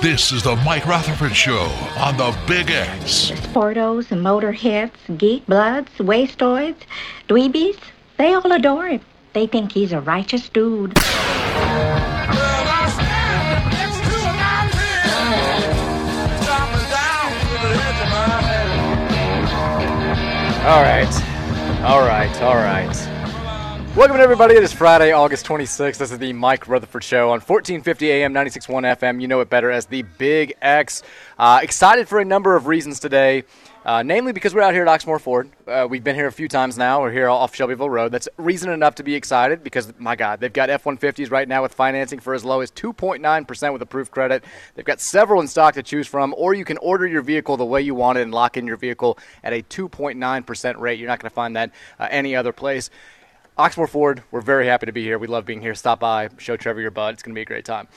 This is the Mike Rutherford Show on the Big X. Sportos, motorheads, geek bloods, wastoids, dweebies, they all adore him. They think he's a righteous dude. All right. All right. All right. Welcome, everybody. It is Friday, August 26th. This is the Mike Rutherford Show on 1450 AM, 96.1 FM. You know it better as the Big X. Uh, excited for a number of reasons today, uh, namely because we're out here at Oxmoor Ford. Uh, we've been here a few times now. We're here off Shelbyville Road. That's reason enough to be excited because, my God, they've got F 150s right now with financing for as low as 2.9% with approved credit. They've got several in stock to choose from, or you can order your vehicle the way you want it and lock in your vehicle at a 2.9% rate. You're not going to find that uh, any other place. Oxmoor Ford, we're very happy to be here. We love being here. Stop by, show Trevor your butt. It's going to be a great time.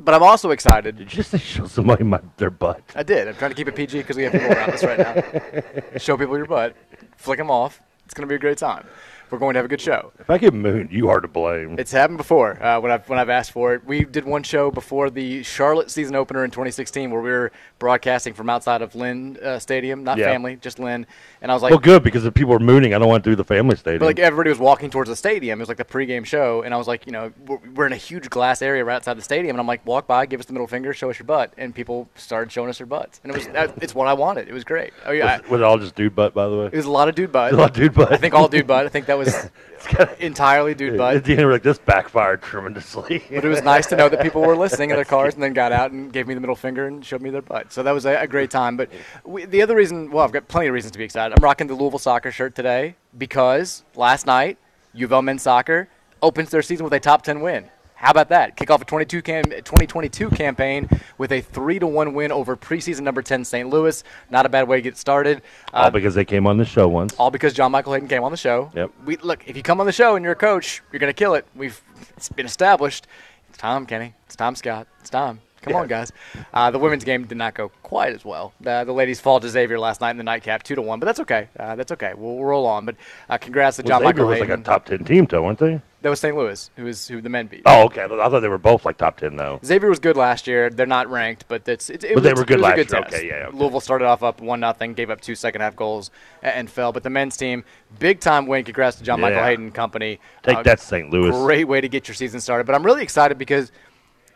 But I'm also excited. Just to show somebody my, their butt. I did. I'm trying to keep it PG because we have people around us right now. Show people your butt, flick them off. It's going to be a great time. We're going to have a good show. If I get mooned, you are to blame. It's happened before uh, when I've when I've asked for it. We did one show before the Charlotte season opener in 2016 where we were broadcasting from outside of Lynn uh, Stadium, not Yeah. family, just Lynn. And I was like, well, good because if people are mooning, I don't want to do the family stadium. But like everybody was walking towards the stadium. It was like the pregame show, and I was like, you know, we're, we're in a huge glass area right outside the stadium, and I'm like, walk by, give us the middle finger, show us your butt, and people started showing us their butts, and it was that, it's what I wanted. It was great. Oh yeah, was, was it all just dude butt, by the way? it was a lot of dude butt. A lot of dude butt. I think all dude butt. I think that was entirely dude At butt. the end, we're like, this backfired tremendously. But it was nice to know that people were listening in their cars and then got out and gave me the middle finger and showed me their butt. So that was a, a great time. But we, the other reason, well, I've got plenty of reasons to be excited. I'm rocking the Louisville soccer shirt today because last night, U of L men's soccer opens their season with a top 10 win. How about that? Kick off a 22 cam, 2022 campaign with a 3 to 1 win over preseason number 10 St. Louis. Not a bad way to get started. all Uh, because they came on the show once. all because John Michael Hayden came on the show. Yep. We look if you come on the show and you're a coach, you're gonna kill it. We've it's been established. It's time, Kenny. It's time, Scott. It's time. Come on, guys. Uh, the women's game did not go quite as well. Uh, the ladies fall to Xavier last night in the nightcap, two to one. But that's okay. Uh, that's okay. We'll roll on. But uh, congrats to John Well, Xavier Michael was Hayden. like a top ten team, though, weren't they? that was St. Louis, who was who the men beat. Oh, okay. I thought they were both like top ten though. Xavier was good last year. They're not ranked, but that's it, it But they was- were good it was last a good year. test. Okay, yeah, okay. Louisville started off up one nothing, gave up two second half goals, a- and fell. But the men's team, big time win. Congrats to John Michael Yeah. Hayden and company. Take Uh, that, St. Louis. Great way to get your season started. But I'm really excited because,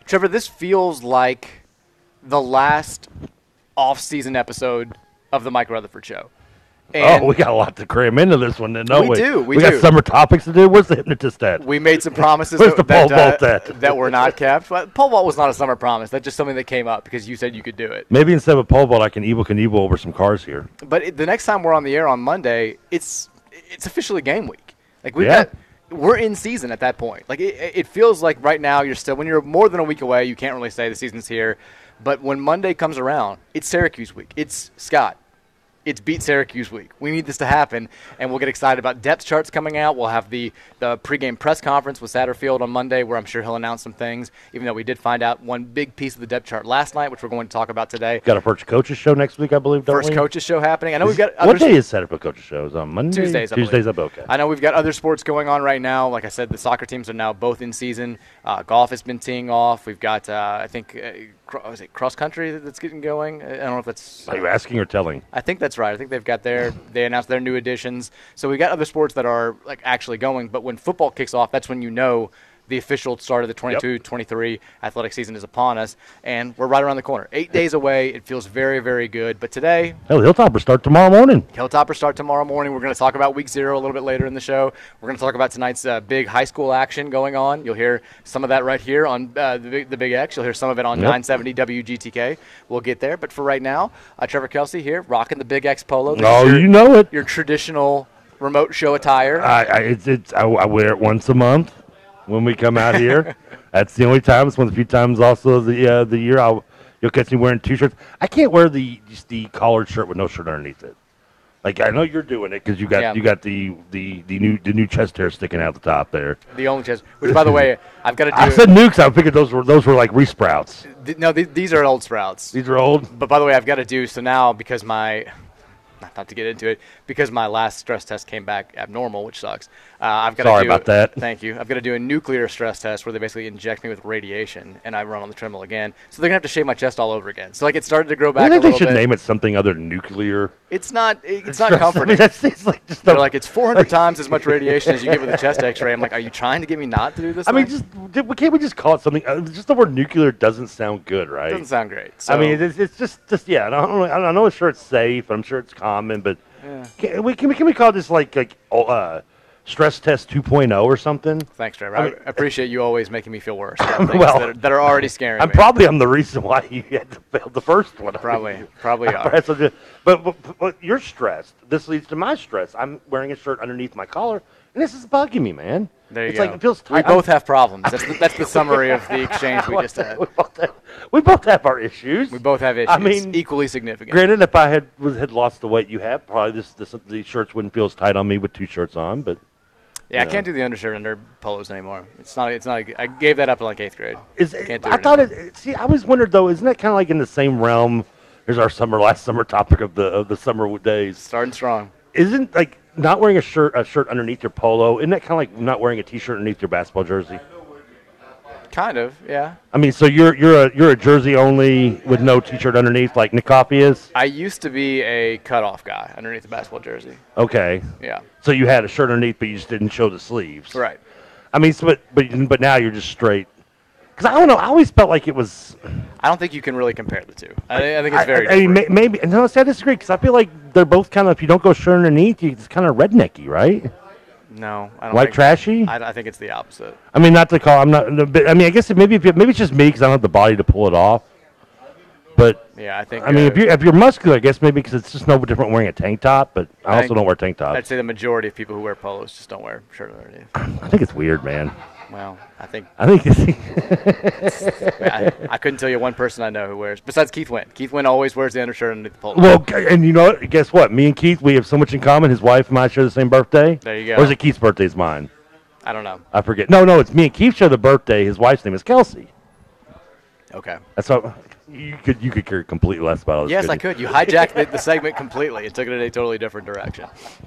Trevor, this feels like the last off-season episode of the Mike Rutherford Show. And oh, we got a lot to cram into this one, then, don't We we? do, we do. got summer topics to do. Where's the hypnotist at? we made some promises Where's that, the Paul that, Walt uh, at? that were not kept. But Paul Walt was not a summer promise. That's just something that came up because you said you could do it. Maybe instead of a pole vault, I can evil Knievel over some cars here. But it, the next time we're on the air on Monday, it's it's officially game week. Like we Yeah. have got we're in season at that point. Like it, it feels like right now you're still when you're more than a week away, you can't really say the season's here. But when Monday comes around, it's Syracuse week. It's Scott. It's beat Syracuse week. We need this to happen, and we'll get excited about depth charts coming out. We'll have the the pregame press conference with Satterfield on Monday, where I'm sure he'll announce some things. Even though we did find out one big piece of the depth chart last night, which we're going to talk about today. Got a first coaches show next week, I believe. Don't First we? coaches show happening. I Oh, know we've got What others- day is set up a coaches show? Is it on Monday. Tuesdays. I believe. Tuesdays up. Okay. I know we've got other sports going on right now. Like I said, the soccer teams are now both in season. Uh, golf has been teeing off. We've got, uh, I think, uh, cro- is it cross country that's getting going? I I don't know if that's. Are you asking or telling? I think that's right. I think they've got their they announced their new additions. So we got other sports that are like actually going. But when football kicks off, that's when you know the official start of the 22 23 athletic season is upon us, and we're right around the corner. Eight days away. It feels very, very good. But today, Hell, Hilltoppers start tomorrow morning. Hilltoppers start tomorrow morning. We're going to talk about week zero a little bit later in the show. We're going to talk about tonight's uh, big high school action going on. You'll hear some of that right here on uh, the, big, the Big X. You'll hear some of it on Yep. 970 WGTK. We'll get there. But for right now, uh, Trevor Kelsey here, rocking the Big X polo. This Oh, is your- you know it. Your traditional remote show attire. I, I it's, it's I, I wear it once a month when we come out here. That's the only time. It's one of the few times also of the uh, the year I'll you'll catch me wearing t-shirts. I can't wear the just the collared shirt with no shirt underneath it. Like I know you're doing it because you got Yeah. you got the, the the new the new chest hair sticking out the top there. the only chest. Which, by the way, I've got to do. I said nukes. I figured those were those were like resprouts. Th- no, th- these are old sprouts. These are old. But by the way, I've got to do so now because my not not to get into it because my last stress test came back abnormal, which sucks. Uh, I've got Sorry to do, about that. Thank you. I've got to do a nuclear stress test where they basically inject me with radiation and I run on the treadmill again. So they're gonna have to shave my chest all over again. So like it started to grow back. I a think they little should bit. name it something other than nuclear. It's not. it- It's I not mean, comforting. that's- it's like just They're the- like it's 400 times as much radiation as you get with a chest X-ray. I'm like, are you trying to get me not to do this? I mean, thing? just did- we- can't we just call it something? uh, Just the word nuclear doesn't sound good, right? Doesn't sound great, I mean, so- it's, it's just, just yeah. I don't, know- I don't know. I'm sure it's safe. I'm sure it's common, but Yeah. can we can we can we call this like like oh, uh, stress test 2.0 or something? Thanks, Trevor. I I, mean- appreciate you always making me feel worse. about things Well, that, are, that are already scaring I'm me. probably I'm the reason why you had to fail the first one. Probably- probably I are. probably have to- But, but but you're stressed. This leads to my stress. I'm wearing a shirt underneath my collar, and this is bugging me, man. There you it's go. like it feels we tight. I'm- both have problems. That's the, that's the summary of the exchange we just had. We both have, we both have our issues. We both have issues. I mean, equally significant. Granted, if I had was, had lost the weight you have, probably this, this these shirts wouldn't feel as tight on me with two shirts on. But yeah, I you can't do the undershirt under polos anymore. It's not. It's not. I gave that up in like eighth grade. Is can't do I it thought it. it- See, I always wondered though. Isn't that kind of like in the same realm? Here's our summer last summer topic of the of the summer w- days. Starting strong. Isn't like not wearing a shirt a shirt underneath your polo? Isn't that kind of like not wearing a t-shirt underneath your basketball jersey? anymore. Kind of. Yeah. I mean, so you're you're a you're a jersey only with no t-shirt underneath, like Nikopi is. I used to be a cutoff guy underneath the basketball jersey. Okay. Yeah. So you had a shirt underneath, but you just didn't show the sleeves. Right. I mean, so, but but but now you're just straight. Because I don't know. I always felt like it was. I don't think you can really compare the two. I, I think it's I- very. I, mean, may, maybe. No, see, I disagree. Because I feel like they're both kind of. If you don't go shirt underneath, you, it's kind of rednecky, right? no. I don't White think- trashy? I, I think it's the opposite. I mean, not to call. I'm not. But, I mean, I guess it, maybe if you, maybe it's just me because I don't have the body to pull it off. But Yeah, I think. I mean, uh, if you if you're muscular, I guess maybe because it's just no different wearing a tank top. But I, also think- don't wear tank tops. I'd say the majority of people who wear polos just don't wear shirt underneath. I think it's weird, man. Well, I think I think I, it's. I couldn't tell you one person I know who wears besides Keith Wynn. Keith Wynn always wears the undershirt underneath the polo. Well, g- and you know, what? guess what? Me and Keith, we have so much in common. His wife and I share the same birthday. There you go. Or is it Keith's birthday? Is mine? I don't know. I forget. No, no, it's me and Keith share the birthday. His wife's name is Kelsey. Okay. That's what you could you could care completely less about. All this Yes, I couldn't could. You hijacked the, the segment completely and took it in a totally different direction.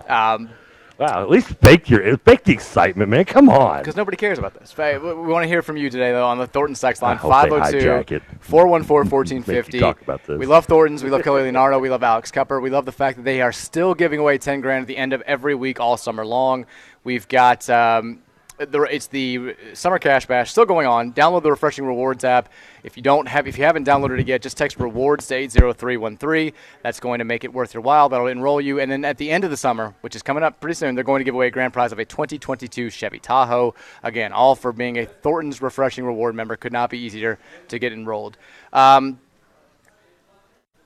Um, Wow, at least fake your fake the excitement, man. Come on. Because nobody cares about this. Fa- We want to hear from you today, though, on the Thornton Sex Line, I hope they 502 hijack it. 414 Make 1450. you talk about this. We love Thornton's. We love Kelly Leonardo. We love Alex Cupper. We love the fact that they are still giving away 10 grand at the end of every week all summer long. We've got. Um, the, it's the summer cash bash still going on. Download the refreshing rewards app. If you don't have, if you haven't downloaded it yet, just text rewards to eight zero three one three. That's going to make it worth your while. That'll enroll you. And then at the end of the summer, which is coming up pretty soon, they're going to give away a grand prize of a 2022 Chevy Tahoe. Again, all for being a Thornton's refreshing reward member. Could not be easier to get enrolled. Um,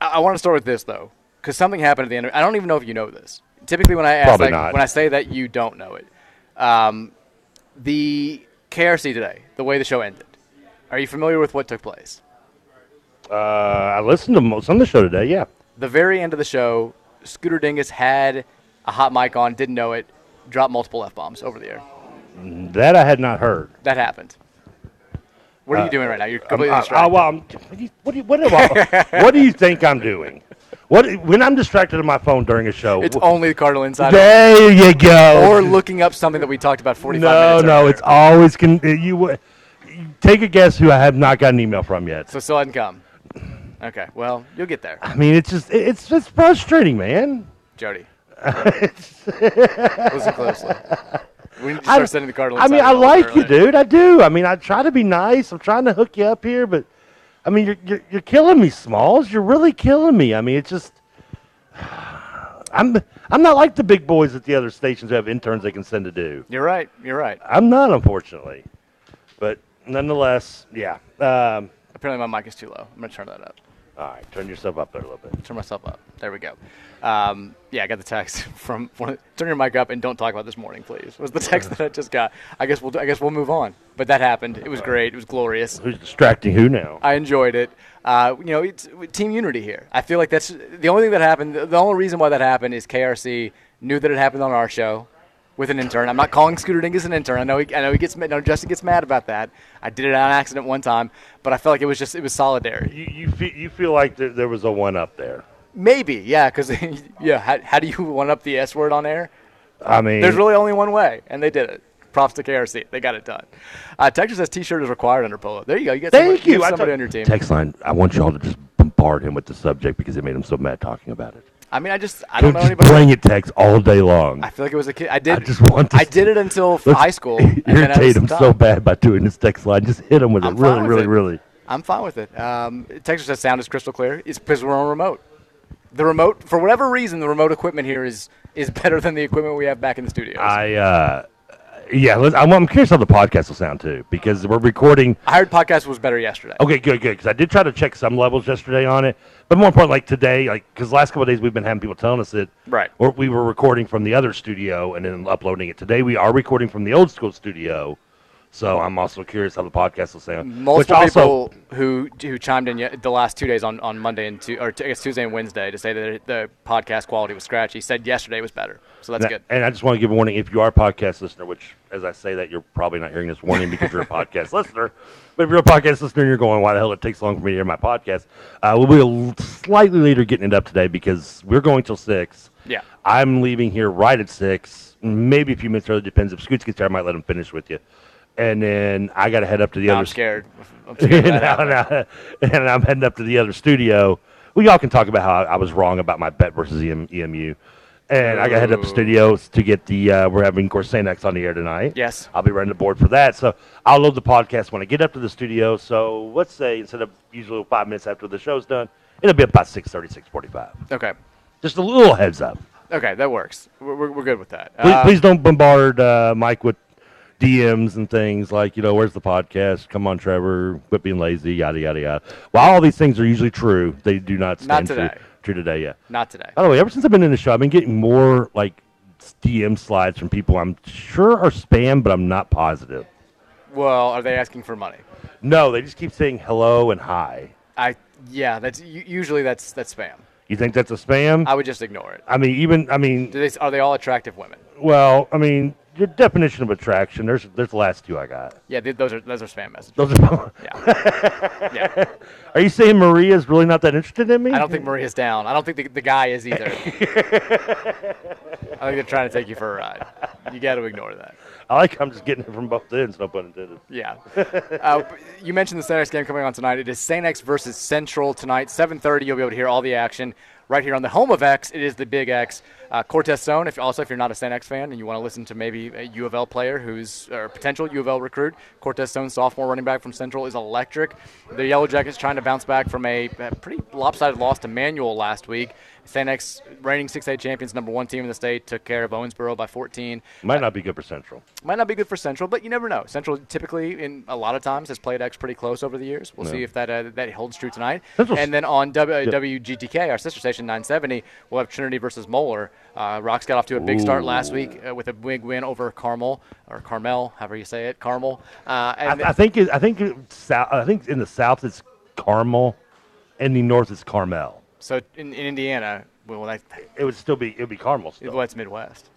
I, I want to start with this though, because something happened at the end. Of, I don't even know if you know this. Typically, when I ask, Probably like, not. when I say that, you don't know it. Um, the KRC today, the way the show ended. Are you familiar with what took place? Uh, I listened to mo- some of the show today. Yeah. The very end of the show, Scooter Dingus had a hot mic on, didn't know it, dropped multiple f bombs over the air. That I had not heard. That happened. What are Uh, you doing right now? You're I'm- completely I- I- distracted. well, I'm- what do you- what do you- what do I- what do you think I'm doing? What when I'm distracted on my phone during a show? it's wh- only the Cardinal Insider. There you go. Or looking up something that we talked about 45 no, minutes no, earlier. it's always con- uh, you. w- Take a guess who I have not got an email from yet. So still hadn't come. Okay, well, you'll get there, I mean, it's just it- it's it's frustrating, man. Jody. It's- Listen closely. We need to I- start sending the card. I mean, I like you, dude. I do. I mean, I try to be nice. I'm trying to hook you up here, but I mean, you're you're, you're killing me, Smalls. You're really killing me. I mean, it's just I'm I'm not like the big boys at the other stations who have interns they can send to do. You're right. You're right. I'm not, unfortunately, but nonetheless, yeah. Um, Apparently, my mic is too low. I'm gonna turn that up. All right, turn yourself up there a little bit. Turn myself up. There we go. Um, yeah, I got the text from one. of- Turn your mic up and don't talk about this morning, please. Was the text that I just got. I guess we'll. do- I guess we'll move on. But that happened. It was great. It was glorious. Who's distracting who now? I enjoyed it. Uh, you know, it's team unity here. I feel like that's the only thing that happened. The only reason why that happened is KRC knew that it happened on our show with an intern. I'm not calling Scooter Dingus an intern. I know he, I know he gets mad. No, Justin gets mad about that. I did it on accident one time, but I felt like it was just it was solidarity. You you feel, you feel like there, there was a one up there. Maybe, yeah, because yeah, how, how do you one up the S word on air? I mean, There's really only one way, and they did it. Props to KRC, they got it done. Uh, Texas says T-shirt is required under Polo. There you go. You got Thank somebody, you. I have somebody took- on your team. Text line. I want y'all to just bombard him with the subject because it made him so mad talking about it. I mean, I just I don't know just anybody. Bring it, text all day long. I feel like it was a kid. I did. I just want. I did it until f- Let's high school. and then I Irritate him stopped. so bad by doing this text line. Just hit him with it. Really, fine with really, it. really. I'm fine with it. Um, Texas says sound is crystal clear. It's because we're on remote. The remote, for whatever reason, the remote equipment here is is better than the equipment we have back in the studio. I. uh yeah, let's, I'm, I'm curious how the podcast will sound too, because we're recording. I heard podcast was better yesterday. Okay, good, good, because I did try to check some levels yesterday on it, but more important, like today, like because last couple of days we've been having people telling us that Right. or we were recording from the other studio and then uploading it. Today we are recording from the old school studio, so I'm also curious how the podcast will sound. Multiple Which also, people who who chimed in ye- the last two days on, on Monday and two, or t- I guess Tuesday and Wednesday to say that it- the podcast quality was scratchy said yesterday was better. So that's and I- good. And I just want to give a warning: if you are a podcast listener, which as I say that you're probably not hearing this warning because you're a podcast listener, but if you're a podcast listener, and you're going, "Why the hell it takes long for me to hear my podcast?" Uh, we'll be a l- slightly later getting it up today because we're going till six. Yeah. I'm leaving here right at six, maybe a few minutes early. Depends if Scoots gets there. I might let him finish with you, and then I got to head up to the Now other. I'm scared. I'm scared of that now, now, and I'm heading up to the other studio. Well, y'all can talk about how I was wrong about my bet versus E EM, EMU. And I got headed up to Ooh. studios to get the, uh, we're having Corsanax on the air tonight. Oh. Yes. I'll be running the board for that. So I'll load the podcast when I get up to the studio. So let's say instead of usually five minutes after the show's done, it'll be about 6.30, 6.45. Okay. Just a little heads up. Okay, that works. We're, we're, we're good with that. Please, Uh, please don't bombard uh, Mike with DMs and things like, you know, where's the podcast? Come on, Trevor. Quit being lazy, yada, yada, yada. While all these things are usually true, they do not Not stand today. True, true today, yeah. Not today. By the way, ever since I've been in the show, I've been getting more like DM slides from people I'm sure are spam, but I'm not positive. Well, are they asking for money? No, they just keep saying hello and hi. I yeah, that's u- usually that's that's spam. You think that's a spam? I would just ignore it. I mean, even, I mean, Do they, are they all attractive women? well, I mean, your definition of attraction, there's, there's the last two I got. Yeah, th- those are those are spam messages. Those are. Yeah. yeah. Are you saying Maria's really not that interested in me? I don't think Maria's down. I don't think the, the guy is either. I think they're trying to take you for a ride. You got to ignore that. I like I'm just getting it from both ends, no pun intended. Yeah. Uh, b- you mentioned the Sanex game coming on tonight. It is Sanex versus Central tonight, 7:30. You'll be able to hear all the action right here on the home of X. It is the Big X, uh, Cortez Zone. If also if you're not a Sanex fan and you want to listen to maybe a U of L player who's or a potential U of L recruit, Cortez Zone sophomore running back from Central is electric. The Yellow Jackets trying to bounce back from a, a pretty lopsided loss to Manual last week. Sanex, reigning 6A champions, number one team in the state, took care of Owensboro by 14. Might not be good for Central. Might not be good for Central, but you never know. Central typically, in a lot of times, has played X pretty close over the years. We'll Yeah. see if that uh, that holds true tonight. Central's- and then on w- uh, Yeah. WGTK, our sister station 970, we'll have Trinity versus Moeller. Uh, Rocks got off to a big start last Ooh. week uh, with a big win over Carmel or Carmel, however you say it, Carmel. Uh, I, and I think it, I think it, south, I think in the south it's Carmel, in the north it's Carmel. so in, in Indiana, well, that, it would still be it would be Carmel. Still. Well, it's Midwest.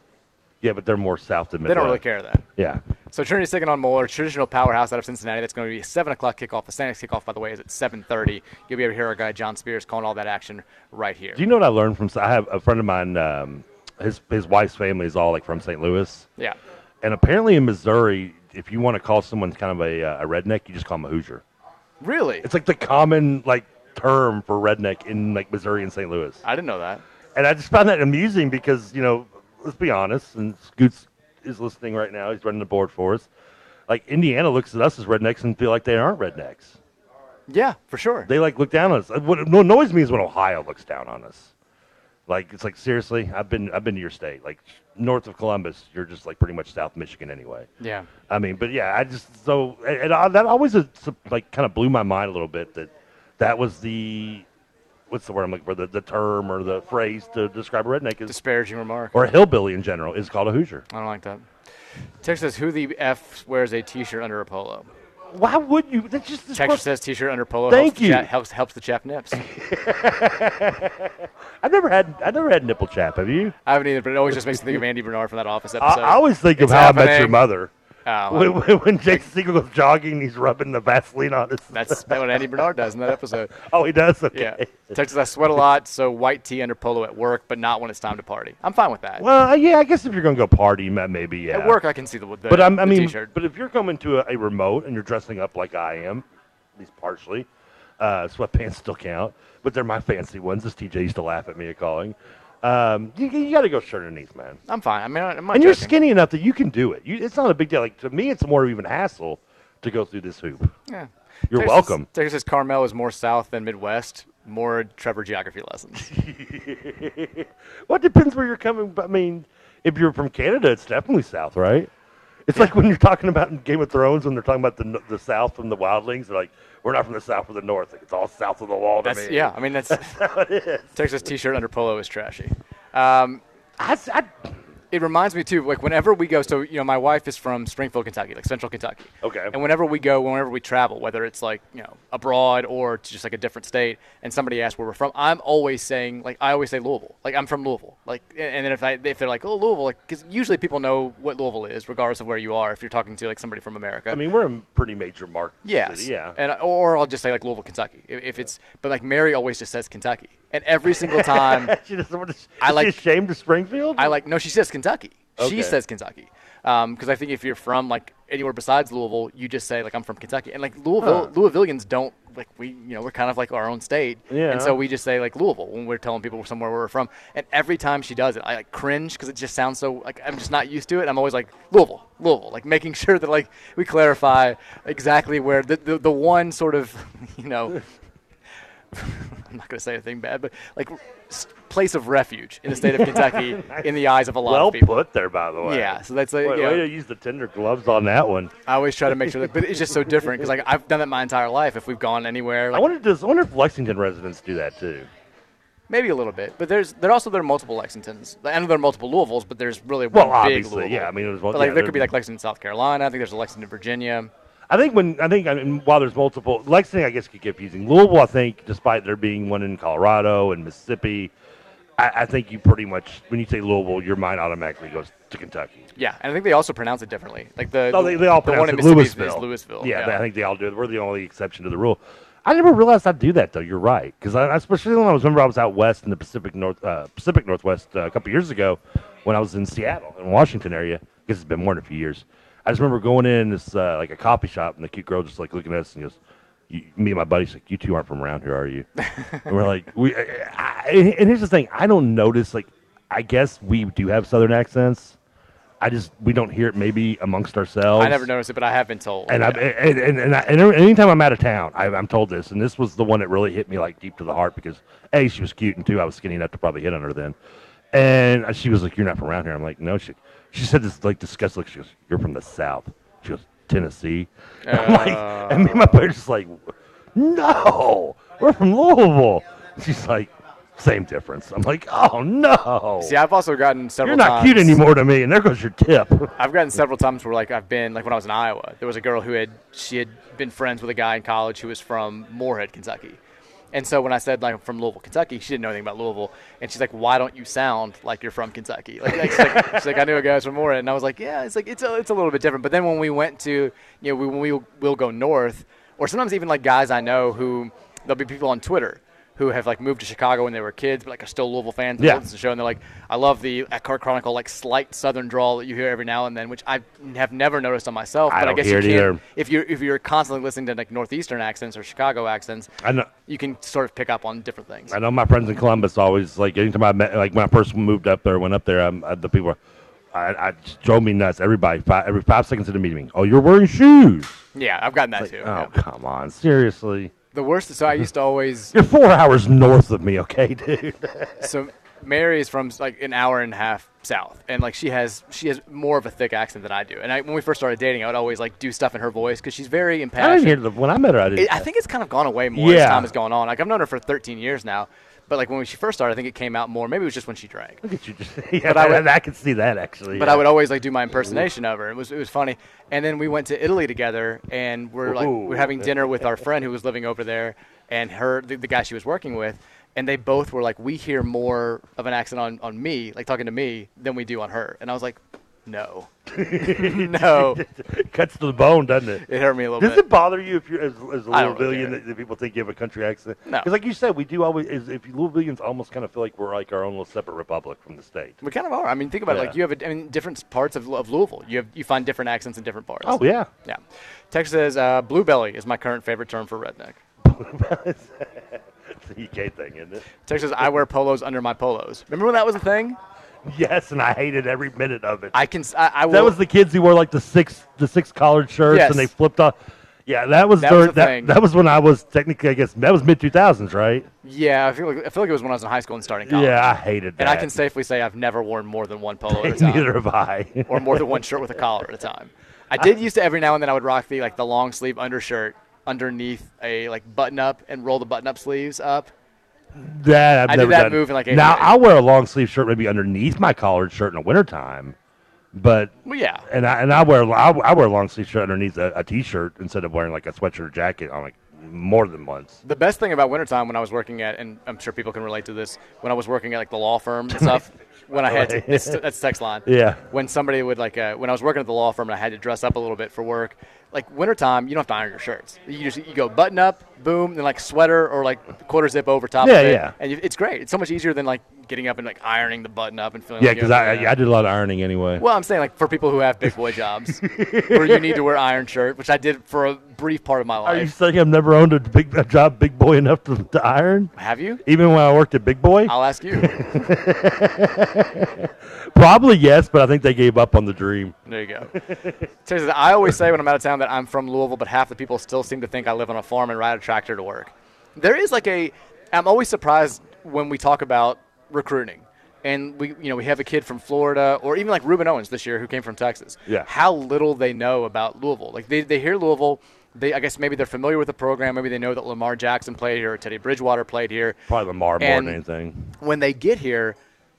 Yeah, but they're more south than They Midwest. don't really care then. Yeah, So Trinity's taking on Moeller, traditional powerhouse out of Cincinnati. That's going to be a seven o'clock kickoff. The Sanex kickoff, by the way, is at seven thirty. You'll be able to hear our guy John Spears calling all that action right here. Do you know what I learned from? I have a friend of mine. Um, his his wife's family is all like from St. Louis. Yeah. And apparently in Missouri, if you want to call someone kind of a, uh, a redneck, you just call them a Hoosier. Really? It's like the common like term for redneck in like Missouri and St. Louis. I didn't know that. And I just found that amusing because you know, let's be honest, and Scoots is listening right now. He's running the board for us. Like Indiana looks at us as rednecks and feel like they aren't rednecks. Yeah, for sure. They like look down on us. What annoys me is when Ohio looks down on us. Like it's like seriously, I've been I've been to your state. Like north of Columbus, you're just like pretty much South Michigan anyway. Yeah. I mean, but yeah, I just so and, and I, that always is, like kind of blew my mind a little bit that that was the what's the word I'm looking for the, the term or the phrase to describe a redneck is disparaging remark or a hillbilly in general is called a Hoosier. I don't like that. Text says, "Who the f wears a T-shirt under a polo?" Why would you? That's just this Texture question- says T-shirt under polo. Thank helps The you. chap, helps helps the chap nips. I've never had I've never had nipple chap. Have you? I haven't either, but it always just makes me think of Andy Bernard from that Office I, episode. I always think of It's how I met your happening. mother. Oh, when, wow. when, when Jake Siegel goes jogging, and he's rubbing the Vaseline on his. That's what Andy Bernard does in that episode. Oh, he does. Okay. Yeah. Texas, I sweat a lot, so white tee under polo at work, but not when it's time to party. I'm fine with that. Well, yeah, I guess if you're gonna go party, ma- maybe yeah. At work, I can see the, the but I'm, I the mean, T-shirt. but if you're coming to a, a remote and you're dressing up like I am, at least partially, uh, sweatpants still count, but they're my fancy ones. This TJ used to laugh at me at calling. Um, you, you got to go shirt underneath, man. I'm fine. I mean, I'm not and you're joking. skinny enough that you can do it. You, it's not a big deal. Like to me, it's more of even hassle to go through this hoop. Yeah. You're Texas- welcome. Texas says Carmel is more south than Midwest. More Trevor geography lessons. well, it depends where you're coming. But I mean, if you're from Canada, it's definitely South, right? It's like when you're talking about in Game of Thrones when they're talking about the n- the South from the Wildlings. They're like, we're not from the South or the North. Like it's all South of the wall. To That's me. yeah. I mean, that's, how it is. Texas T-shirt under polo is trashy. Um, it reminds me too, like whenever we go. So you know, my wife is from Springfield, Kentucky, like Central Kentucky. Okay. And whenever we go, whenever we travel, whether it's like you know abroad or to just like a different state, and somebody asks where we're from, I'm always saying like I always say Louisville. Like I'm from Louisville. Like and- and then if I if they're like oh Louisville, like because usually people know what Louisville is regardless of where you are. If you're talking to like somebody from America. I mean, we're a pretty major market. Yes. City, yeah. And or I'll just say like Louisville, Kentucky. If, if it's but like Mary always just says Kentucky, and every single time she doesn't want to. I like ashamed of Springfield. I like no, she says Kentucky. Okay. She says Kentucky. Because I think if you're from like anywhere besides Louisville, you just say like I'm from Kentucky, and like Louisville, Huh. Louisvillians don't like we you know we're kind of like our own state, Yeah. and so we just say like Louisville when we're telling people somewhere where we're from. And every time she does it, I like cringe because it just sounds so like I'm just not used to it. I'm always like Louisville, Louisville, like making sure that like we clarify exactly where the the, the one sort of you know. I'm not going to say anything bad, but like s- place of refuge in the state of Kentucky in the eyes of a lot well of people. put there, by the way. Yeah, so that's like, Wait, you know- way to use the tender gloves on that one. I always try to make sure that, but it's just so different because like I've done that my entire life. If we've gone anywhere, I like, wonder, does, I wonder if Lexington residents do that too. maybe a little bit, but there's there also there are multiple Lexingtons. I know there are multiple Louisvilles, but there's really Well, one big obviously, Louisville. yeah, I mean, there's one- but like yeah, there could be there- like Lexington, South Carolina. I think there's a Lexington, Virginia. I think when I think I mean, while there's multiple Lexington, I guess could get confusing. Louisville, I think, despite there being one in Colorado and Mississippi, I, I think you pretty much when you say Louisville, your mind automatically goes to Kentucky. Yeah, and I think they also pronounce it differently. Like the No, Oh, they, they all the pronounce one in it Mississippi is- Louisville. Is Louisville. Yeah, I think they all do. it. We're the only exception to the rule. I never realized I'd do that though. You're right, because I, I- especially when I was remember I was out west in the Pacific North uh, Pacific Northwest uh, a couple years ago when I was in Seattle in Washington area. Because it's been more than a few years. I just remember going in this uh, like a coffee shop and the cute girl just like looking at us and goes, you, "Me and my buddies like you two aren't from around here, are you?" and we're like, "We." I, I- and here's the thing: I don't notice like I guess we do have Southern accents. I just we don't hear it maybe amongst ourselves. I never noticed it, but I have been told. And, I've, yeah. and, and, and, I, and anytime I'm out of town, I, I'm told this. And this was the one that really hit me like deep to the heart because A, she was cute, and two, I was skinny enough to probably hit on her then. And she was like, You're not from around here. I'm like, No, she, she said this like disgusted look. She goes, You're from the South. She goes, Tennessee. And I'm like, and me and my buddy's just like, No, we're from Louisville. She's like, Same difference. I'm like, Oh, no. See, I've also gotten several. You're not cute times- anymore to me. And there goes your tip. I've gotten several times where like I've been like when I was in Iowa, there was a girl who had she had been friends with a guy in college who was from Moorhead, Kentucky. And so when I said like I'm from Louisville, Kentucky, she didn't know anything about Louisville, and she's like, "Why don't you sound like you're from Kentucky?" Like, like, she's, like she's like, "I knew a guy was from Moorhead," and I was like, "Yeah, it's like it's a, it's a little bit different." But then when we went to you know we, when we will go north, or sometimes even like guys I know who there'll be people on Twitter who have like moved to Chicago when they were kids, but like are still Louisville fans. and Yeah. listen to the show, and they're like, I love the Eckhart Chronicle like slight Southern drawl that you hear every now and then, which I have never noticed on myself. I but I don't guess hear you it can't- either. If you're if you're constantly listening to like northeastern accents or Chicago accents, I know. you can sort of pick up on different things. I know my friends in Columbus always like anytime I met, like when I first moved up there, went up there, um, uh, the people, were, I, I just drove me nuts. Everybody, five, every five seconds in the meeting, oh, you're wearing shoes. Yeah, I've gotten that Like, too. oh, come on, seriously. The worst is so I used to always. You're four hours north of me, okay, dude. so Mary is from like an hour and a half south, and like she has she has more of a thick accent than I do. And I, when we first started dating, I would always like do stuff in her voice because she's very I didn't impassioned. hear the when I met her. I didn't. It- I think it's kind of gone away more as Yeah. time has gone on. Like I've known her for 13 years now, but like when she first started, I think it came out more. Maybe it was just when she drank. Look at you, just, yeah, But I I, would- I could see that actually. But yeah. I would always like do my impersonation of her. It was it was funny. And then we went to Italy together, and we're like Ooh. we're having dinner with our friend who was living over there, and her the, the guy she was working with, and they both were like, we hear more of an accent on on me, like talking to me, than we do on her. And I was like, no, no. Cuts to the bone, doesn't it? It hurt me a little Does bit. it bother you if you're as, as a I don't little really billion care. that, that people think you have a country accent? No. Because like you said, we do always. Is, if you little billions, almost kind of feel like we're like our own little separate republic from the state. We kind of are. I mean, think about it. Like Yeah. you have a, I mean, different parts of, of Louisville. You have you find different accents in different parts. Oh, yeah. yeah. Text says uh, blue belly is my current favorite term for redneck. it's a UK thing, isn't it? Text says I wear polos under my polos. Remember when that was a thing? Yes, and I hated every minute of it. I can. s- I, I that will- was the kids who wore like the six the six collared shirts Yes. and they flipped off. Yeah, that was That during- was a that, thing. that was when I was technically I guess that was mid two thousands, right? Yeah, I feel like I feel like it was when I was in high school and starting college. Yeah, I hated And I that. can safely say I've never worn more than one polo at a time. Neither have I. or more than one shirt with a collar at a time. I did used to every now and then I would rock the like the long sleeve undershirt underneath a like button up and roll the button up sleeves up. That I've I did never that done. move in, like, eighth now grade. I wear a long sleeve shirt maybe underneath my collared shirt in the wintertime, but Well, yeah. and I and I wear I, I wear a long sleeve shirt underneath a, a t shirt instead of wearing like a sweatshirt or jacket on like more than once. The best thing about wintertime when I was working at, and I'm sure people can relate to this, when I was working at like the law firm and stuff, when I had to, Right. that's, that's text line. Yeah. When somebody would like, uh, when I was working at the law firm and I had to dress up a little bit for work, like wintertime, you don't have to iron your shirts. You just, you go button up, boom, then like sweater or like quarter zip over top Yeah, of it. yeah. And you, it's great. It's so much easier than like getting up and like ironing the button up and feeling Yeah, like you because have I, to do I I did a lot of ironing anyway. Oh, well, I'm saying like for people who have big boy jobs, where you need to wear iron shirt, which I did for a brief part of my Are you life. saying I've never owned a big a job big boy enough to, to iron? Have you? Even when I worked at Big Boy? I'll ask you. Probably yes, but I think they gave up on the dream. There you go. Terry says, I always say when I'm out of town that I'm from Louisville, but half the people still seem to think I live on a farm and ride a tractor to work. There is like a, I'm always surprised when we talk about recruiting. And we, you know, we have a kid from Florida, or even like Ruben Owens this year, who came from Texas. Yeah. How little they know about Louisville. Like they, they hear Louisville, they I guess maybe they're familiar with the program. Maybe they know that Lamar Jackson played here, or Teddy Bridgewater played here. Probably Lamar more And- than anything. when they get here,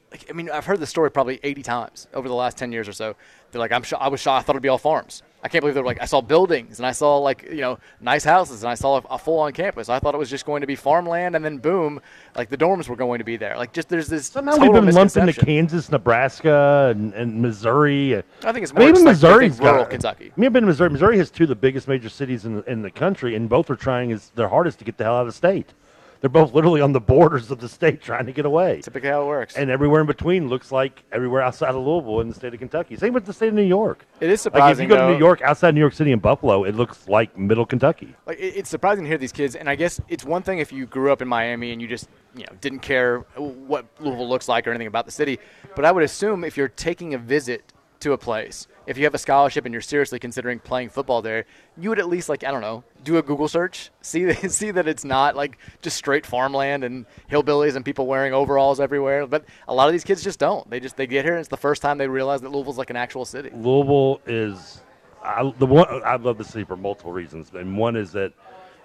like, I mean, I've heard the story probably 80 times over the last 10 years or so. They're like, I'm sho I was shocked. I thought it'd be all farms. I can't believe they're like, I saw buildings and I saw like, you know, nice houses and I saw a, a full on campus. I thought it was just going to be farmland and then boom, like the dorms were going to be there. Like, just there's this. Now we've total been lumped into misconception. Kansas, Nebraska, and, and Missouri. uh, I I think it's more mean, even just, like, they Missouri's think rural got, Kentucky. I mean, even Missouri. Missouri has two of the biggest major cities in, in the country, and both are trying is their hardest to get the hell out of the state. They're both literally on the borders of the state trying to get away. Typically how it works. And everywhere in between looks like everywhere outside of Louisville in the state of Kentucky. Same with the state of New York. It is Like if you surprising. go to though. New York, outside New York City and Buffalo, it looks like middle Kentucky. Like it, it's surprising to hear these kids, and I guess it's one thing if you grew up in Miami and you just you know didn't care what Louisville looks like or anything about the city, but I would assume if you're taking a visit to a place, if you have a scholarship and you're seriously considering playing football there, you would at least like I don't know do a Google search, see see that it's not like just straight farmland and hillbillies and people wearing overalls everywhere. But a lot of these kids just don't. They just they get here and it's the first time they realize that Louisville's like an actual city. Louisville is I, the one I love the city for multiple reasons, and one is that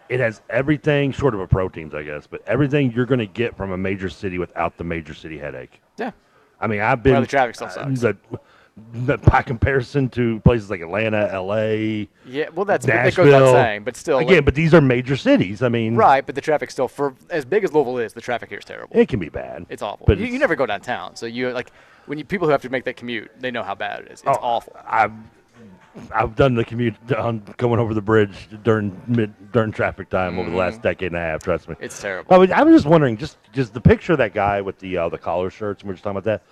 it has everything short of a pro teams, I guess, but everything you're going to get from a major city without the major city headache. Yeah. I mean, I've been uh, Well, the traffic still sucks. the- the- by comparison to places like Atlanta, L.A. Yeah, well, that's- that goes Nashville. without saying, but still, again, like- but these are major cities. I mean, Right, but the traffic still for as big as Louisville is, the traffic here is terrible. It can be bad. It's awful. But you, you it's- never go downtown, so you like when you people who have to make that commute, they know how bad it is. It's Oh, awful. I've I've done the commute on going over the bridge during mid during traffic time over the last decade and a half. Trust me, Mm-hmm. It's terrible. I was, I was just wondering, just just the picture of that guy with the uh, the collar shirts. and We were just talking about that.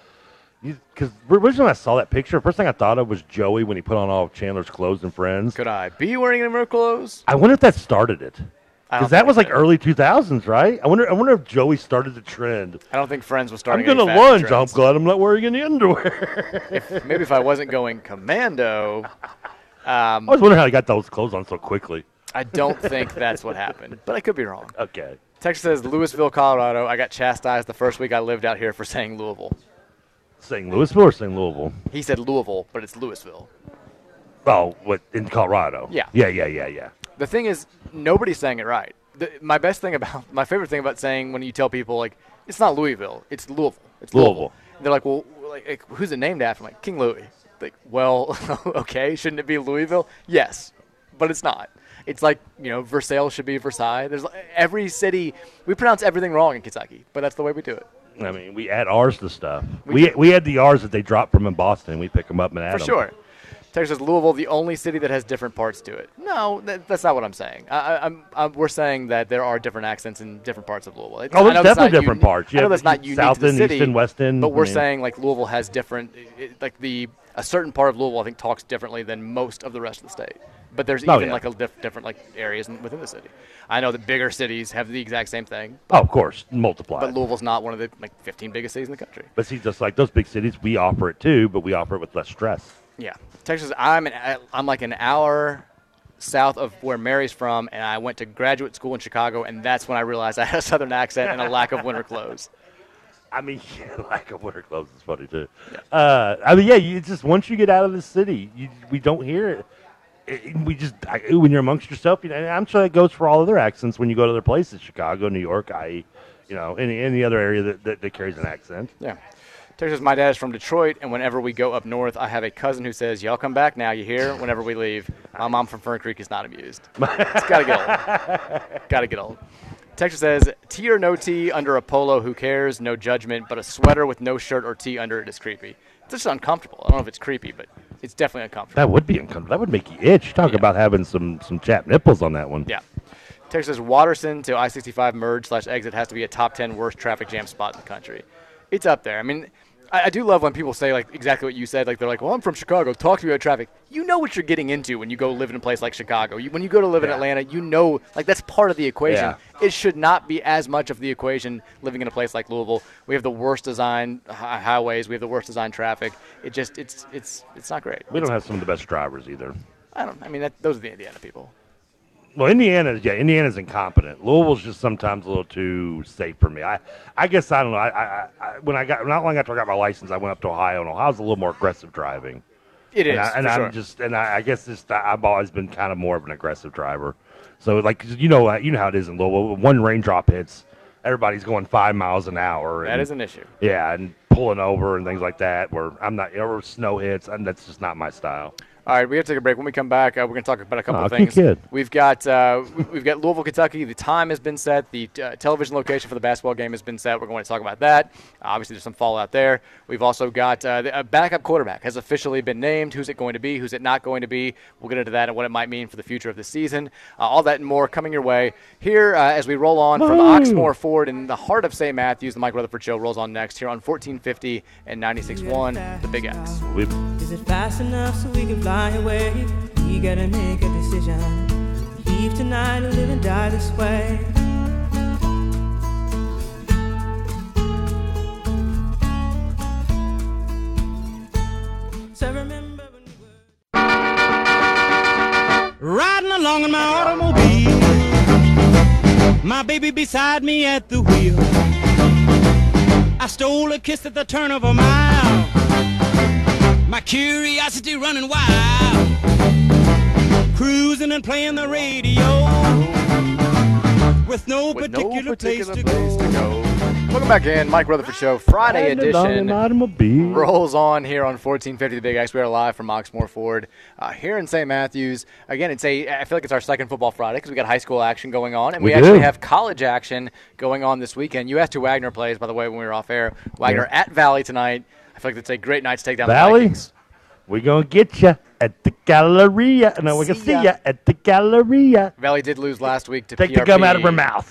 Because originally when I saw that picture, first thing I thought of was Joey when he put on all of Chandler's clothes and friends. Could I be wearing any more clothes? I wonder if that started it. I don't Because that think was like that- early 2000s, right? I wonder. I wonder if Joey started the trend. I don't think Friends was I'm starting. gonna any fashion lunge. I'm trends. glad I'm not wearing any underwear. If- maybe if I wasn't going commando, um, I was wondering how I got those clothes on so quickly. I don't think that's what happened, but I could be wrong. Okay. Texas says Louisville, Colorado. I got chastised the first week I lived out here for saying Louisville. Saying Louisville or saying Louisville? He said Louisville, but it's Louisville. Oh, what in Colorado? Yeah. Yeah, yeah, yeah, yeah. The thing is, nobody's saying it right. The, my best thing about, my favorite thing about saying when you tell people like, it's not Louisville, it's Louisville, it's Louisville. Louisville. They're like, well, like, like, who's it named after? I'm like King Louis. Like, well, okay, shouldn't it be Louisville? Yes, but it's not. It's like you know, Versailles should be Versailles. There's every city. We pronounce everything wrong in Kentucky, but that's the way we do it. I mean, we add R's to stuff. We We do. we had the R's that they dropped from in Boston. We pick them up and add For 'em. sure. Texas says Louisville, the only city that has different parts to it. No, that, that's not what I'm saying. I, I, I'm, I'm, we're saying that there are different accents in different parts of Louisville. It's- Oh, I there's know that's definitely not different uni- parts. You I know have that's not east- unique south to the end, east city. end, west end, But I we're mean- saying like Louisville has different, it, like the a certain part of Louisville, I think, talks differently than most of the rest of the state. But there's Oh, even yeah. like a diff- different like areas in, within the city. I know that bigger cities have the exact same thing, Oh, of course, multiply. but Louisville's not one of the like 15 biggest cities in the country. But see, just like those big cities, we offer it too, but we offer it with less stress. Yeah, Texas. I'm an, I'm like an hour south of where Mary's from, and I went to graduate school in Chicago, and that's when I realized I had a southern accent and a lack of winter clothes. I mean, yeah, lack of winter clothes is funny too. Uh, I mean, yeah, you it's just once you get out of the city, you, we don't hear it. It- we just I, when you're amongst yourself, you know. and I'm sure that goes for all other accents when you go to other places, Chicago, New York, I, you know, any any other area that, that, that carries an accent. Yeah, Texas. My dad is from Detroit, and whenever we go up north, I have a cousin who says, "Y'all come back now. You hear?" Whenever we leave, my mom from Fern Creek is not amused. it's gotta get old. gotta get old. Texas says, "Tee or no tee under a polo, who cares? No judgment, but a sweater with no shirt or tee under it is creepy. It's just uncomfortable. I don't know if it's creepy, but it's definitely uncomfortable." That would be uncomfortable. That would make you itch. Talk about having some some chap nipples on that one. Yeah. Texas Waterson to I 65 merge slash exit has to be a top 10 worst traffic jam spot in the country. It's up there. I mean, I, I do love when people say like exactly what you said. Like they're like, well, I'm from Chicago. Talk to me about traffic. You know what you're getting into when you go live in a place like Chicago. You, when you go to live in Yeah. Atlanta, you know like that's part of the equation. Yeah. It should not be as much of the equation living in a place like Louisville. We have the worst design hi- highways. We have the worst design traffic. It just it's it's it's not great. We don't have some of the best drivers either. I don't. I mean, that, those are the Indiana people. Well, Indiana, yeah, Indiana's incompetent. Louisville's just sometimes a little too safe for me. I, I guess I don't know. I, I, I when I got not long after I got my license, I went up to Ohio, and Ohio's a little more aggressive driving. It and is, I, and for I'm sure. just, and I, I guess just I- I've always been kind of more of an aggressive driver. So like you know, uh, you know how it is in Louisville. One raindrop hits, everybody's going five miles an hour. That and- is an issue. Yeah, and pulling over and things like that. Where I'm not, or snow hits, and that's just not my style. All right, we have to take a break. When we come back, uh, we're going to talk about a couple Aw, of good things. kid. We've got uh, we- we've got Louisville, Kentucky. The time has been set. The uh, television location for the basketball game has been set. We're going to talk about that. Obviously, there's some fallout there. We've also got uh, the- a backup quarterback has officially been named. Who's it going to be? Who's it not going to be? We'll get into that and what it might mean for the future of the season. Uh, all that and more coming your way here uh, as we roll on from Woo! Oxmoor Ford in the heart of St. Matthews. The Mike Rutherford Show rolls on next here on 1450 and 96.1 The Big X. We've Is it fast enough so we can fly away? We gotta make a decision. Leave tonight or live and die this way. So remember when we were riding along in my automobile. My baby beside me at the wheel. I stole a kiss at the turn of a mile. My curiosity running wild. Cruising and playing the radio. With no particular, place, to go. Welcome back in, Mike Rutherford Show, Friday Riding along in edition. an automobile. Rolls on here on 1450 The Big X. We are live from Oxmoor Ford uh, here in St. Matthews. Again, it's a. I feel like it's our second football Friday because we got high school action going on, and we, We actually do. have college action going on this weekend. You asked who Wagner plays, by the way, when we were off air. Wagner at Valley tonight. I feel like it's a great night to take down the Valley, Vikings. we're gonna get you at the Galleria. No, we're gonna see ya. you at the Galleria. Valley did lose last week to Take PRP. the gum out of her mouth.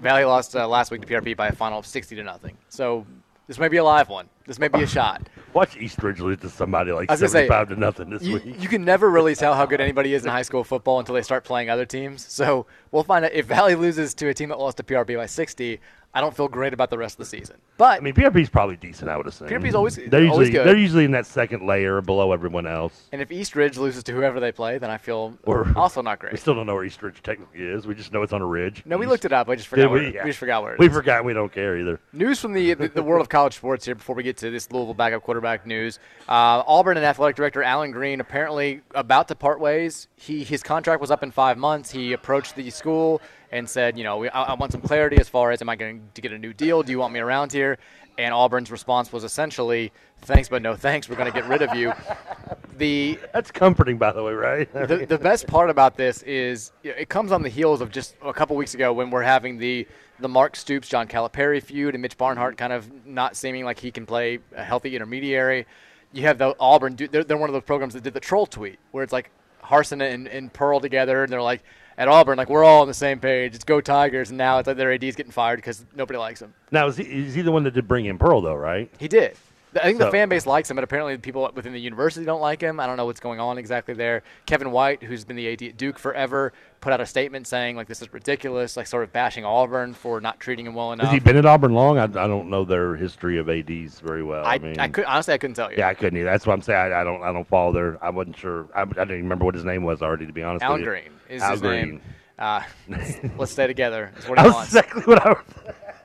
Valley lost uh, last week to PRP by a final of 60 to nothing. So This may be a live one. This may be a shot. Watch Eastridge lose to somebody like I was gonna say, 75 to nothing this you, week. you can never really tell how good anybody is in high school football until they start playing other teams. So we'll find out if Valley loses to a team that lost to PRB by 60. I don't feel great about the rest of the season. But I mean, PRP's probably decent. I would assume. PRP's always- they're usually always good. they're usually in that second layer below everyone else. And if East Ridge loses to whoever they play, then I feel Or- also not great. We still don't know where Eastridge technically is. We just know it's on a ridge. No, we looked it up. I just Did forgot. we? Where, we Yeah. just forgot where. It We is. forgot. We don't care either. News from the, the, the world of college sports here before we get to this Louisville backup quarterback news. Uh, Auburn and athletic director Alan Green apparently about to part ways. He his contract was up in five months. He approached the school and said, you know, we, I, I want some clarity as far as am I going to get a new deal? Do you want me around here? And Auburn's response was essentially, thanks but no thanks. We're going to get rid of you. The that's comforting, by the way, right? the, the best part about this is you know, it comes on the heels of just a couple weeks ago when we're having the the Mark Stoops John Calipari feud and Mitch Barnhart kind of not seeming like he can play a healthy intermediary. You have the Auburn. do- They're, they're one of those programs that did the troll tweet where it's like Harson and, and Pearl together, and they're like at Auburn, like we're all on the same page. It's go Tigers. And now it's like their AD's getting fired because nobody likes him. Now is he, is he the one that did bring in Pearl though? Right? He did. I think the So- fan base likes him, but apparently the people within the university don't like him. I don't know what's going on exactly there. Kevin White, who's been the AD at Duke forever, put out a statement saying like this is ridiculous, like sort of bashing Auburn for not treating him well enough. Has he been at Auburn long? I, I don't know their history of ads very well. I, I, mean, I could honestly I couldn't tell you. yeah, I couldn't either. That's what I'm saying. I, I don't I don't follow their. I wasn't sure. I, I didn't even remember what his name was already. To be honest, Alan with you. Green is Al his Green. name. Uh, let's- let's stay together. That's what he That's wants. exactly what I was.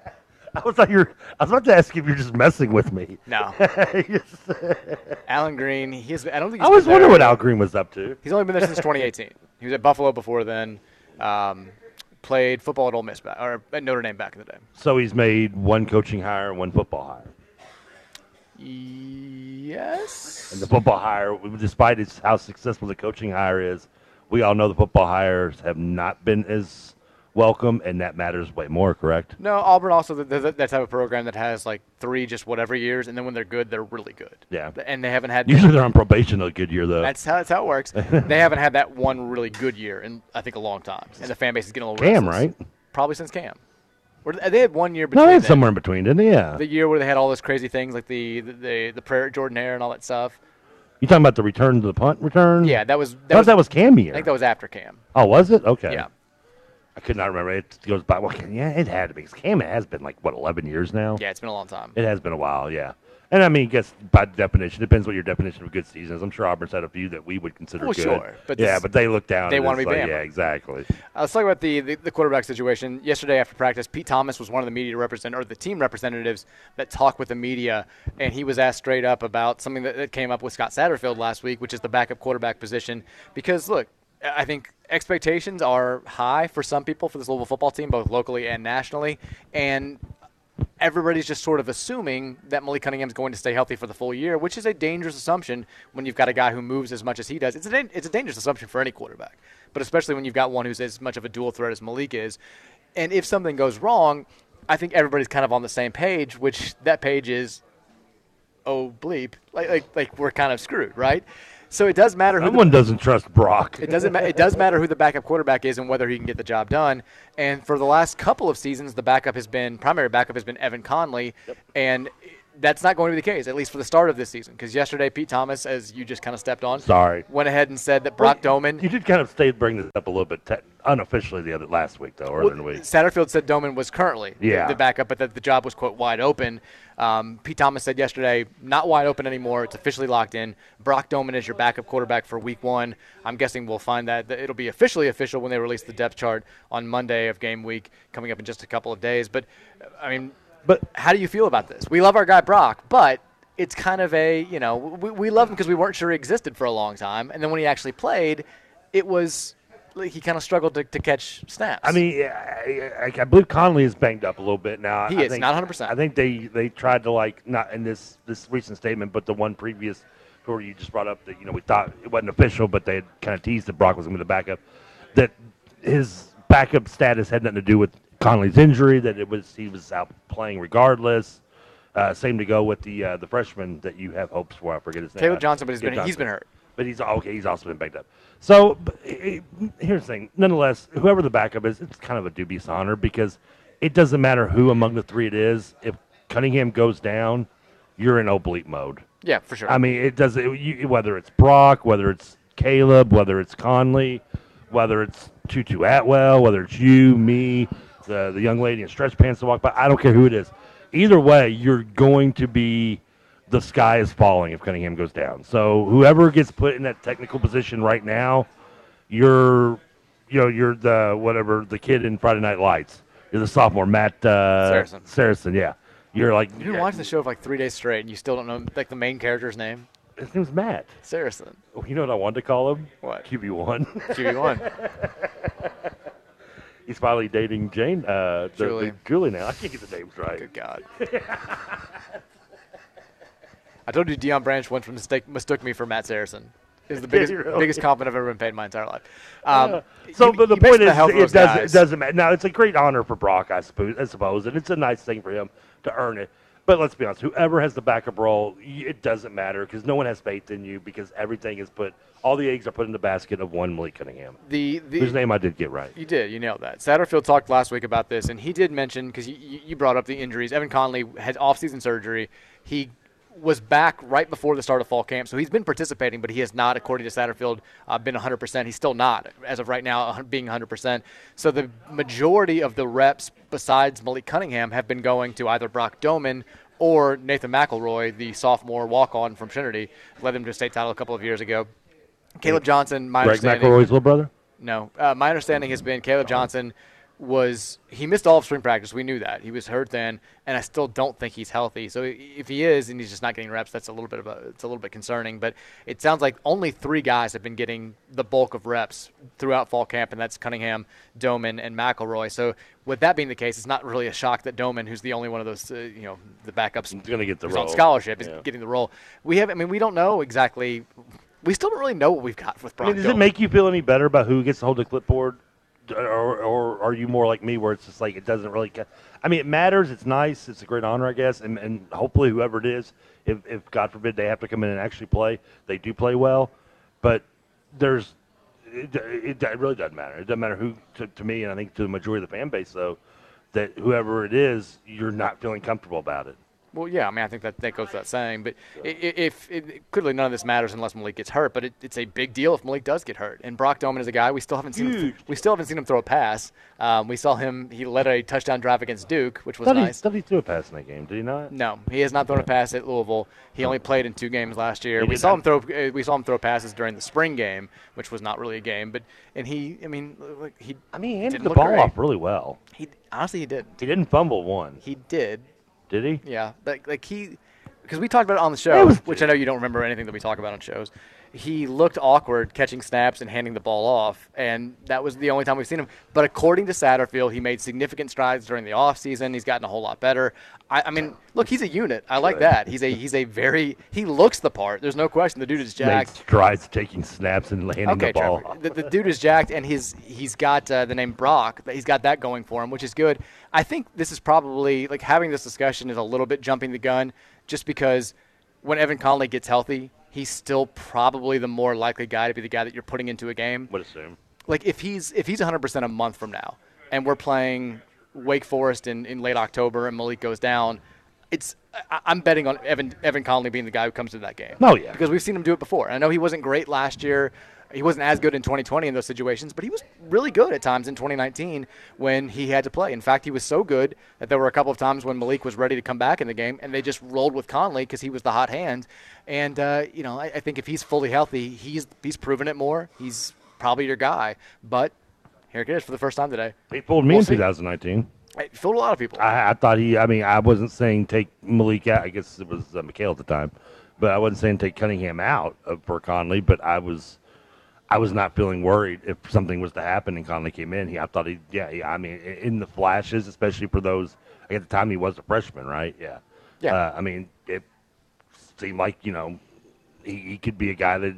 I was like, you're. I was about to ask you if you're just messing with me. No. Alan Green. He has, I don't think. I he's was been wondering there- what Al Green was up to. He's only been there since 2018. He was at Buffalo before then. Um, played football at Ole Miss back, or at Notre Dame back in the day. So he's made one coaching hire and one football hire. Yes. And the football hire, despite its, how successful the coaching hire is, we all know the football hires have not been as welcome, and that matters way more, correct? No, Auburn also th th that type of program that has like three just whatever years, and then when they're good, they're really good. Yeah. And they haven't had Usually they're on probation a good year, though. That's how that's how it works. they haven't had that one really good year in I think a long time, and the fan base is getting a little Cam, restless. right? Probably since Cam. Or th- they had one year between No, it's them. somewhere in between, didn't it? Yeah. the year where they had all those crazy things like the the the, the prayer at Jordan Hare and all that stuff. You talking about the return to the punt return? Yeah, that was I thought that was Cam year. I think that was after Cam. Oh, was it? Okay. Yeah. I could not remember. It goes by. Well, yeah, it had to be. 'cause Cam has been like what eleven years now. Yeah, it's been a long time. It has been a while. Yeah. And I mean, I guess by definition, depends what your definition of good season is. I'm sure Auburn's had a few that we would consider Well, good. sure, but yeah, this- but they look down. they and wanna it's be like, Bama. Yeah, exactly. Uh, let's talk about the, the, the quarterback situation. Yesterday after practice, Pete Thomas was one of the media represent or the team representatives that talk with the media, and he was asked straight up about something that, that came up with Scott Satterfield last week, which is the backup quarterback position. Because look, I I think expectations are high for some people for this Louisville football team, both locally and nationally, and everybody's just sort of assuming that Malik Cunningham's going to stay healthy for the full year, which is a dangerous assumption when you've got a guy who moves as much as he does. It's a, dan- it's a dangerous assumption for any quarterback, but especially when you've got one who's as much of a dual threat as Malik is. And if something goes wrong, I think everybody's kind of on the same page, which that page is, oh bleep, like like, like we're kind of screwed, right? So it does matter who the- Someone doesn't trust Brock. it doesn't. Ma- it does matter who the backup quarterback is and whether he can get the job done. And for the last couple of seasons, the backup has been primary backup has been Evan Conley, and that's not going to be the case at least for the start of this season. Because yesterday, Pete Thomas, as you just kind of stepped on, Sorry. went ahead and said that Brock Doman. You did kind of stay bring this up a little bit te- unofficially the other last week though, or Well, other week. Satterfield said Doman was currently the- Yeah. the backup, but that the job was, quote, wide open. Um, Pete Thomas said yesterday, not wide open anymore. It's officially locked in. Brock Doman is your backup quarterback for week one. I'm guessing we'll find that. that It'll be officially official when they release the depth chart on Monday of game week, coming up in just a couple of days. But, I mean, but how do you feel about this? We love our guy Brock, but it's kind of a, you know, we, we love him because we weren't sure he existed for a long time. And then when he actually played, it was like he kind of struggled to, to catch snaps. I mean, I, I, I believe Conley is banged up a little bit now. He I is, not 100%. I think they they tried to like not in this this recent statement, but the one previous where you just brought up that you know we thought it wasn't official, but they had kind of teased that Brock was going to be the backup. That his backup status had nothing to do with Conley's injury. That it was he was out playing regardless. Uh, same to go with the uh, the freshman that you have hopes for. I forget his name. Caleb Johnson, but he's Caleb been- he's been hurt. But he's oh, okay. He's also been banged up. So but eh, eh, here's the thing. Nonetheless, whoever the backup is, it's kind of a dubious honor because it doesn't matter who among the three it is. If Cunningham goes down, you're in oblique mode. Yeah, for sure. I mean, it does. It, you, whether it's Brock, whether it's Caleb, whether it's Conley, whether it's Tutu Atwell, whether it's you, me, the the young lady in stretch pants that walk by. I don't care who it is. Either way, you're going to be the sky is falling if Cunningham goes down. So whoever gets put in that technical position right now, you're you know you're the whatever the kid in Friday Night Lights. You're the sophomore Matt uh, Saracen. Saracen, yeah. You're like You've been watching the show for like three days straight, and you still don't know like the main character's name. His name's Matt. Saracen. Oh, you know what I wanted to call him? What? QB one. QB E one. He's finally dating Jane. Uh, the- the Julie. Julie now. I can't get the names right. Good God. I told you Dion Branch once mistake, mistook me for Matt Saracen. Is the Did Uh, biggest he really? biggest compliment I've ever been paid in my entire life. Um, so, you- but the you mentioned point is, health of it those doesn't, it guys. doesn't matter. Now, it's a great honor for Brock, I suppose, I suppose, and it's a nice thing for him to earn it. But let's be honest, whoever has the backup role, y- it doesn't matter because no one has faith in you because everything is put, all the eggs are put in the basket of one Malik Cunningham, The, the whose name I did get right. You did. You nailed that. Satterfield talked last week about this, and he did mention because you, you brought up the injuries. Evan Conley had off-season surgery. He was back right before the start of fall camp, so he's been participating, but he has not, according to Satterfield, uh, been 100%. He's still not, as of right now, uh, being 100%. So the majority of the reps, besides Malik Cunningham, have been going to either Brock Doman or Nathan McElroy, the sophomore walk-on from Trinity, led them to a state title a couple of years ago. Caleb Johnson, my Greg understanding- McElroy's little brother? no. Uh, my understanding has been Caleb Johnson was he missed all of spring practice. We knew that he was hurt then, and I still don't think he's healthy. So i- if he is and he's just not getting reps, that's a little bit of a it's a little bit concerning. But it sounds like only three guys have been getting the bulk of reps throughout fall camp, and that's Cunningham, Doman, and McElroy. So with that being the case, it's not really a shock that Doman, who's the only one of those uh, you know the backups, is going to get the who's on role. scholarship, is Yeah. getting the role. We have, I mean, we don't know exactly. We still don't really know what we've got with I Brock. mean, does it Doman. make you feel any better about who gets to hold the clipboard, D- or, or are you more like me, where it's just like it doesn't really? Ca- I mean, it matters. It's nice. It's a great honor, I guess, and, and hopefully, whoever it is, if, if God forbid they have to come in and actually play, they do play well. But there's, it, it, it really doesn't matter. It doesn't matter who to, to me, and I think to the majority of the fan base, though, that whoever it is, you're not feeling comfortable about it. Well, yeah, I mean, I think that, that goes without saying. But i i- if it, clearly none of this matters unless Malik gets hurt, but it, it's a big deal if Malik does get hurt. And Brock Doman is a guy we still haven't seen. Him, we still haven't seen him throw a pass. Um, we saw him; he led a touchdown drive against Duke, which was Thought he- nice. thought he threw a pass in that game, did he not? No, he has not thrown a pass at Louisville. He only played in two games last year. He We did saw him throw. uh, We saw him throw passes during the spring game, which was not really a game. But and he, I mean, like he. I mean, he handed The ball off really well. He honestly he did. He didn't fumble one. He did. Did he? Yeah, like like he, because we talked about it on the show, which I know you don't remember anything that we talk about on shows. He looked awkward catching snaps and handing the ball off, and that was the only time we've seen him. But according to Satterfield, he made significant strides during the offseason. He's gotten a whole lot better. I, I mean, look, he's a unit. I like that. He's a he's a very he looks the part. There's no question. The dude is jacked. Made strides taking snaps and handing okay, the ball. Trevor. The, the dude is jacked, and his he's got uh, the name Brock. He's got that going for him, which is good. I think this is probably like having this discussion is a little bit jumping the gun, just because when Evan Conley gets healthy, he's still probably the more likely guy to be the guy that you're putting into a game. Would assume. Like if he's if he's 100% a month from now, and we're playing Wake Forest in, in late October, and Malik goes down. It's I, I'm betting on Evan Evan Conley being the guy who comes into that game. Oh, yeah. because we've seen him do it before. I know he wasn't great last year. He wasn't as good in 2020 in those situations, but he was really good at times in 2019 when he had to play. In fact, he was so good that there were a couple of times when Malik was ready to come back in the game, and they just rolled with Conley because he was the hot hand. And uh, you know, I, I think if he's fully healthy, he's he's proven it more. He's probably your guy. But here it is for the first time today. He fooled me We'll in see. 2019. It fooled a lot of people. I, I thought he. I mean, I wasn't saying take Malik out. I guess it was uh, Mikhail at the time, but I wasn't saying take Cunningham out of, for Conley. But I was, I was not feeling worried if something was to happen and Conley came in. He, I thought he. Yeah, yeah. I mean, i- in the flashes, especially for those at the time he was a freshman, right? Yeah. Yeah. Uh, I mean, it seemed like you know he, he could be a guy that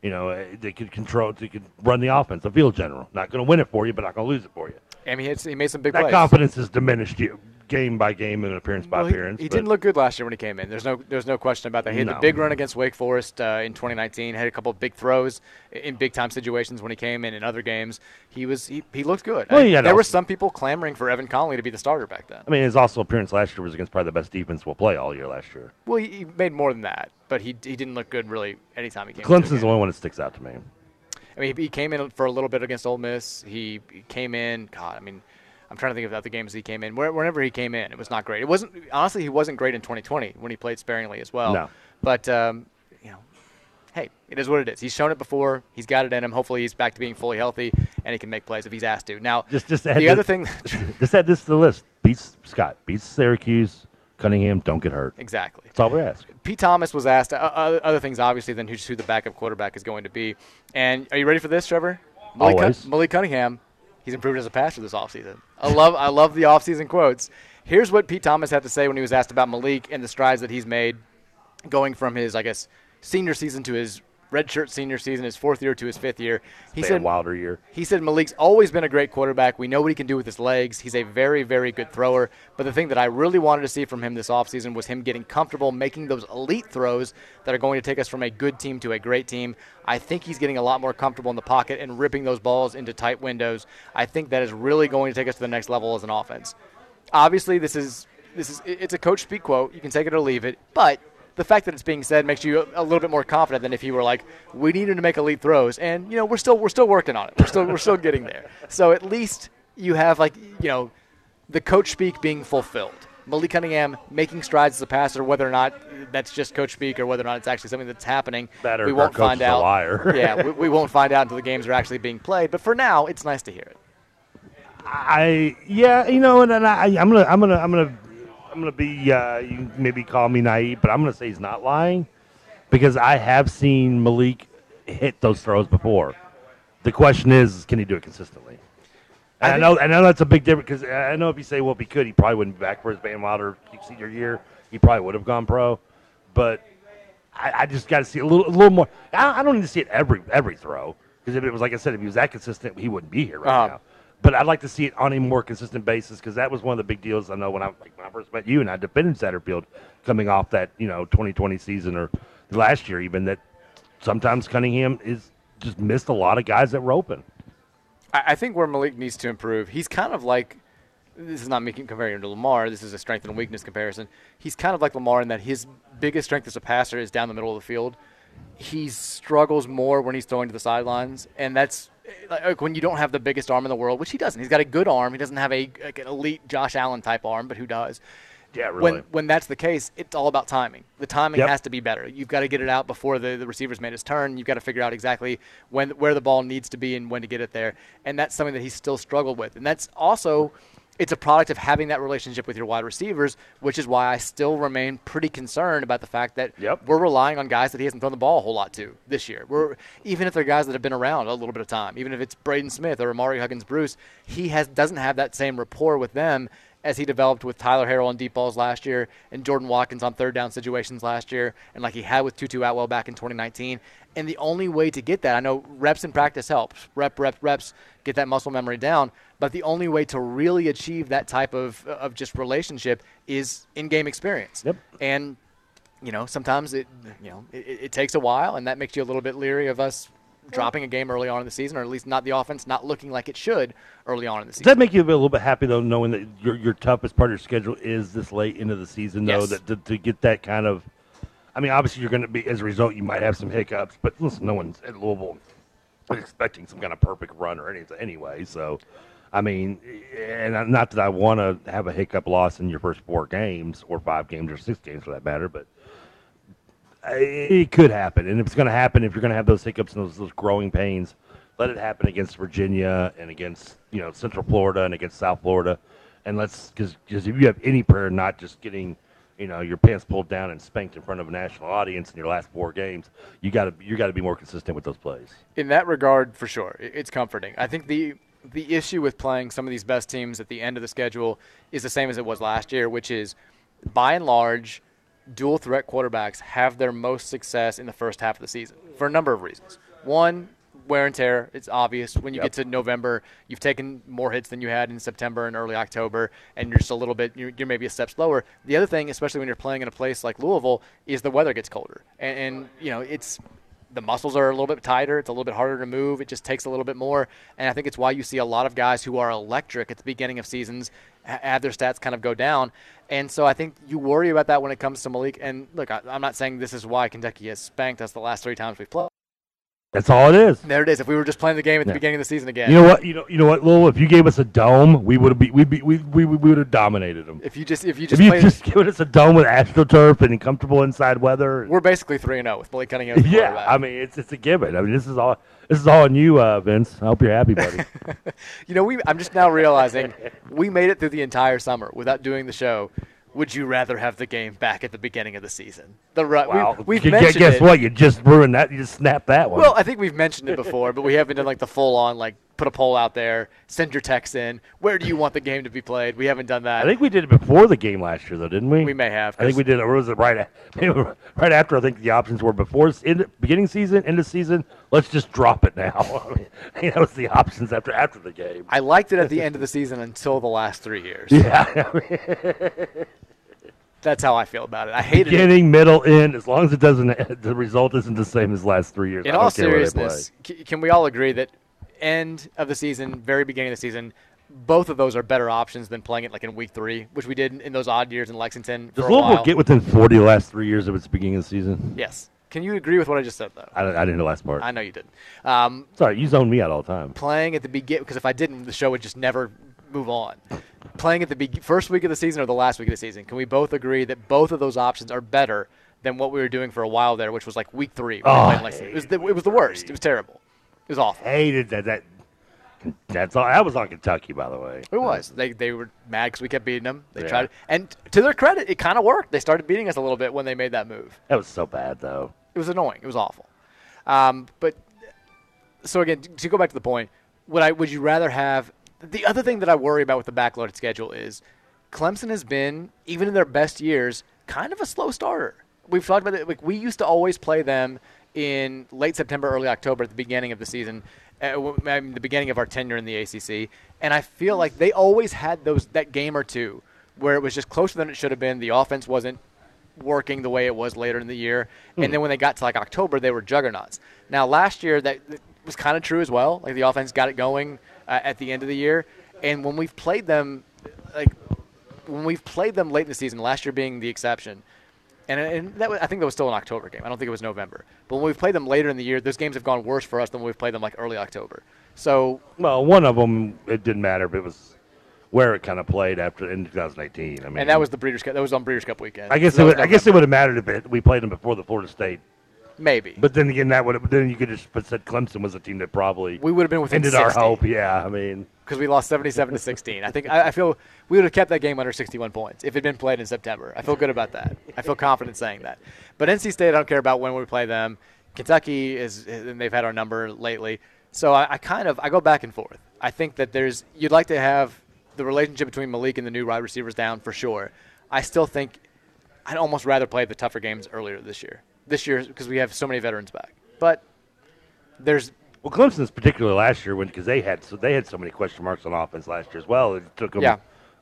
you know eh, that could control, that could run the offense, a field general. Not going to win it for you, but not going to lose it for you. I mean, it's, he made some big that plays. confidence has diminished you game by game and appearance by Well, he- appearance. He, but- didn't look good last year when he came in. There's no there's no question about that. He had the No. big run against Wake Forest uh, in 2019. Had a couple of big throws in big time situations when he came in. In other games, he was he, he looked good. Well, I- he had there were also- some people clamoring for Evan Conley to be the starter back then. I mean, his also appearance last year was against probably the best defense we'll play all year last year. Well, he, he made more than that, but he he didn't look good really anytime he came. into a Clemson's the only one that sticks out to me. I mean, he he came in for a little bit against Ole Miss. He he came in. God, I mean, I'm trying to think of the other games he came in. Where- Whenever he came in, it was not great. It wasn't honestly. He wasn't great in 2020 when he played sparingly as well. No. But um, you know, hey, it is what it is. He's shown it before. He's got it in him. Hopefully, he's back to being fully healthy and he can make plays if he's asked to. Now, Just, just add the this- other thing. just add this to the list. Beats Scott. Beats Syracuse. Cunningham. Don't get hurt. Exactly. That's all we ask. Pete Thomas was asked uh, uh, other things, obviously, than who's who the backup quarterback is going to be. And are you ready for this, Trevor? Malik, Cun- Always. Malik Cunningham, he's improved as a passer this offseason. I love, I love the offseason quotes. Here's what Pete Thomas had to say when he was asked about Malik and the strides that he's made going from his, I guess, senior season to his redshirt senior season, his fourth year to his fifth year. He Van said, Wilder year. he said Malik's always been a great quarterback. We know what he can do with his legs. He's a very, very good thrower. But the thing that I really wanted to see from him this offseason was him getting comfortable making those elite throws that are going to take us from a good team to a great team. I think he's getting a lot more comfortable in the pocket and ripping those balls into tight windows. I think that is really going to take us to the next level as an offense. Obviously, this is this is it- it's a coach speak quote. You can take it or leave it, but the fact that it's being said makes you a little bit more confident than if you were like, "We need him to make elite throws," and you know we're still we're still working on it. We're still we're still getting there. So at least you have like you know the coach speak being fulfilled. Malik Cunningham making strides as a passer, whether or not that's just coach speak or whether or not it's actually something that's happening, That or we our won't coach find is a out. liar. yeah, we, we won't find out until the games are actually being played. But for now, it's nice to hear it. I yeah, you know, and, and I, I'm gonna I'm gonna I'm gonna I'm gonna be uh, you can maybe call me naive, but I'm gonna say he's not lying because I have seen Malik hit those throws before. The question is, can he do it consistently? And I, know I know that's a big difference because I know if you say, well, if he could, he probably wouldn't be back for his Van Wilder senior year. He probably would have gone pro, but I, I just got to see a little a little more. I, I don't need to see it every every throw because if it was like I said, if he was that consistent, he wouldn't be here right Uh-huh. now. But I'd like to see it on a more consistent basis because that was one of the big deals I know when I like when I first met you and I defended Satterfield coming off that you know 2020 season or last year even that sometimes Cunningham is just missed a lot of guys that were open. I, I think where Malik needs to improve, he's kind of like this is not making comparing him to Lamar. This is a strength and weakness comparison. He's kind of like Lamar in that his biggest strength as a passer is down the middle of the field. He struggles more when he's throwing to the sidelines, and that's like like when you don't have the biggest arm in the world, which he doesn't. He's got a good arm. He doesn't have a like an elite Josh Allen type arm, but who does? Yeah, When when that's the case, it's all about timing. The timing Yep. has to be better. You've got to get it out before the, the receiver's made his turn. You've got to figure out exactly when where the ball needs to be and when to get it there. And that's something that he's still struggled with. And that's also it's a product of having that relationship with your wide receivers, which is why I still remain pretty concerned about the fact that we're relying on guys that he hasn't thrown the ball a whole lot to this year. We're even if they're guys that have been around a little bit of time, even if it's Braden Smith or Amari Huggins Bruce, he has doesn't have that same rapport with them as he developed with Tyler Harrell on deep balls last year and Jordan Watkins on third down situations last year and like he had with Tutu Atwell back in 2019. And the only way to get that, I know reps in practice helps, rep, rep, reps, get that muscle memory down. But the only way to really achieve that type of, of just relationship is in game experience. Yep. And, you know, sometimes it, you know, it, it it takes a while and that makes you a little bit leery of us dropping a game early on in the season or at least not the offense not looking like it should early on in the season. Does that make you a little bit happy though, knowing that your your toughest part of your schedule is this late into the season, though, Yes. that to, to get that kind of, I mean, obviously you're going to be as a result, you might have some hiccups, but listen, no one's at Louisville expecting some kind of perfect run or anything anyway. So, I mean, and I- not that I want to have a hiccup loss in your first four games or five games or six games for that matter, but it it could happen. And if it's going to happen, if you're going to have those hiccups and those, those growing pains, let it happen against Virginia and against you know Central Florida and against South Florida, and let's because if you have any prayer, of not just getting you know your pants pulled down and spanked in front of a national audience in your last four games, you got to you got to be more consistent with those plays. in that regard, for sure, i- it's comforting. I think the the issue with playing some of these best teams at the end of the schedule is the same as it was last year, which is by and large, dual threat quarterbacks have their most success in the first half of the season for a number of reasons. One, wear and tear. It's obvious. When you Yep. get to November, you've taken more hits than you had in September and early October, and you're just a little bit, you're, you're maybe a step slower. The other thing, especially when you're playing in a place like Louisville, is the weather gets colder. And, and you know, it's the muscles are a little bit tighter. It's a little bit harder to move. It just takes a little bit more. And I think it's why you see a lot of guys who are electric at the beginning of seasons ha- have their stats kind of go down. And so I think you worry about that when it comes to Malik. And look, I, I'm not saying this is why Kentucky has spanked us the last three times we've played. That's all it is. There it is. If we were just playing the game at the Yeah. beginning of the season again, You know what? You know. You know what, Lil? If you gave us a dome, we would have be we be we we, we would have dominated them. If you just if you If just, you played, just given us a dome with astroturf and comfortable inside weather, we're basically three and zero with Malik Cunningham. as the yeah. quarterback. I mean, it's it's a given. I mean, this is all this is all on you, uh, Vince. I hope you're happy, buddy. You know, we I'm just now realizing we made it through the entire summer without doing the show. Would you rather have the game back at the beginning of the season? The rut. Wow. We, we've Gu- gu- mentioned guess it. what? You just ruined that. You just snapped that one. Well, I think we've mentioned it before, but we haven't done like the full on like put a poll out there, send your texts in. Where do you want the game to be played? We haven't done that. I think we did it before the game last year, though, didn't we? We may have, I think we did. Or was it right? a- maybe right after? I think the options were before s- end, beginning season, end of season. Let's just drop it now. I mean, I think that was the options after after the game. I liked it at the end of the season until the last three years. Yeah. That's how I feel about it. I hated it. beginning, middle, end. As long as it doesn't, the result isn't the same as last three years. In I don't all care where they play. seriousness, c- can we all agree that end of the season, very beginning of the season, both of those are better options than playing it like in week three, which we did in- in those odd years in Lexington. does for a Louisville while. get within forty the last three years of its beginning of the season? Yes. Can you agree with what I just said, though? I, don't- I didn't know the last part. I know you did. Um, Sorry, you zone me out all the time. playing at the beginning because if I didn't, the show would just never move on. Playing at the be- first week of the season or the last week of the season, can we both agree that both of those options are better than what we were doing for a while there, which was like week three? when we Oh, played Lexington? it, was the, it was the worst. It was terrible. It was awful. Hated that. That that's all. That was on Kentucky, by the way. It was. They, they were mad because we kept beating them. They Yeah. tried, and to their credit, it kind of worked. They started beating us a little bit when they made that move. That was so bad, though. It was annoying. It was awful. Um, but so again, t- to go back to the point, would I would you rather have the other thing that I worry about with the backloaded schedule is Clemson has been even in their best years kind of a slow starter. We've talked about it. Like we used to always play them in late September, early October at the beginning of the season, uh, w- I mean, the beginning of our tenure in the ACC, and I feel like they always had those that game or two where it was just closer than it should have been. The offense wasn't working the way it was later in the year. Hmm. And then when they got to like October, they were juggernauts. Now last year that that was kind of true as well. Like the offense got it going uh, at the end of the year, and when we've played them, like when we've played them late in the season, last year being the exception. And, and that was, I think that was still an October game. I don't think it was November. But when we've played them later in the year, those games have gone worse for us than when we've played them like early October. So Well, one of them, it didn't matter, but it was where it kind of played after in 2018. I mean, and that was the Breeders' Cup. That was on Breeders' Cup weekend. I guess So that it would, was I guess it would have mattered if it, we played them before the Florida State. November. maybe. But then again, that would have, then you could just put said Clemson was a team that probably We would have been within ended our 60. hope. Yeah, I mean, because we lost 77 to 16. I think I, I feel we would have kept that game under 61 points if it had been played in September. I feel good about that. I feel confident saying that. But NC State, I don't care about when we play them. Kentucky is, and they've had our number lately. So I, I kind of I go back and forth. I think that there's you'd like to have the relationship between Malik and the new wide receivers down for sure. I still think I'd almost rather play the tougher games earlier this year. This year because we have so many veterans back. But there's well, Clemson's particularly last year when because they had so they had so many question marks on offense last year as well. It took them Yeah.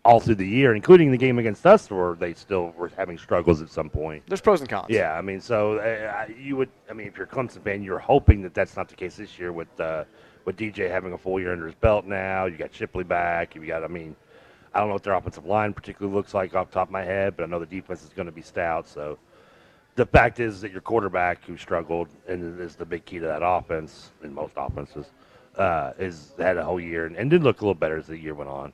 all through the year, including the game against us, where they still were having struggles at some point. there's pros and cons. Yeah, I mean, so uh, you would, I mean, if you're a Clemson fan, you're hoping that that's not the case this year with uh, with DJ having a full year under his belt now. You got Shipley back. You got, I mean, I don't know what their offensive line particularly looks like off the top of my head, but I know the defense is going to be stout. So the fact is that your quarterback, who struggled and is the big key to that offense in most offenses, uh, is had a whole year and, and did look a little better as the year went on.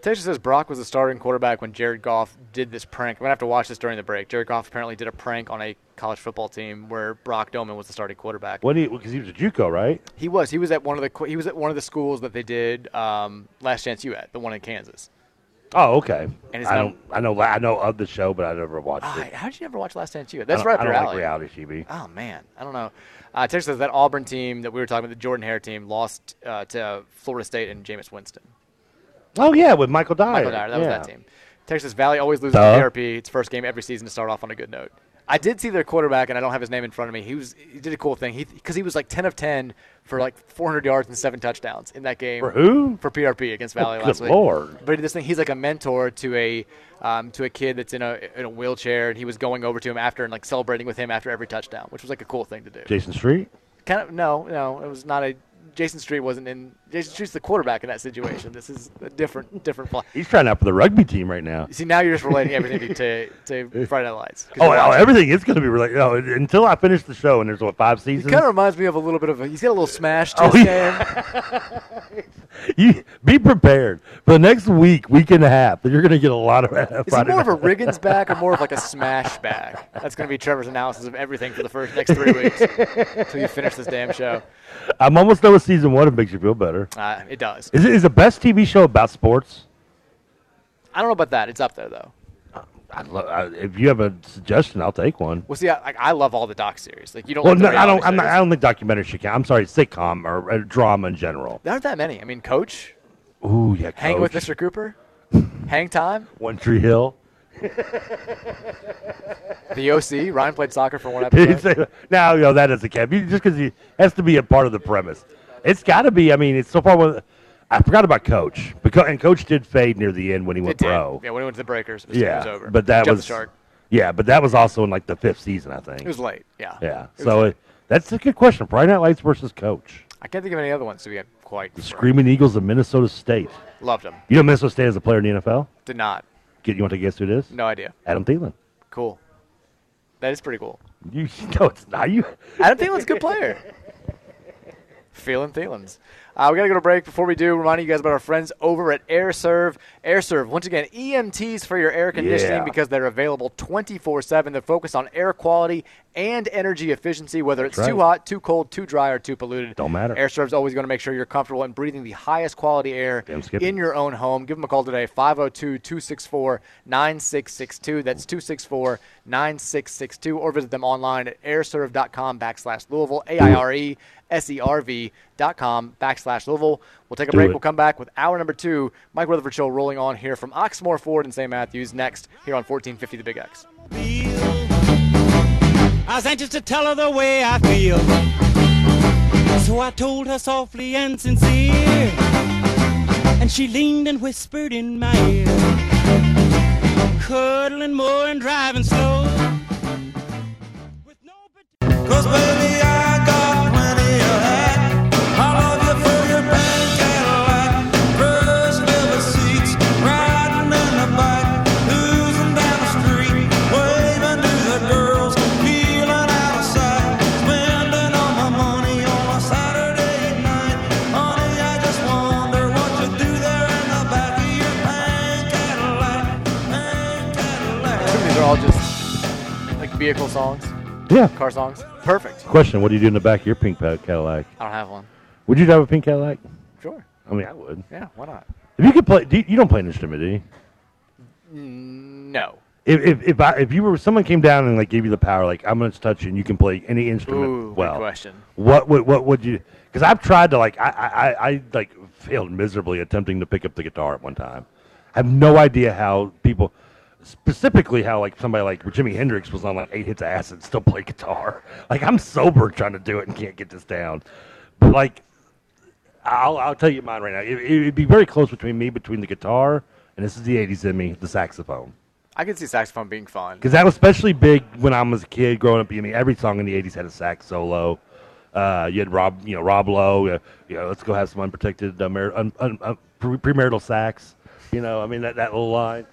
Tasha says Brock was the starting quarterback when Jared Goff did this prank. I'm gonna have to watch this during the break. Jared Goff apparently did a prank on a college football team where Brock Doman was the starting quarterback. What he because he was a JUCO, right? He was. He was at one of the qu- he was at one of the schools that they did um, Last Chance U at the one in Kansas. Oh, okay. And it's I not- don't, I know, I know of the show, but I never watched it. Hi, how did you never watch Last Chance U? I That's don't- right up I your don't like alley. reality TV. Oh man, I don't know. Uh, Texas says that Auburn team that we were talking about, the Jordan Hare team, lost uh, to Florida State and Jameis Winston. Oh yeah, with Michael Dyer. Michael Dyer, that was that Yeah. team. Texas Valley always loses Duh. to PRP. It's first game every season to start off on a good note. I did see their quarterback, and I don't have his name in front of me. He was he did a cool thing. He because he was like ten of ten for like 400 yards and seven touchdowns in that game. For who? For PRP against Valley Oh, last good week. lord. But this thing, he's like a mentor to a um, to a kid that's in a in a wheelchair, and he was going over to him after and like celebrating with him after every touchdown, which was like a cool thing to do. Jason Street. Kind of no, no, it was not a. Jason Street wasn't in. Jason Street's the quarterback in that situation. This is a different different play. He's trying out for the rugby team right now. See, now you're just relating everything to, to Friday Night Lights. 'cause Oh, you're no, watching. everything is going to be related. No, until I finish the show, and there's what five He seasons. kind of reminds me of a little bit of a. He's got a little smash to Oh, his game. you be prepared for the next week, week and a half. You're going to get a lot of. Is he Friday more of a night. Riggins back or more of like a smash back? That's going to be Trevor's analysis of everything for the first next three weeks until you finish this damn show. I'm almost done with season one. It makes you feel better. Uh, it does. Is it is the best TV show about sports? I don't know about that. It's up there though. I'd lo- I, if you have a suggestion, I'll take one. Well, see, I, like, I love all the doc series. Like you don't. Well, like the no, I don't. reality I'm not, series. I don't think documentary should count. I'm sorry, sitcom or, uh drama in general. There aren't that many. I mean, Coach, Ooh, yeah. Hang with Coach. Mr. Cooper, Hang Time, One Tree Hill. The OC. Ryan played soccer for one Did you episode. say that? now you know that doesn't count. You- Just because it has to be a part of the premise, it's got to be. I mean, it's so far. One, of the- I forgot about Coach, because and Coach did fade near the end when he went It did. pro. Yeah, when he went to the Breakers, it was, Yeah, it was over. but that Jumped the was shark. yeah, but that was also in like the fifth season, I think. It was late. Yeah. Yeah, It so was- it, that's a good question. Friday Night Lights versus Coach. I can't think of any other ones to be quite. The Screaming Eagles of Minnesota State. Loved them. You know Minnesota State is a player in the NFL. Did not. Get you want to guess who it is? No idea. Adam Thielen. Cool. That is pretty cool. You no, it's not you. Adam Thielen's a good player. Feeling Thielen's. Uh, we got to go to break. Before we do, reminding you guys about our friends over at AirServe. AirServe, once again, EMTs for your air conditioning Yeah. because they're available 24 7. They're focused on air quality and energy efficiency, whether it's That's right. too hot, too cold, too dry, or too polluted. Don't matter. AirServe's always going to make sure you're comfortable and breathing the highest quality air skipping. in your own home. Give them a call today, 502 264 9662. That's 264 9662. Or visit them online at airserve.com backslash Louisville, A I R E S E R V dot com backslash Louisville. We'll take a Do break. it. We'll come back with hour number two. Mike Rutherford Show rolling on here from Oxmoor Ford and St. Matthews next here on 1450 The Big X. I was anxious to tell her the way I feel. So I told her softly and sincere. And she leaned and whispered in my ear. Cuddling more and driving slow. Some of these are all just like vehicle songs. Yeah. Car songs. Perfect. Question: What do you do in the back of your pink pa- Cadillac? I don't have one. Would you drive a pink Cadillac? Sure. I mean, I would. Yeah, why not? If you could play, do you, you don't play an instrument, do you? No. If if if, I, if you were someone came down and like gave you the power, like I'm going to touch you and you can play any instrument. Ooh, good well, question. What would what would you? Because I've tried to like I, I I- I like failed miserably attempting to pick up the guitar at one time. I have no idea how people, specifically how like somebody like Jimi Hendrix was on like eight hits of acid and still play guitar. Like I'm sober trying to do it and can't get this down. But like I'll, I'll tell you mine right now. It, it'd be very close between me, between the guitar, and this is the '80s in me, the saxophone. I can see saxophone being fun. Because that was especially big when I was a kid growing up. I mean, every song in the '80s had a sax solo. Uh, you had Rob, you know, Rob Lowe. Uh, you know, let's go have some unprotected uh, mar- un- un- un- pre- premarital sax. You know, I mean that that little line.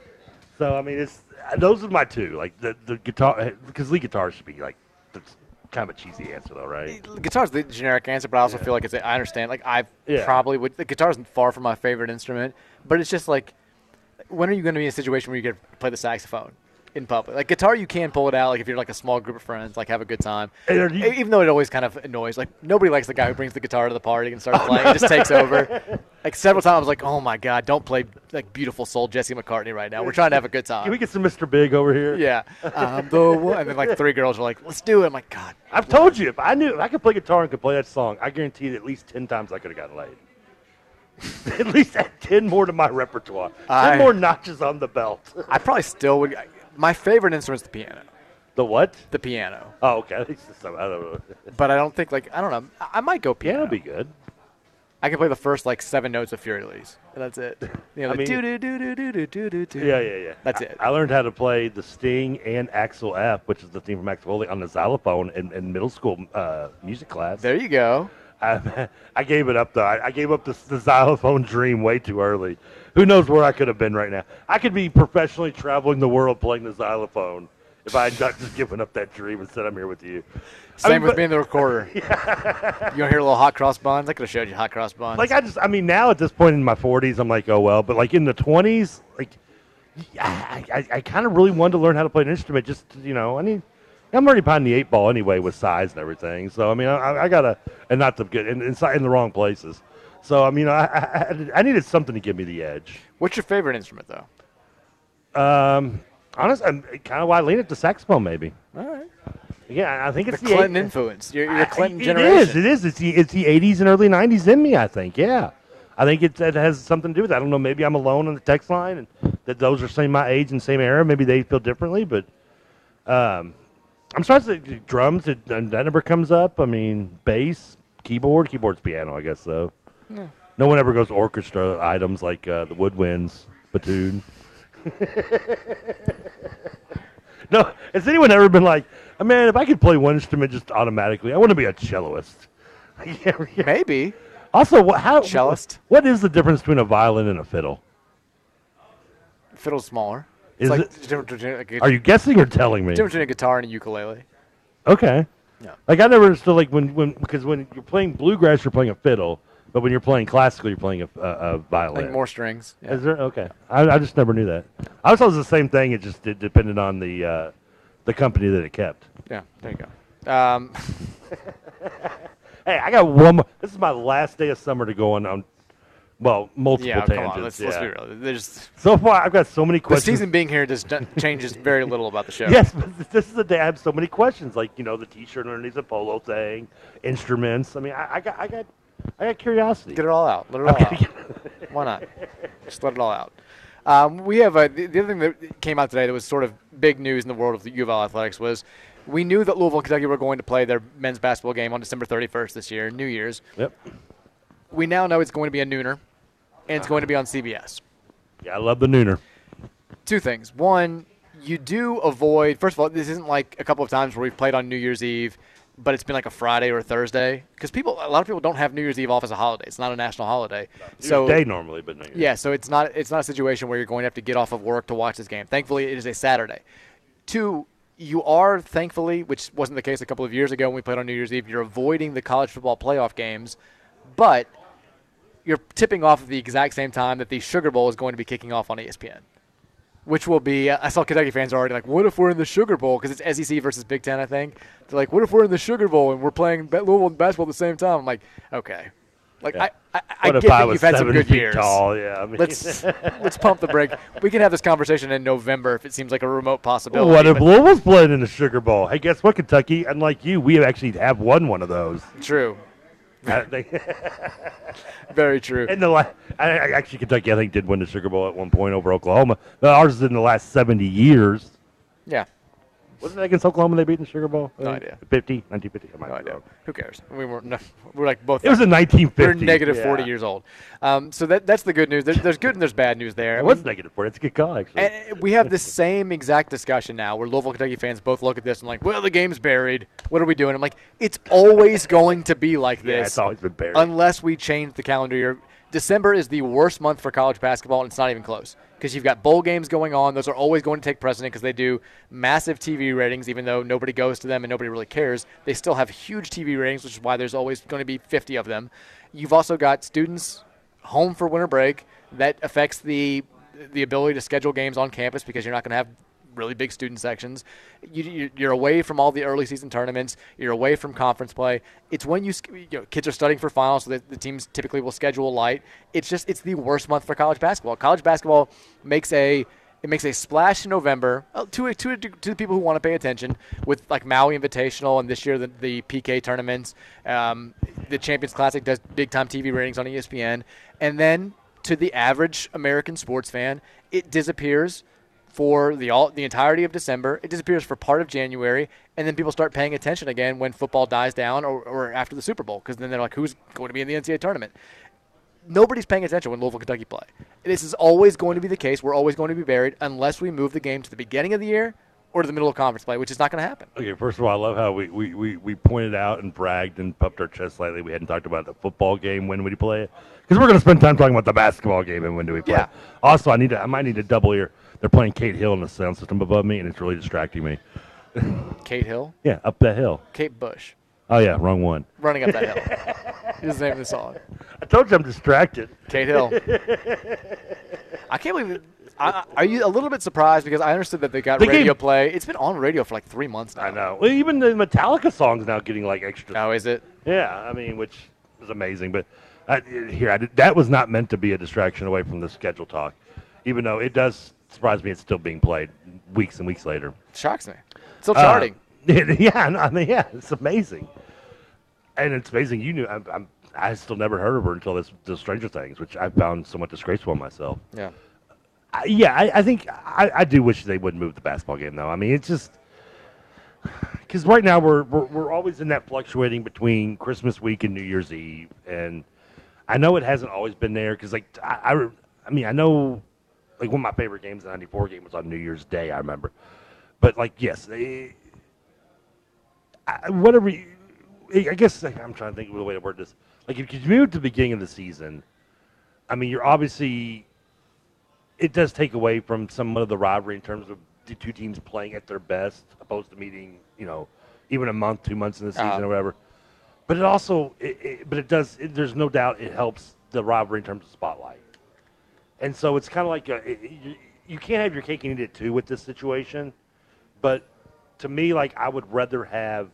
So I mean, it's uh, those are my two. Like the the guitar, because lead guitar should be like that's kind of a cheesy answer though, right? Guitar's the generic answer, but I also feel like it's. A, I understand. Like I Yeah. probably would. The guitar's far from my favorite instrument, but it's just like, when are you going to be in a situation where you get to play the saxophone in public? Like guitar, you can pull it out. Like if you're like a small group of friends, like have a good time. And are you- E- Even though it always kind of annoys. Like nobody likes the guy who brings the guitar to the party and starts playing. it just takes over. Like several times, I was like, oh my god, don't play like beautiful soul Jesse McCartney right now. We're trying to have a good time. Can we get some Mr. Big over here? Yeah. I'm the one. And then like three girls were like, let's do it. I'm like, God. I've told you, if I knew if I could play guitar and could play that song, I guarantee that at least ten times I could have gotten laid. at least add ten more to my repertoire. Ten I- more notches on the belt. I probably still would. My favorite instrument's the piano. The what? The piano. Oh, okay. It's just some- I don't know. But I don't think like I don't know. I I might go piano. That'd be good. I can play the first like seven notes of Fury Leaves, and that's it. You know, I the mean- doo doo doo doo doo doo doo doo. Yeah, yeah, yeah. That's I- it. I learned how to play the Sting and Axel F, which is the theme from Axel Foley, on the xylophone in, in middle school uh, music class. There you go. I, I gave it up though. I, I gave up the, the xylophone dream way too early. Who knows where I could have been right now? I could be professionally traveling the world playing the xylophone if I had not just given up that dream and said I'm here with you. Same I mean, with but- me and the recorder. You want to hear a little hot cross buns? I could have showed you hot cross buns. Like I just, I mean, now at this point in my 40s, I'm like, oh well. But like in the 20s, like I, I, I kind of really wanted to learn how to play an instrument. Just you know, I need. I'm already behind the eight ball anyway with size and everything. So I mean, I, I gotta and not to get in, in, in the wrong places. So I mean, I, I I needed something to give me the edge. What's your favorite instrument though? Um, honestly, I'm kind of why I lean it to saxophone maybe. All right. Yeah, I think The it's the Clinton eight- influence. You're, you're Clinton It generation. is. It is. It's the it's the eighties and early nineties in me. I think. Yeah, I think it, it has something to do with. It. I don't know. Maybe I'm alone on the text line, and that those are same my age and same era. Maybe they feel differently, but um, I'm surprised that the drums it, that never comes up. I mean, bass, keyboard, keyboards, piano. I guess so. Yeah. No one ever goes orchestra items like uh, the woodwinds, platoon. No, has anyone ever been like, "Oh, man, if I could play one instrument just automatically, I want to be a celloist. Maybe. Also, what, how Cellist? What is the difference between a violin and a fiddle? Fiddle's smaller. it's Is like it- the difference between a gu- Are you guessing or telling me? Difference between a guitar and a ukulele. Okay. Yeah. Like I never understood like when when because when you're playing bluegrass, you're playing a fiddle, but when you're playing classical, you're playing a, a, a violin. Like more strings. Yeah. Is there okay? I, I just never knew that. I was always the same thing. It just it depended on the uh, the company that it kept. Yeah, there you go. Um, Hey, I got one. More. This is my last day of summer to go on. on well, multiple yeah, come tangents. on. Let's, yeah. let's be real. There's, So far, I've got so many the questions. season being here just do- changes very little about the show. Yes, but this is the day I have so many questions. Like you know, the T-shirt underneath the polo thing, instruments. I mean, I, I got, I got, I got curiosity. Get it all out. Let it all out. Why not? Just let it all out. Um, we have a, the, the other thing that came out today that was sort of big news in the world of the U of L athletics was we knew that Louisville, Kentucky were going to play their men's basketball game on December 31st this year, New Year's. Yep. We now know it's going to be a nooner, and Uh-huh. it's going to be on CBS. Yeah, I love the nooner. two things. One, you do avoid. First of all, this isn't like a couple of times where we've played on New Year's Eve, but it's been like a Friday or a Thursday because people, a lot of people don't have New Year's Eve off as a holiday. It's not a national holiday. New so Year's Day normally, but New Year's. yeah, so it's not it's not a situation where you're going to have to get off of work to watch this game. Thankfully, it is a Saturday. Two, you are thankfully, which wasn't the case a couple of years ago when we played on New Year's Eve, you're avoiding the college football playoff games, but you're tipping off at the exact same time that the Sugar Bowl is going to be kicking off on E ESPN, which will be. I saw Kentucky fans already like, "What if we're in the Sugar Bowl?" Because it's SEC versus Big Ten, I think. They're like, "What if we're in the Sugar Bowl and we're playing ba- Louisville basketball at the same time?" I'm like, "Okay." Like Yeah. I, I, I What if get I that was you've had some seven good feet years. tall? Yeah, I mean- let's let's pump the brake. We can have this conversation in November if it seems like a remote possibility. what if but- Louisville's playing in the Sugar Bowl? Hey, guess what, Kentucky? Unlike you, we actually have won one of those. True. I think- Very true. In the la- I, I- actually, Kentucky, I think, did win the Sugar Bowl at one point over Oklahoma. Now, ours is in the last 70 years. Yeah. Wasn't that against Oklahoma they beat in the Sugar Bowl? No idea. 50, 1950. I might No be idea. wrong. Who cares? We were no, we're like both. It was in 1950. We're negative Yeah. forty years old. Um, so that that's the good news. There's, there's good and there's bad news there. I It was mean, negative 40. It's a good call, actually. and we have this same exact discussion now, where Louisville, Kentucky fans both look at this and like, well, the game's buried. What are we doing? I'm like, it's always going to be like this. Yeah, it's always been buried. unless we change the calendar year. December is the worst month for college basketball, and it's not even close because you've got bowl games going on. Those are always going to take precedent because they do massive TV ratings, even though nobody goes to them and nobody really cares. They still have huge TV ratings, which is why there's always going to be 50 of them. You've also got students home for winter break. That affects the the ability to schedule games on campus because you're not going to have really big student sections. You, you, you're away from all the early season tournaments. You're away from conference play. It's when you, sk- you know, kids are studying for finals, so the, the teams typically will schedule light. It's just it's the worst month for college basketball. College basketball makes a it makes a splash in November uh, to, a- to, a- to the people who want to pay attention with like Maui Invitational and this year the, the PK tournaments. Um, the Champions Classic does big time TV ratings on E ESPN. And then to the average American sports fan, it disappears for the all the entirety of December. It disappears for part of January, and then people start paying attention again when football dies down or, or after the Super Bowl, because then they're like, who's going to be in the NCAA tournament? Nobody's paying attention when Louisville, Kentucky play. This is always going to be the case. We're always going to be buried unless we move the game to the beginning of the year or to the middle of conference play, which is not going to happen. Okay, first of all, I love how we, we, we, we pointed out and bragged and puffed our chest slightly. We hadn't talked about the football game. When would you play it? Because we're going to spend time talking about the basketball game and when do we play. Yeah. Also, I need to, I might need to double ear. They're playing Kate Hill in the sound system above me, and it's really distracting me. Kate Hill? yeah, up that hill. Kate Bush. Oh yeah, wrong one. Running up that hill. is the name of the song. I told you I'm distracted. Kate Hill. I can't believe. It. I, are you a little bit surprised because I understood that they got They radio gave- play? It's been on radio for like three months now. I know. Well, even the Metallica song's now getting like extra. Oh, is it? Yeah, I mean, which is amazing. But I, here, I did, that was not meant to be a distraction away from the schedule talk, even though it does surprise me it's still being played weeks and weeks later. Shocks me. Uh, Still charting. yeah, I know, I mean, yeah, it's amazing. And it's amazing. You knew I, I'm, I still never heard of her until this, this Stranger Things, which I found somewhat disgraceful in myself. Yeah. I, yeah, I, I think I, I do wish they would move the basketball game though. I mean, it's just because right now we're, we're we're always in that fluctuating between Christmas week and New Year's Eve, and I know it hasn't always been there because like I, I re- I mean I know like one of my favorite games, the '94 game, was on New Year's Day. I remember, but like yes, they, I, whatever. You, I guess like, I'm trying to think of the way to word this. Like if you move to the beginning of the season, I mean you're obviously it does take away from some of the rivalry in terms of the two teams playing at their best, opposed to meeting, you know, even a month, two months in the season Uh-huh. or whatever. But it also, it, it, but it does. It, there's no doubt it helps the rivalry in terms of spotlight. And so it's kind of like a, it- it- you, you can't have your cake and eat it too with this situation. But to me, like I would rather have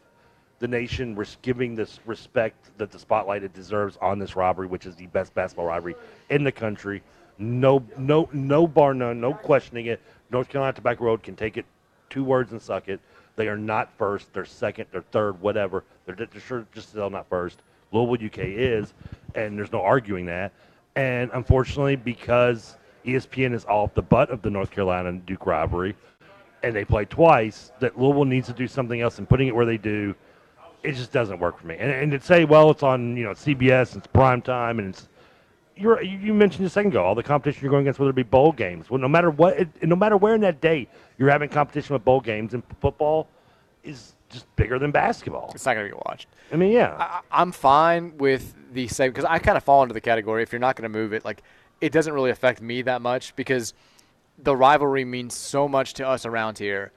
the nation res- giving this respect that the spotlight it deserves on this robbery, which is the best basketball robbery in the country. No, no, no bar none, no questioning it. North Carolina Tobacco Road can take it two words and suck it. They are not first. They're second. They're third. Whatever. They're, di- they're sure just still not first. Louisville UK is, and there's no arguing that. And unfortunately, because E ESPN is off the butt of the North Carolina and Duke rivalry, and they play twice, that Louisville needs to do something else. And putting it where they do, it just doesn't work for me. And, and to say, well, it's on you know CBS, it's prime time, and it's you're, you you mentioned a second ago all the competition you're going against, whether it be bowl games. Well, no matter what, it, no matter where in that day you're having competition with bowl games, and football is just bigger than basketball. It's not going to get watched. I mean, yeah. I, I'm fine with the same because I kind of fall into the category. If you're not going to move it, like it doesn't really affect me that much because the rivalry means so much to us around here.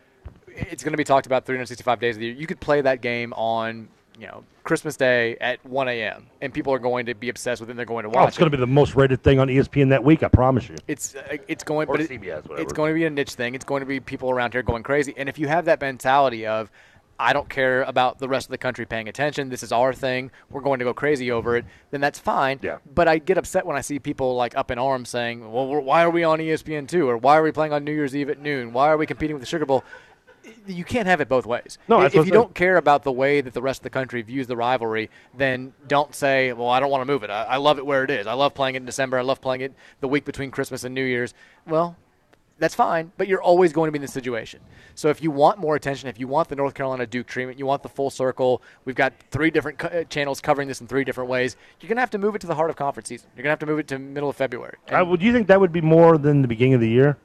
It's going to be talked about 365 days of the year. You could play that game on you know Christmas Day at 1 a.m. and people are going to be obsessed with it. and They're going to watch. Oh, it's going it. to be the most rated thing on E ESPN that week, I promise you. It's uh, it's going Or but it- CBS, whatever. it's going to be a niche thing. It's going to be people around here going crazy. And if you have that mentality of I don't care about the rest of the country paying attention. This is our thing. We're going to go crazy over it. Then that's fine. Yeah. But I get upset when I see people like up in arms saying, "Well, we're, why are we on E ESPN two? Or why are we playing on New Year's Eve at noon? Why are we competing with the Sugar Bowl?" You can't have it both ways. No, if that's if what you I'm don't care about the way that the rest of the country views the rivalry, then don't say, "Well, I don't want to move it. I, I love it where it is. I love playing it in December. I love playing it the week between Christmas and New Year's." Well, that's fine, but you're always going to be in this situation. So if you want more attention, if you want the North Carolina Duke treatment, you want the full circle. We've got three different co- uh, channels covering this in three different ways. You're gonna have to move it to the heart of conference season. You're gonna have to move it to middle of February. I, would you think that would be more than the beginning of the year?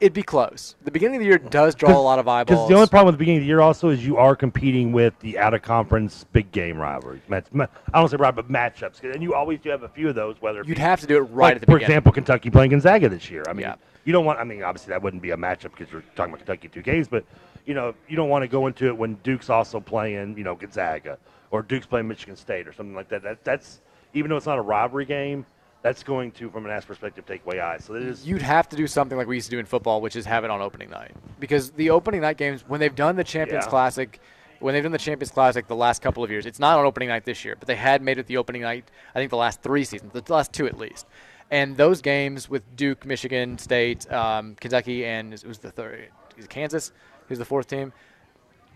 It'd be close. The beginning of the year does draw a lot of Because eyeballs. the only problem with the beginning of the year also is you are competing with the out of conference big game rivalries. Match, ma- I don't say rival, but matchups. And you always do have a few of those. Whether it You'd be- have to do it right like, at the for beginning. example, Kentucky playing Gonzaga this year. I mean, Yeah. you don't want. I mean, obviously that wouldn't be a matchup because you're talking about Kentucky two games, but you know you don't want to go into it when Duke's also playing you know Gonzaga or Duke's playing Michigan State or something like that. That that's even though it's not a rivalry game, that's going to from an ass perspective take away eyes. So it is. You'd have to do something like we used to do in football, which is have it on opening night. Because the opening night games, when they've done the Champions Yeah. Classic, when they've done the Champions Classic the last couple of years, it's not on opening night this year, but they had made it the opening night, I think the last three seasons, the last two at least. And those games with Duke, Michigan State, um, Kentucky, and it was the third, is it Kansas, who's the fourth team.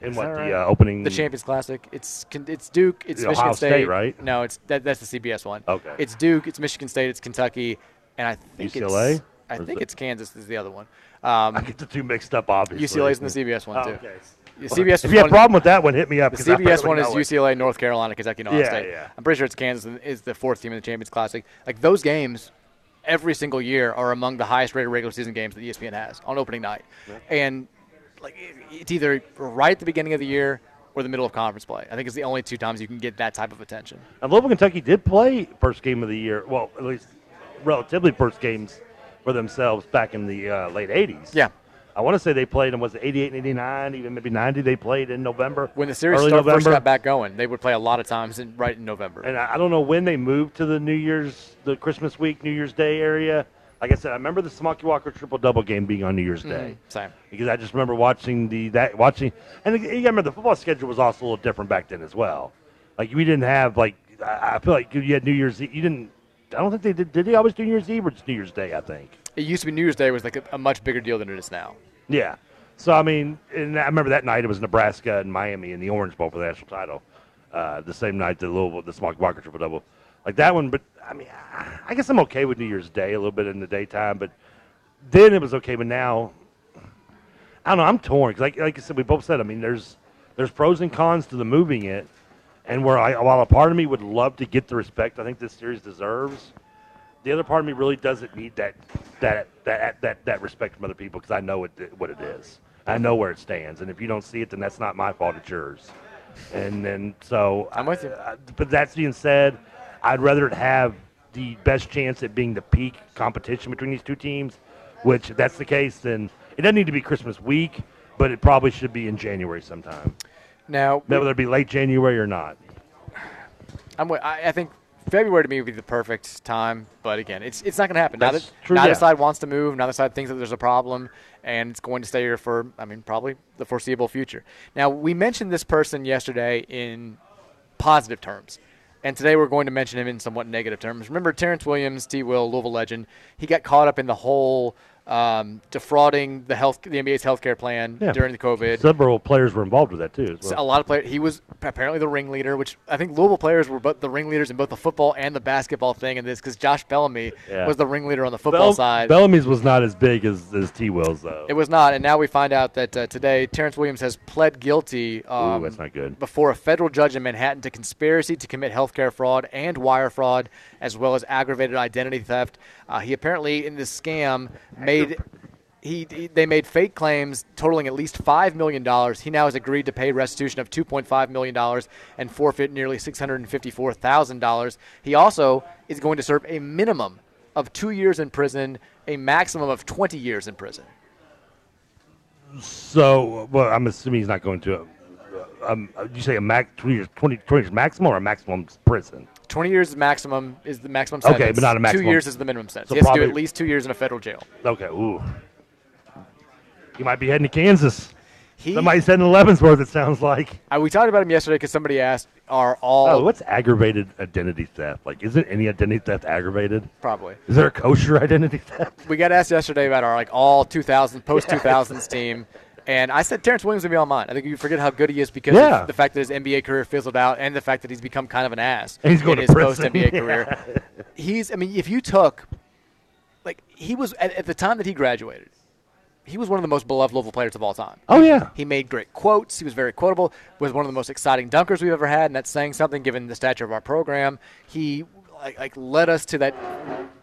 In Is what, that the, right? uh, opening- The Champions Classic. It's Ken- it's Duke. It's The Michigan Ohio State, right? No, it's that, that's the CBS one. Okay. It's Duke. It's Michigan State. It's Kentucky, and I think it's- UCLA? I think it's Kansas is the other one. Um, I get the two mixed up, obviously. UCLA's and the CBS one Oh, too. okay. The CBS if you have a one- problem with that one, hit me up. The 'cause I CBS barely one is know it. UCLA, North Carolina, Kentucky, and Ohio Yeah, State. yeah. I'm pretty sure it's Kansas and is the fourth team in the Champions Classic. Like those games, every single year are among the highest rated regular season games that E ESPN has on opening night, and like it- it's either right at the beginning of the year or the middle of conference play. I think it's the only two times you can get that type of attention. And Louisville, Kentucky did play first game of the year. Well, at least relatively first games for themselves back in the uh, late 80s. Yeah. I want to say they played in, was it 88 and 89, even maybe 90, they played in November. When the series early start, November. first got back going, they would play a lot of times in, right in November. And I I don't know when they moved to the New Year's, the Christmas week, New Year's Day area. Like I said, I remember the Smoky Walker triple double game being on New Year's Day. Mhm, same. Because I just remember watching the that watching, and you gotta remember the football schedule was also a little different back then as well. Like we didn't have like I I feel like you had New Year's Eve. You didn't. I don't think they did. Did they always do New Year's Eve or just New Year's Day? I think. It used to be New Year's Day was like a, a much bigger deal than it is now. Yeah. So I mean, and I remember that night it was Nebraska and Miami in the Orange Bowl for the national title. Uh, the same night the Louisville, the Smoky Walker triple double, like that one. But I mean, I I guess I'm okay with New Year's Day a little bit in the daytime, but then it was okay. But now, I don't know. I'm torn 'cause like like I said, we both said. I mean, there's there's pros and cons to the moving it, and where I while a part of me would love to get the respect I think this series deserves, the other part of me really doesn't need that that that that that respect from other people because I know it, what it is. I know where it stands, and if you don't see it, then that's not my fault. It's yours. And then so I'm with you. but that's being said, I'd rather it have the best chance at being the peak competition between these two teams. Which, if that's the case, then it doesn't need to be Christmas week, but it probably should be in January sometime. Now, Whether it be late January or not. I'm, wi- I, I think February to me would be the perfect time, but again, it's it's not going to happen. Now That's that true, neither yeah. side wants to move, neither side thinks that there's a problem, and it's going to stay here for I mean probably the foreseeable future. Now we mentioned this person yesterday in positive terms. And today we're going to mention him in somewhat negative terms. Remember Terrence Williams, T. Will, Louisville legend. He got caught up in the whole um, defrauding the health, the NBA's healthcare plan Yeah. during the COVID. Several players were involved with that too. As So a well. lot of players. He was apparently the ringleader, which I think Louisville players were both the ringleaders in both the football and the basketball thing in this because Josh Bellamy Yeah. was the ringleader on the football Bell- side. Bellamy's was not as big as, as T. Will's though. It was not, and now we find out that uh, today Terrence Williams has pled guilty. Um, that's not good. Before a federal judge in Manhattan to conspiracy to commit healthcare fraud and wire fraud, as well as aggravated identity theft. Uh, he apparently in this scam made. He, he- they made fake claims totaling at least five million dollars. He now has agreed to pay restitution of two point five million dollars and forfeit nearly six hundred and fifty-four thousand dollars. He also is going to serve a minimum of two years in prison, a maximum of twenty years in prison. So, well, I'm assuming he's not going to. A, um, uh, you say a max 20 years, 20, 20 years maximum or a maximum prison? 20 years is maximum is the maximum Okay, sentence. but not a maximum. Two years is the minimum sentence. So he has to do probably- at least two years in a federal jail. Okay, ooh. He might be heading to Kansas. He- Somebody's heading to Leavenworth, it sounds like. Uh, we talked about him yesterday because somebody asked, "Are all Oh, what's aggravated identity theft? Like, isn't any identity theft aggravated? probably?" Is there a kosher identity theft? We got asked yesterday about our like all 2000 post 2000s team, and I said Terrence Williams would be on mine. I think you forget how good he is because Yeah. of the fact that his NBA career fizzled out and the fact that he's become kind of an ass And he's going in to his prison. post NBA career. He's, I mean, if you took, like, he was at, at the time that he graduated, he was one of the most beloved Louisville players of all time. Oh, yeah. He made great quotes. He was very quotable. Was one of the most exciting dunkers we've ever had, and that's saying something given the stature of our program. He like, like led us to that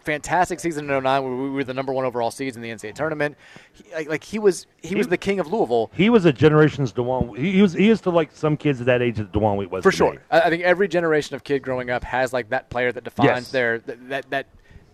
fantastic season in 09 where we were the number one overall seeds in the NCAA tournament. He, like, like he was he, was the king of Louisville He was a generation's Dewan. He, he was he is to like some kids at that age that Dewan Wheat was for to sure. me. I, I think every generation of kid growing up has like that player that defines Yes. their that that. that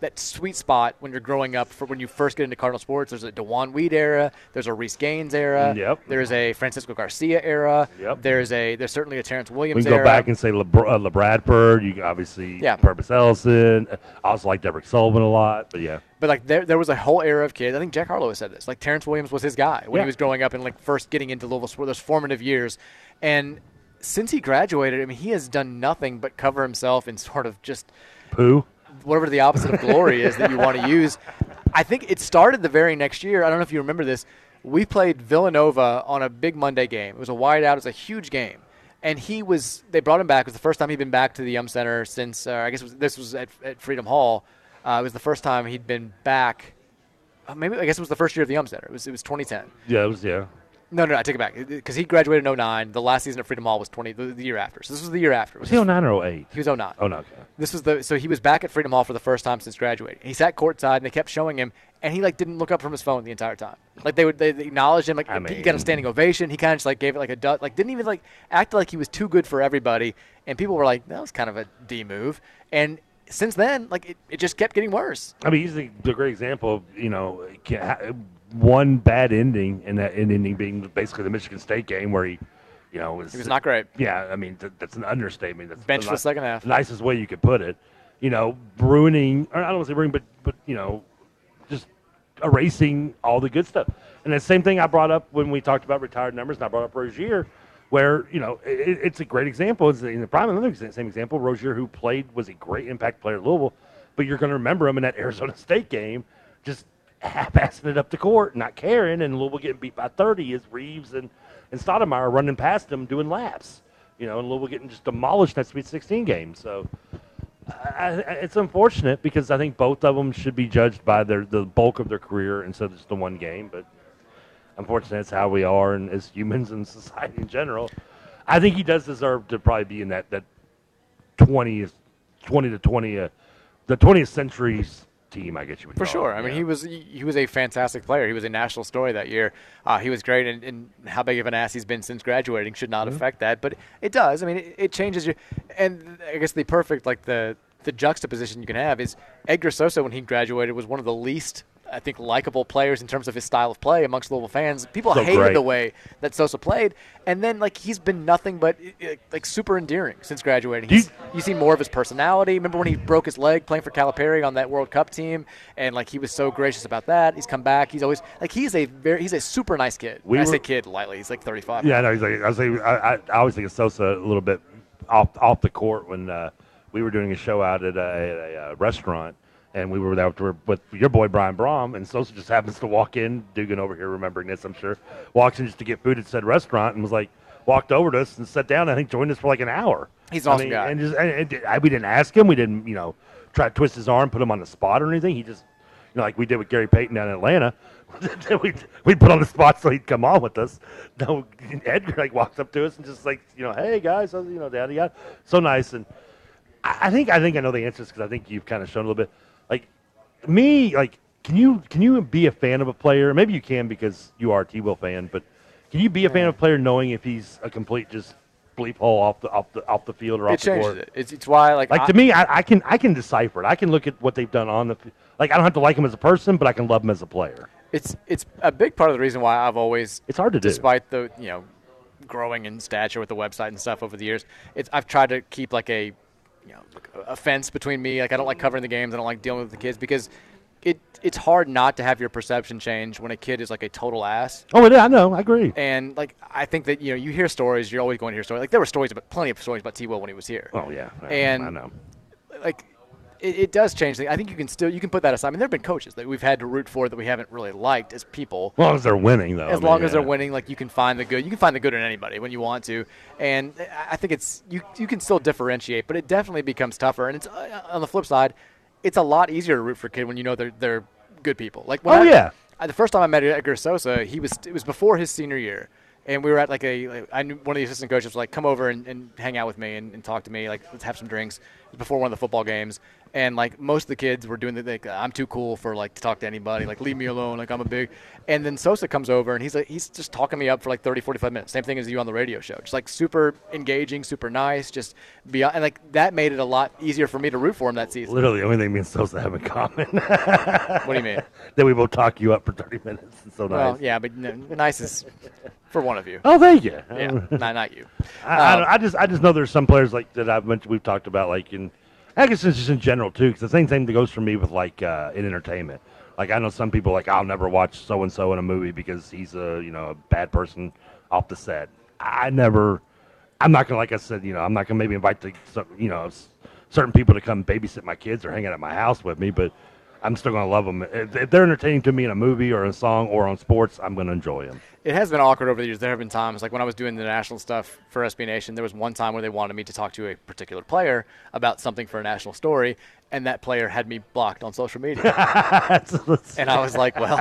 that sweet spot when you're growing up, for when you first get into Cardinal sports, there's a Dewan Weed era, there's a Reese Gaines era, Yep. there's a Francisco Garcia era, Yep. there's a there's certainly a Terrence Williams We can go era. back and say LeBr- uh, LeBradford. You can obviously Yeah. Purpose Ellison. I also like Derek Sullivan a lot, but yeah. But like there, there was a whole era of kids. I think Jack Harlow has said this. Like Terrence Williams was his guy when Yeah. he was growing up and like first getting into Louisville sport, those formative years. And since he graduated, I mean, he has done nothing but cover himself in sort of just Pooh. whatever the opposite of glory is that you want to use. I think it started the very next year. I don't know if you remember this. We played Villanova on a big Monday game. It was a wideout. It was a huge game, and he was. They brought him back. It was the first time he'd been back to the Yum Center since uh, I guess it was, this was at, at Freedom Hall. Uh, it was the first time he'd been back uh, maybe I guess it was the first year of the UM Center. It was it was 2010. Yeah, it was yeah. No, no, I take it back. Because he graduated in 09. The last season at Freedom Hall was 20, the, the year after. So this was the year after. Was he 09 or 08? He was 09. Oh, no. Okay. This was the so he was back at Freedom Hall for the first time since graduating. He sat courtside and they kept showing him, and he like didn't look up from his phone the entire time. Like they would they, they acknowledged him, like I he got a mean- standing ovation. He kind of just like gave it like a dud, like didn't even like act like he was too good for everybody, and people were like that was kind of a d move. And since then, like it, it just kept getting worse. I mean, he's the, the great example of, you know, ca- ha- one bad ending, and that ending being basically the Michigan State game where he, you know, was. He was not great. Yeah, I mean, th- that's an understatement. That's Bench for ni- the second half. Nicest way you could put it. You know, ruining, or I don't want to say ruining, but, but, you know, just erasing all the good stuff. And the same thing I brought up when we talked about retired numbers, and I brought up Rozier, where you know i i- it's a great example. It's in the prime another exa- same example. Rozier, who played, was a great impact player at Louisville, but you're going to remember him in that Arizona State game, just half-assing it up the court, not caring, and Louisville getting beat by 30 as Reeves and and Stoudemire running past him doing laps, you know, and Louisville getting just demolished in that Sweet 16 game. So. I, I, it's unfortunate because I think both of them should be judged by their the bulk of their career instead of just the one game. But unfortunately, that's how we are, and as humans and society in general, I think he does deserve to probably be in that that 20th, 20 to 20, uh, the 20th century's team. I guess you would For call sure. It. I mean, he was he was a fantastic player. He was a national story that year. Uh, he was great, and, and how big of an ass he's been since graduating should not Mhm. affect that, but it does. I mean, it, it changes you. And I guess the perfect like the the juxtaposition you can have is Edgar Sosa when he graduated was one of the least. I think likable players in terms of his style of play amongst Louisville fans. People So hated great. the way that Sosa played, and then like he's been nothing but uh, like super endearing since graduating. He's, you see more of his personality. Remember when he broke his leg playing for Calipari on that World Cup team, and like he was so gracious about that. He's come back. He's always like he's a very he's a super nice kid. We I were- say kid lightly. He's like 35. Yeah, no, he's like, I was like, I, I, I always think of Sosa a little bit off off the court when uh, we were doing a show out at a, at a uh, restaurant, and we were there with, with your boy Brian Brom, and Sosa just happens to walk in, Dugan over here remembering this, I'm sure, walks in just to get food at said restaurant, and was like walked over to us and sat down. And I think joined us for like an hour. He's an I awesome mean, guy. and just and, and I, we didn't ask him, we didn't you know try to twist his arm, put him on the spot or anything. He just you know, like we did with Gary Payton down in Atlanta. we we put on the spot so he'd come on with us. No, Edgar like walks up to us and just like you know, hey guys, how's- you know, daddy, yada. so nice. And I, I think I think I know the answers because I think you've kind of shown a little bit. Like me, like can you can you be a fan of a player? Maybe you can because you are a T Will fan, but can you be a fan of a player knowing if he's a complete just bleep hole off the off the off the field or It off the changes court? it. It's, it's why like Like I- to me, I, I can I can decipher it. I can look at what they've done on the f- like. I don't have to like him as a person, but I can love him as a player. It's it's a big part of the reason why I've always it's hard to do. despite the you know growing in stature with the website and stuff over the years. It's I've tried to keep like a you know like a fence between me. Like I don't like covering the games. I don't like dealing with the kids because it it's hard not to have your perception change when a kid is like a total ass. Oh, it is. I know. I agree. And like I think that you know you hear stories. You're always going to hear stories. Like there were stories about plenty of stories about T. Will when he was here. Oh yeah. I- and I know. like it, it does change things. I think you can still you can put that aside. I mean, there have been coaches that we've had to root for that we haven't really liked as people. As long as they're winning, though. I As mean, long as they're yeah. winning, like you can find the good. You can find the good in anybody when you want to, and I- I think it's you. You can still differentiate, but it definitely becomes tougher. And it's uh, on the flip side, it's a lot easier to root for a kid when you know they're they're good people. Like when Oh, I- yeah. I, Uh, the first time I met Edgar Sosa, he was it was before his senior year, and we were at like a like, I knew one of the assistant coaches was like come over and, and hang out with me and, and talk to me like let's have some drinks It was before one of the football games, and like most of the kids were doing the like I'm too cool for like to talk to anybody like leave me alone like I'm a big, and then Sosa comes over and he's like he's just talking me up for like 30 45 minutes same thing as you on the radio show just like super engaging super nice just beyond and like that made it a lot easier for me to root for him that season. Literally, the only thing me and Sosa have in common. what do you mean? that we both talk you up for thirty minutes. It's so Well, nice. yeah, but n- nice is for one of you. Oh, thank you. Yeah, not, not you. I, I, Um, don't, I just I just know there's some players like that I've mentioned we've talked about like in I guess it's just in general too because the same thing that goes for me with like uh, in entertainment. Like I know some people like I'll never watch so and so in a movie because he's a you know a bad person off the set. I never. I'm not gonna like I said you know I'm not gonna maybe invite the some- you know s- certain people to come babysit my kids or hang out at my house with me, but. I'm still gonna love them if, if they're entertaining to me in a movie or a song or on sports. I'm gonna enjoy them. it has been awkward over the years. There have been times, like when I was doing the national stuff for SB Nation, there was one time where they wanted me to talk to a particular player about something for a national story, and that player had me blocked on social media. and I was like, well,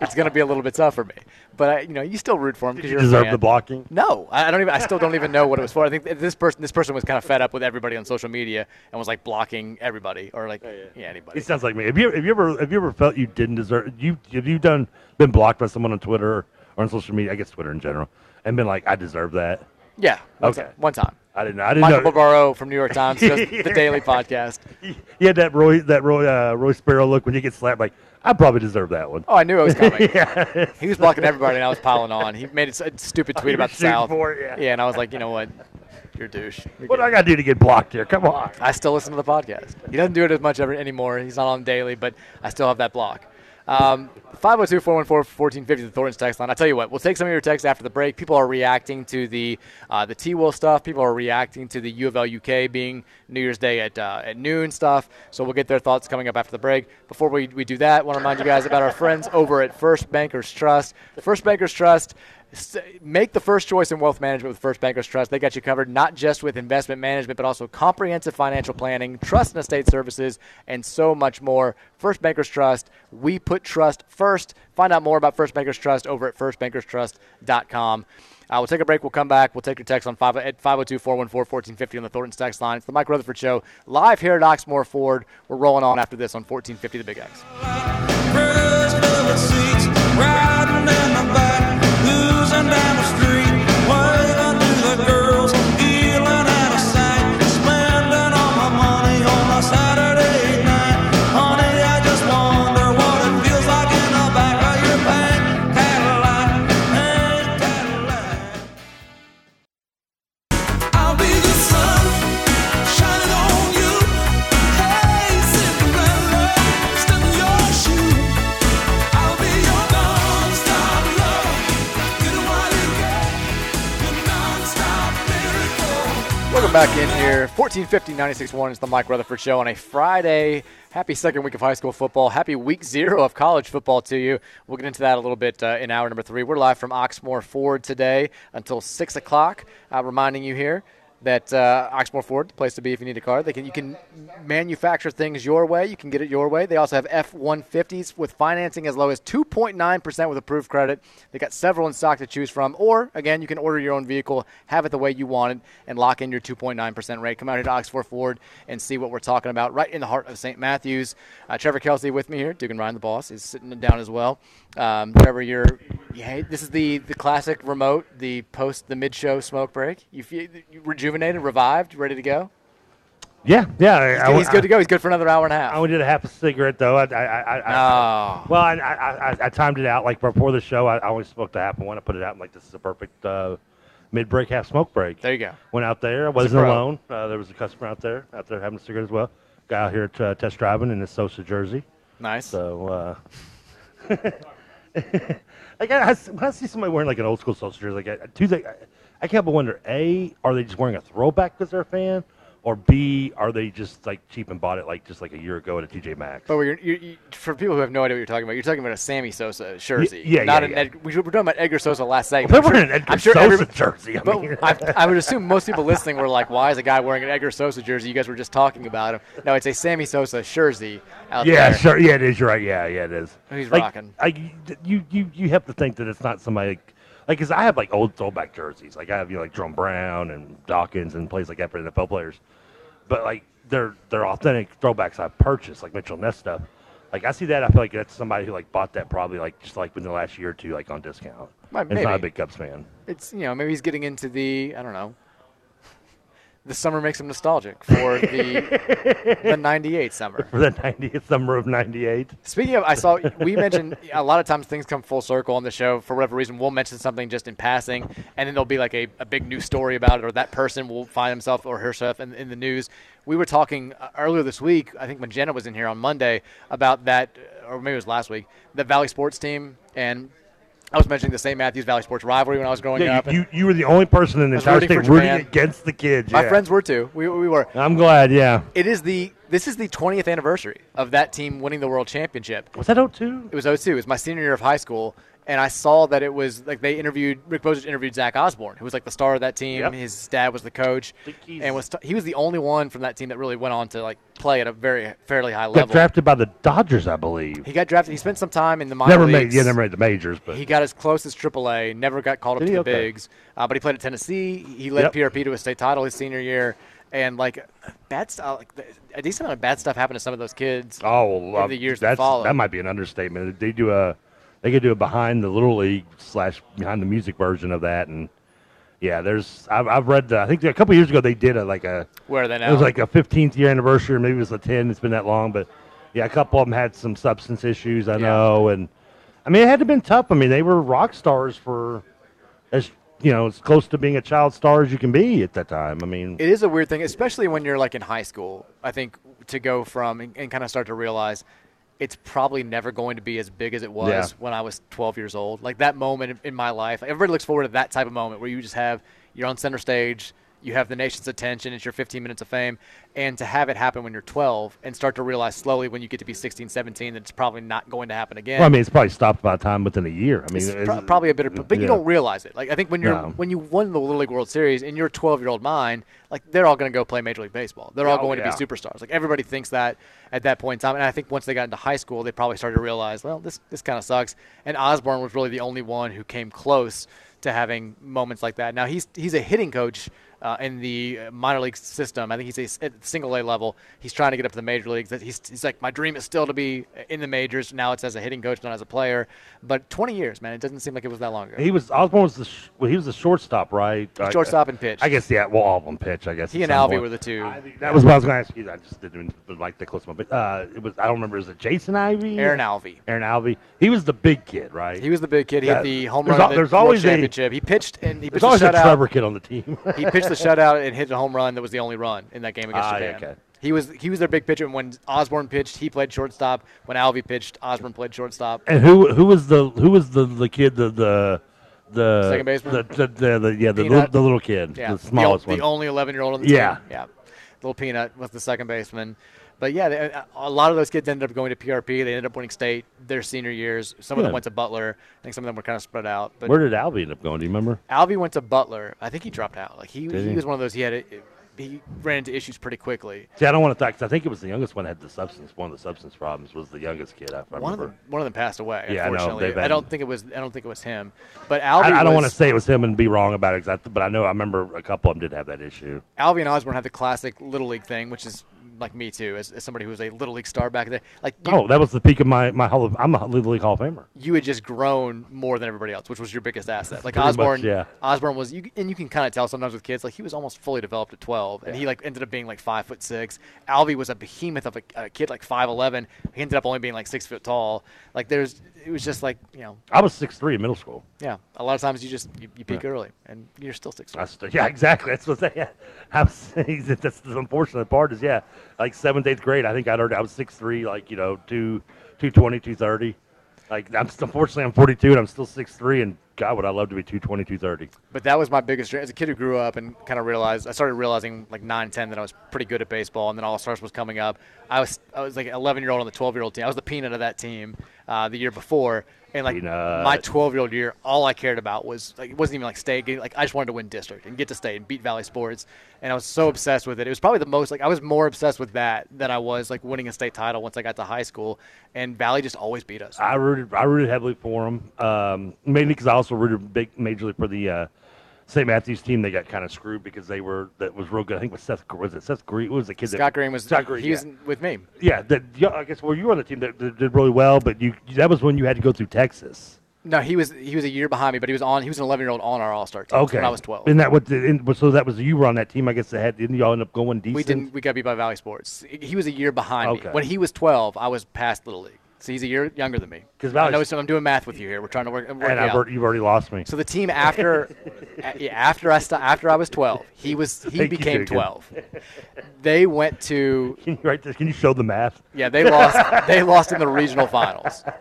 it's going to be a little bit tough for me. But I, you know, you still root for him because you you're a deserve fan. the blocking? No, I I don't even. I still don't even know what it was for. I think th- this person, this person was kind of fed up with everybody on social media and was like blocking everybody or like yeah, anybody. It sounds like me. Have you have you ever have you ever felt you didn't deserve you have you done been blocked by someone on Twitter or on social media? I guess Twitter in general, and been like, I deserve that. Yeah, one Okay. time. One time. I didn't. I didn't Michael know. Barbaro from New York Times does the Daily Podcast. He had that Roy that Roy uh, Roy Sparrow look when you get slapped. Like I probably deserve that one. Oh, I knew it was coming. He was blocking everybody, and I was piling on. He made a s- a stupid Oh, you tweet about the were shooting South. for it, yeah. and I was like, you know what? You're a douche. You're What do I got to do to get blocked here? Come on. I still listen to the podcast. He doesn't do it as much ever, anymore. He's not on daily, but I still have that block. Um, 502-414-1450, the Thornton's text line. I tell you what, we'll take some of your texts after the break. People are reacting to the uh, the T-Will stuff. People are reacting to the U of L UK being New Year's Day at, uh, at noon stuff. So we'll get their thoughts coming up after the break. Before we, we do that, I want to remind you guys about our friends over at First Bankers Trust. First Bankers Trust S- Make the first choice in wealth management with First Bankers Trust. They got you covered not just with investment management, but also comprehensive financial planning, trust and estate services, and so much more. First Bankers Trust, we put trust first. Find out more about First Bankers Trust over at firstbankerstrust.com. Uh, we'll take a break. We'll come back. We'll take your text on 5, at 502-414-1450 on the Thornton's text line. It's the Mike Rutherford Show, live here at Oxmoor Ford. We're rolling on after this on 1450 The Big X. Welcome back in here. 1450 96.1 is the Mike Rutherford Show on a Friday. Happy second week of high school football. Happy week zero of college football to you. We'll get into that a little bit uh, in hour number three. We're live from Oxmoor Ford today until 6 o'clock. Uh, reminding you here that uh, Oxmoor Ford, the place to be if you need a car. They can, you can manufacture things your way. You can get it your way. They also have F-150s with financing as low as 2.9% with approved credit. They got several in stock to choose from. Or, again, you can order your own vehicle, have it the way you want it, and lock in your 2.9% rate. Come out here to Oxford Ford and see what we're talking about right in the heart of St. Matthews. Uh, Trevor Kelsey with me here. Dugan Ryan, the boss, is sitting down as well. Um, Trevor, you're yeah, this is the, the classic remote, the post the mid show smoke break. You, feel, you rejuvenated, revived, ready to go. Yeah, yeah. He's, he's good to go. He's good for another hour and a half. Oh, I only did a half a cigarette though. I, I, I, I well, I, I, I, I timed it out like before the show. I, I only smoked a half one. I put it out. I'm like, this is a perfect uh, mid break, half smoke break. There you go. Went out there. I He's a wasn't pro. alone. Uh, there was a customer out there, out there having a cigarette as well. Guy out here at, uh, test driving in his Sosa jersey. Nice. So, uh, like I, I s- when I see somebody wearing like an old school Sosa jersey, like I, two things, I, I can't but wonder: a, are they just wearing a throwback because they're a fan? Or B, are they just like cheap and bought it like just like a year ago at a TJ Maxx? But we're, you you for people who have no idea what you're talking about, you're talking about a Sammy Sosa jersey. yeah, not yeah, an yeah. Ed, we were talking about Edgar Sosa last segment. Well, they weren't an Edgar Sosa everybody- jersey, I but mean. I, I would assume most people listening were like, "Why is a guy wearing an Edgar Sosa jersey?" You guys were just talking about him. No, it's a Sammy Sosa jersey. Out there. yeah, Oh, sure. Yeah, it is. You're right. Yeah, yeah, it is. He's like, rocking. I, you, you, you have to think that it's not somebody like, like, 'cause I have like old throwback jerseys. Like I have you know, like Jerome Brown and Dawkins and plays like that for NFL players, but like they're they're authentic throwbacks I've purchased, like Mitchell Ness stuff. Like I see that, I feel like that's somebody who like bought that probably like just like within the last year or two, like on discount. Might- It's not a maybe. big Cubs fan. It's you know maybe he's getting into the I don't know. The summer makes him nostalgic for the the '98 summer. For the 90th summer of 98. Speaking of, I saw we mentioned a lot of times things come full circle on the show for whatever reason. We'll mention something just in passing, and then there'll be like a, a big news story about it, or that person will find himself or herself in, in the news. We were talking uh, earlier this week, I think when Jenna was in here on Monday, about that, or maybe it was last week, the Valley Sports team. And I was mentioning the St. Matthews Valley Sports rivalry when I was growing Yeah, up. you, you, you were the only person in the I was entire rooting state for rooting Japan. against the kids. My yeah. friends were too. We, we were. I'm glad. Yeah. It is the this is the 20th anniversary of that team winning the world championship. Was that 02? It was 02. It was my senior year of high school, and I saw that it was like they interviewed Rick Bozich interviewed Zach Osborne, who was like the star of that team. Yep. His dad was the coach, and was he was the only one from that team that really went on to like play at a very fairly high Got level. drafted by the Dodgers, I believe. He got drafted. He spent some time in the minor Never made, leagues. yeah, never made the majors, but He got as close as AAA, never got called up Did to he? the Okay. bigs, uh, but he played at Tennessee. He led Yep. PRP to a state title his senior year, and like bad stuff, like, a decent amount of bad stuff happened to some of those kids. oh, in well, the years that that's, followed. that might be an understatement. They do a, they could do a behind the little league slash behind the music version of that, and yeah, there's I've, I've read the, I think a couple years ago they did a like a Where are they It was now? like a 15th year anniversary, or maybe it was a 10. It's been that long, but yeah, a couple of them had some substance issues. I know, and I mean it had to been tough. I mean they were rock stars for as you know as close to being a child star as you can be at that time. I mean, It is a weird thing, especially when you're like in high school. I think to go from and, and kind of start to realize it's probably never going to be as big as it was Yeah. when I was 12 years old. Like that moment in- in my life, everybody looks forward to that type of moment where you just have you're on center stage, you have the nation's attention, it's your 15 minutes of fame, and to have it happen when you're 12 and start to realize slowly when you get to be 16, 17 that it's probably not going to happen again. Well, I mean, it's probably stopped by the time within a year. I mean, It's it's- pro- probably a bitter, but you yeah. don't realize it. Like I think when you're No. when you won the Little League World Series in your 12 year old mind, like they're all going to go play Major League Baseball. They're all Oh, going yeah. to be superstars. Like everybody thinks that at that point in time. And I think once they got into high school, they probably started to realize, well, this this kind of sucks. And Osborne was really the only one who came close to having moments like that. Now he's he's a hitting coach. Uh, in the uh, minor league system, I think he's a, s- at the single A level. He's trying to get up to the major leagues. That He's, he's like, my dream is still to be uh, in the majors. Now it's as a hitting coach, not as a player. But 20 years, man, it doesn't seem like it was that long ago. He was Osborne was the sh- well, he was the shortstop, right? I- Shortstop and pitch. I guess yeah. Well, all of them pitch. I guess He at and some Alvey point. were the two. That was what I was going to ask you. I just didn't even like the close one, but uh, it was. I don't remember. Is it Jason Ivy? Aaron Alvey. Aaron Alvey. He was the big kid, right? He was the big kid. He Yeah. hit the home There's run. al- in the there's World always a- championship. he pitched and he There's pitched a always a shutout. Trevor kid on the team. he pitched the shutout and hit the home run that was the only run in that game against Ah, yeah, Japan. okay. He was he was their big pitcher. And when Osborne pitched, he played shortstop. When Alvey pitched, Osborne played shortstop. and who who was the who was the the kid the the the Second baseman? The, the, the, the- yeah the, Peanut. little the little kid Yeah. the smallest the, o- one The only 11 year old on the Yeah. team. Yeah. Little Peanut was the second baseman. But yeah, they, a- a lot of those kids ended up going to PRP. They ended up winning state their senior years. Some of them Good. went to Butler. I think some of them were kind of spread out. But Where did Alvey end up going? Do you remember? Alvey went to Butler. I think he dropped out. Like he, Did he he? was one of those. He had a, he ran into issues pretty quickly. See, I don't want to talk because I think it was the youngest one had the substance. One of the substance problems was the youngest kid. I, I One of remember. them, one of them passed away. Yeah, I know. unfortunately, They've I had- don't think it was. I don't think it was him. But Alvey, I, I don't want to was- say it was him and be wrong about it, 'cause I th- but I know I remember a couple of them did have that issue. Alvy and Osborne had the classic little league thing, which is like me too, as, as somebody who was a little league star back then. Like you, Oh, that was the peak of my my Hall of, I'm a Little League Hall of Famer. you had just grown more than everybody else, which was your biggest asset. Like Pretty much, Osborne, yeah. Osborne was, you, and you can kind of tell sometimes with kids, like he was almost fully developed at 12, and he like ended up being like five foot six. Alvy was a behemoth of a, a kid, like 5'11. He ended up only being like six foot tall. Like there's, it was just like you know, I was six three in middle school. yeah. A lot of times you just you, you peak Yeah. early, and you're still six. I st- yeah, exactly. That's what they. I was, that's the unfortunate part is yeah, like seventh eighth grade. I think I heard I was six three, like you know two two twenty two thirty. Like I'm st- unfortunately I'm 42 and I'm still six three and God would I love to be 220 230. But that was my biggest dream. As a kid who grew up and kind of realized, I started realizing like 9, 10 that I was pretty good at baseball, and then All Stars was coming up. I was I was like an 11 year old on the 12 year old team. I was the peanut of that team uh, the year before, and like my 12 year old year, all I cared about was like it wasn't even like state. Like I just wanted to win district and get to state and beat Valley Sports, and I was so obsessed with it. It was probably the most like I was more obsessed with that than I was like winning a state title once I got to high school, and Valley just always beat us. I rooted I rooted heavily for him, um, mainly because I also rooted big majorly for the uh, St. Matthews team. They got kind of screwed because they were that was real good. I think it was Seth was it Seth Green? What was the kid? Scott that, Green was Scott Green. he yeah. was with me. Yeah, that yeah, I guess well, you were on the team that, that did really well, but you that was when you had to go through Texas. No, he was he was a year behind me, but he was on he was an eleven year old on our All Star team Okay, when I was twelve. And that what the, and, so that was you were on that team. I guess that had didn't y'all end up going decent? we didn't we got beat by Valley Sports. He was a year behind Okay. me. When he was twelve, I was past little league, so he's a year younger than me. 'Cause Valley- I know so I'm doing math with you here. We're trying to work. work And it I've out. already, you've already lost me. So the team after, a- yeah, after I st- after I was twelve, he was he Thank you, became Jacob. twelve. They went to. Can you write this? Can you show the math? Yeah, they lost. they lost in the regional finals.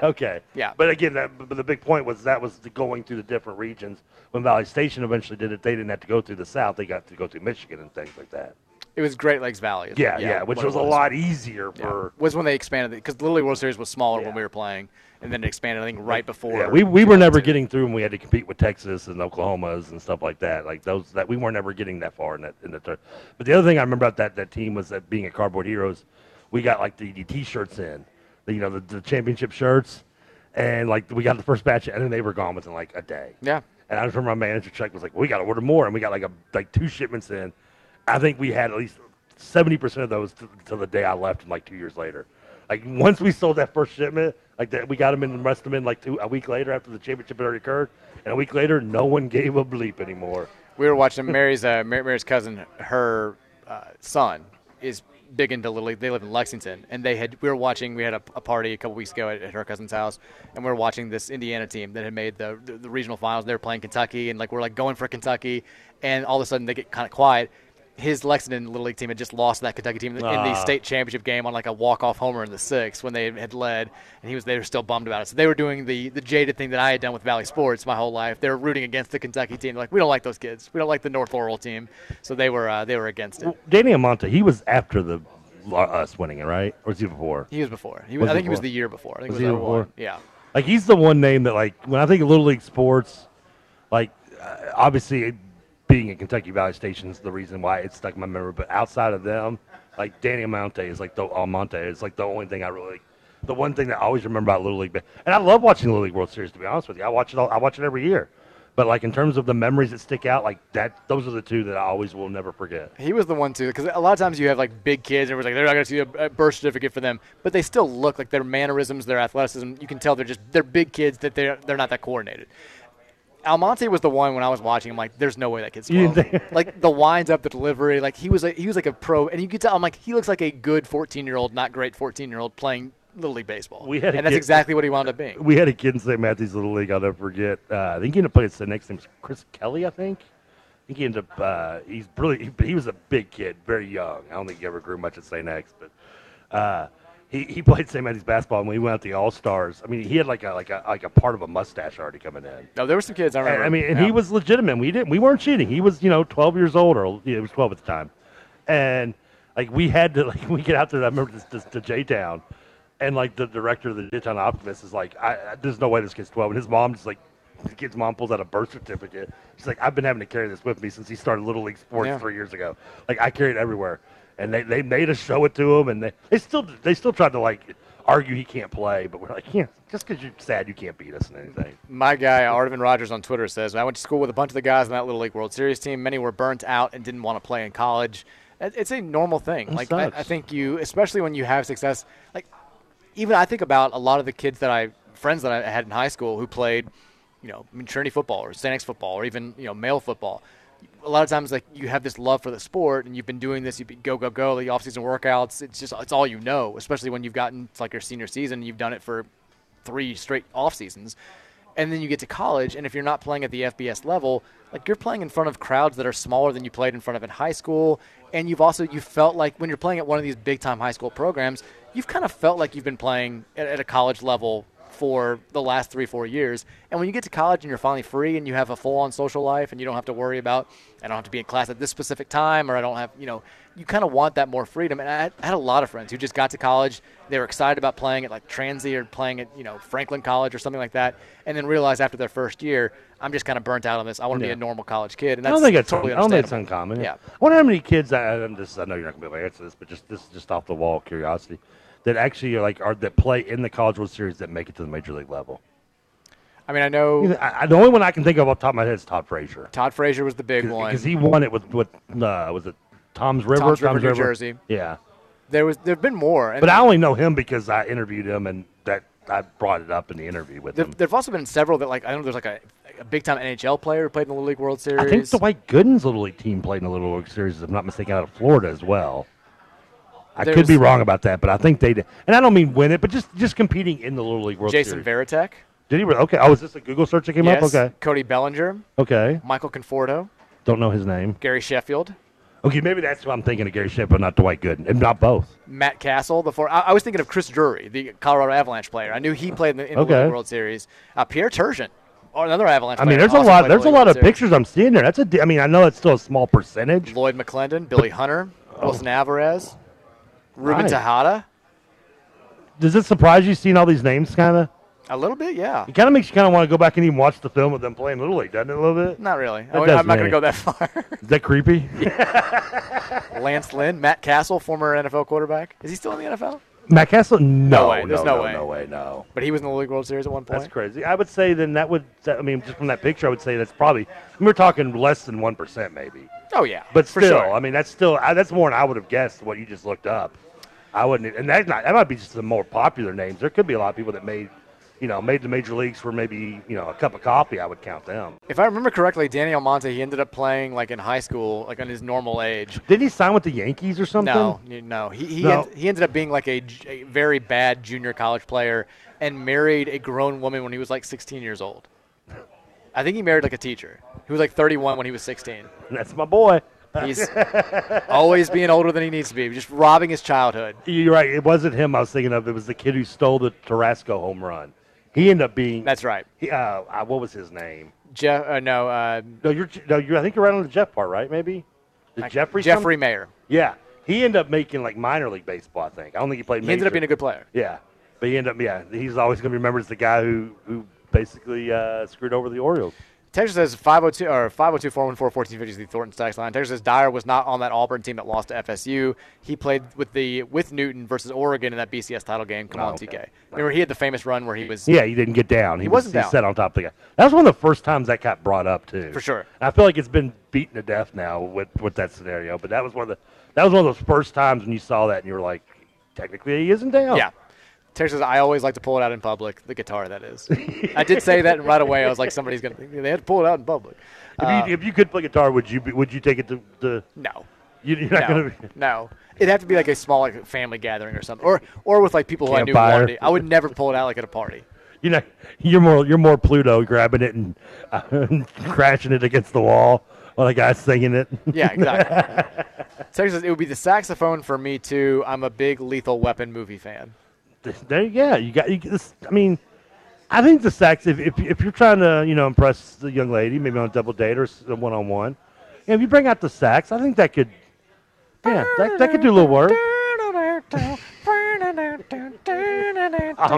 Okay. Yeah. But again, that, but the big point was that was the going through the different regions. When Valley Station eventually did it, they didn't have to go through the South. They got to go through Michigan and things like that. It was Great Lakes Valley. Yeah, yeah, which what it was a lot easier for- was when they expanded it because Little League World Series was smaller when we were playing, and then it expanded. I think right before. Yeah, we, we were never getting through, and we had to compete with Texas and Oklahoma's and stuff like that. Like those that we weren't ever getting that far in that in the tour. But the other thing I remember about that that team was that being at Cardboard Heroes, we got like the, the T-shirts in, the, you know, the, the championship shirts, and like we got the first batch, and then they were gone within like a day. Yeah. And I just remember my manager check was like, "We got to order more," and we got like a like two shipments in. I think we had at least seventy percent of those t- till the day I left, and like two years later. Like once we sold that first shipment, like that we got them in and rest them in like two a week later after the championship had already occurred, and a week later, no one gave a bleep anymore. we were watching Mary's uh, Mar- Mary's cousin, her uh, son is big into Little League. They live in Lexington, and they had we were watching. We had a, a party a couple weeks ago at, at her cousin's house, and we were watching this Indiana team that had made the, the the regional finals. They were playing Kentucky, and like we're like going for Kentucky, and all of a sudden they get kind of quiet. His Lexington Little League team had just lost that Kentucky team in the Ah. state championship game on like a walk-off homer in the sixth when they had led, and he was they were still bummed about it. So they were doing the the jaded thing that I had done with Valley Sports my whole life. They were rooting against the Kentucky team. Like we don't like those kids. We don't like the North Laurel team. So they were uh, they were against it. Danny Amante, he was after the uh, us winning it, right? Or was he before? He was before. He was, I think he was the year before. I think it he was 01. Yeah. Like he's the one name that like when I think of Little League sports, like uh, obviously it- being at Kentucky Valley Station's the reason why it stuck in my memory. But outside of them, like Danny Amante is like the Almonte is like the only thing I really, the one thing that I always remember about Little League. ba- And I love watching Little League World Series. To be honest with you, I watch it all. I watch it every year. But like in terms of the memories that stick out, like that, those are the two that I always will never forget. He was the one too, because a lot of times you have like big kids, and everyone's like, they're not going to see a- a birth certificate for them, but they still look like their mannerisms, their athleticism. You can tell they're just they're big kids that they're they're not that coordinated. Almonte was the one when I was watching. I'm like, there's no way that kid's You 12. like the winds up, the delivery, like he was a, he was like a pro, and you could tell. I'm like, he looks like a good 14 year old, not great 14 year old playing little league baseball. We had a and that's kid- exactly what he wound up being. we had a kid in St. Matthew's Little League. I'll never forget. Uh, I think he ended up playing. The next name was Chris Kelly, I think. I think he ended up. Uh, he's really. He, but he was a big kid, very young. I don't think he ever grew much at St. X, but uh, he he played St. Matthew's basketball, and we went out to the All Stars. I mean, he had like a like a like a part of a mustache already coming in. No, there were some kids I remember. I mean, and he Yeah. was legitimate. We didn't. We weren't cheating. He was, you know, 12 years old, or yeah, he was 12 at the time, and like we had to like we get out there. I remember this, this to J Town, and like the director of the J Town Optimist is like, I, I- "There's no way this kid's 12." And his mom just like, the kid's mom pulls out a birth certificate. She's like, "I've been having to carry this with me since he started little league sports Yeah. three years ago. Like I carry it everywhere." And they, they made us show it to him, and they, they still they still tried to like argue he can't play, but we're like, yeah, just because you're sad you can't beat us in anything. My guy, Arvin Rogers on Twitter says, I went to school with a bunch of the guys on that Little League World Series team. Many were burnt out and didn't want to play in college. It- It's a normal thing. It like, I, sucks. I think you, especially when you have success, like, even I think about a lot of the kids that I, friends that I had in high school who played, you know, I mean, Trinity football or St. X football or even, you know, male football. A lot of times, like, you have this love for the sport and you've been doing this, you be- go, go, go, the off-season workouts. It's just, it's all you know, especially when you've gotten, it's like your senior season, you've done it for three straight off seasons and then you get to college and if you're not playing at the fbs level like you're playing in front of crowds that are smaller than you played in front of in high school and you've also you felt like when you're playing at one of these big time high school programs you've kind of felt like you've been playing at, at a college level for the last three four years and when you get to college and you're finally free and you have a full on social life and you don't have to worry about i don't have to be in class at this specific time or i don't have you know you kind of want that more freedom. And I, I had a lot of friends who just got to college. They were excited about playing at like Transy or playing at, you know, Franklin College or something like that. And then realized after their first year, I'm just kind of burnt out on this. I want to Yeah. be a normal college kid. And I that's don't think it's totally I don't think it's understandable. uncommon. Yeah. I wonder how many kids. I, I'm just. I know you're not going to be able to answer this, but just this is just off the wall curiosity. That actually are like are that play in the College World Series that make it to the major league level. I mean, I know I, I- the only one I can think of off the top of my head is Todd Frazier Todd Frazier was the big one. because he won it with with uh, was it Tom's River? Tom's River, New Jersey. Yeah, There was there've been more. And but I only know him because I interviewed him and that I brought it up in the interview with there, him. there've also been several that like I know there's like a, a big time NHL player who played in the Little League World Series. I think Dwight Gooden's little league team played in the Little League Series, if I'm not mistaken, out of Florida as well. I could be There's- wrong about that, but I think they did. And I don't mean win it, but just just competing in the Little League World Jason Series. Veritek. did he? Really? Okay. Oh, is this a Google search that came yes. up? Okay. Cody Bellinger. Okay. Michael Conforto. Don't know his name. Gary Sheffield. Okay, maybe that's what I'm thinking of Gary Sheffield, not Dwight Gooden, and not both. Matt Castle, the four. I, I was thinking of Chris Drury, the Colorado Avalanche player. I knew he played in the, in the Okay. Little World Series. Uh, Pierre Turgeon, or another Avalanche. I mean, player, there's a also lot. played in There's the a Little lot World of Series. pictures I'm seeing there. That's a. di- I mean, I know it's still a small percentage. Lloyd McClendon, Billy Hunter. Oh. Wilson Alvarez, Ruben Right. Tejada. Does it surprise you seeing all these names? Kind of. A little bit, yeah. It kind of makes you kind of want to go back and even watch the film of them playing Little League, doesn't it? A little bit. Not really. That I, am not does going me. to go that far. Is that creepy? Lance Lynn, Matt Castle, former NFL quarterback. Is he still in the NFL? Matt Castle? No, No way. There's no way. no way, no. But he was in the League World Series at one point. That's crazy. I would say then that would. that- I mean, just from that picture, I would say that's probably. I mean, we're talking less than one percent, maybe. Oh yeah, But for still, sure. I mean, that's still I, that's more than I would have guessed. What you just looked up, I wouldn't. And that's not that might be just the more popular names. There could be a lot of people that made, you know, made the major leagues for maybe you know a cup of coffee. I would count them. If I remember correctly, Danny Almonte, he ended up playing like in high school, like on his normal age. Didn't he sign with the Yankees or something? No, n- no. He he, No. end- he ended up being like a, j- a very bad junior college player and married a grown woman when he was like 16 years old. I think he married like a teacher. He was like 31 when he was 16. That's my boy. He's always being older than he needs to be, just robbing his childhood. You're right. It wasn't him. I was thinking of. It was the kid who stole the Tarasco home run. He ended up being. That's right. He, uh, uh, what was his name? Jeff, uh, no, uh, No, you're no, you. I think you're right on the Jeff part, right? Maybe the I- Jeffrey. Jeffrey something? Mayer. Yeah, he ended up making like minor league baseball. I think. I don't think he played. He ended up major. being a good player. Yeah, but he ended up. Yeah, he's always going to be remembered as the guy who who basically uh, screwed over the Orioles. Texas says 502 or 502 414 1450 is the Thornton Stacks line. Texas says Dyer was not on that Auburn team that lost to FSU. He played with the with Newton versus Oregon in that BCS title game. Come on, TK. Remember, he had the famous run where he was. Oh, Yeah, he didn't get down. He, He was wasn't he down. sat on top of the guy. That was one of the first times that got brought up too. For sure. I feel like it's been beaten to death now with with that scenario. But that was one of the that was one of those first times when you saw that and you were like, technically he isn't down. Yeah. Texas says, I always like to pull it out in public. The guitar, that is. I did say that right away. I was like, somebody's going to. They had to pull it out in public. If, Uh, you, if you could play guitar, would you be, would you take it to the? No. You, you're not no, gonna. Be, no. It'd have to be like a small like, family gathering or something, or or with like people who I knew Campfire. wanted it. I would never pull it out like at a party. you're not. You're more. You're more Pluto grabbing it and uh, crashing it against the wall while the guy's singing it. Yeah, exactly. Texas, says, it would be the saxophone for me too. I'm a big Lethal Weapon movie fan. there, yeah, you got. You, this, I mean, I think the sex. If, if if you're trying to, you know, impress the young lady, maybe on a double date or one on one, if you bring out the sax, I think that could, yeah, that, that could do a little work. I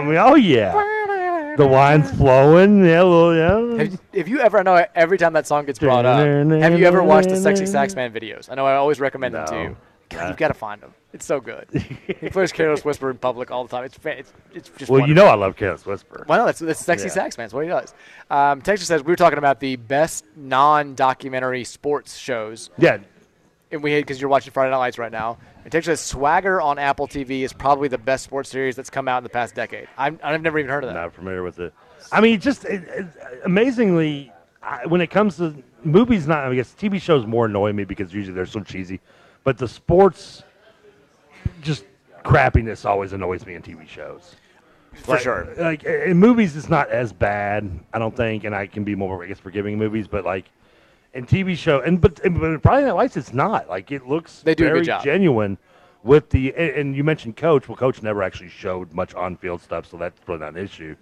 mean, oh yeah, the wine's flowing. Yeah, a little, yeah. Have, have you ever? I know every time that song gets brought up. Have you ever watched the Sexy Sax Man videos? I know I always recommend them to you. God, you've got to find them. It's so good. he plays Careless Whisper in public all the time. It's fa- it's, it's just. Well, wonderful. you know, I love Careless Whisper. Well, no, that's, that's Sexy Yeah. Sax Man. That's what he does. Um, Texas says we were talking about the best non-documentary sports shows, Yeah, and we because you're watching Friday Night Lights right now. And Texas says Swagger on Apple TV is probably the best sports series that's come out in the past decade. I'm, I've never even heard of that. Not familiar with it. I mean, just it, it, amazingly, I, when it comes to movies, not I guess TV shows more annoy me because usually they're so cheesy, but the sports, just crappiness always annoys me in TV shows. For sure. Like in movies, it's not as bad, I don't think, and I can be more, I guess, forgiving in movies, but like in TV show, and but, and, but in Friday Night Lights, it's not. Like it looks They do a good very job. genuine with the and, and you mentioned coach. Well, coach never actually showed much on-field stuff, so that's really not an issue.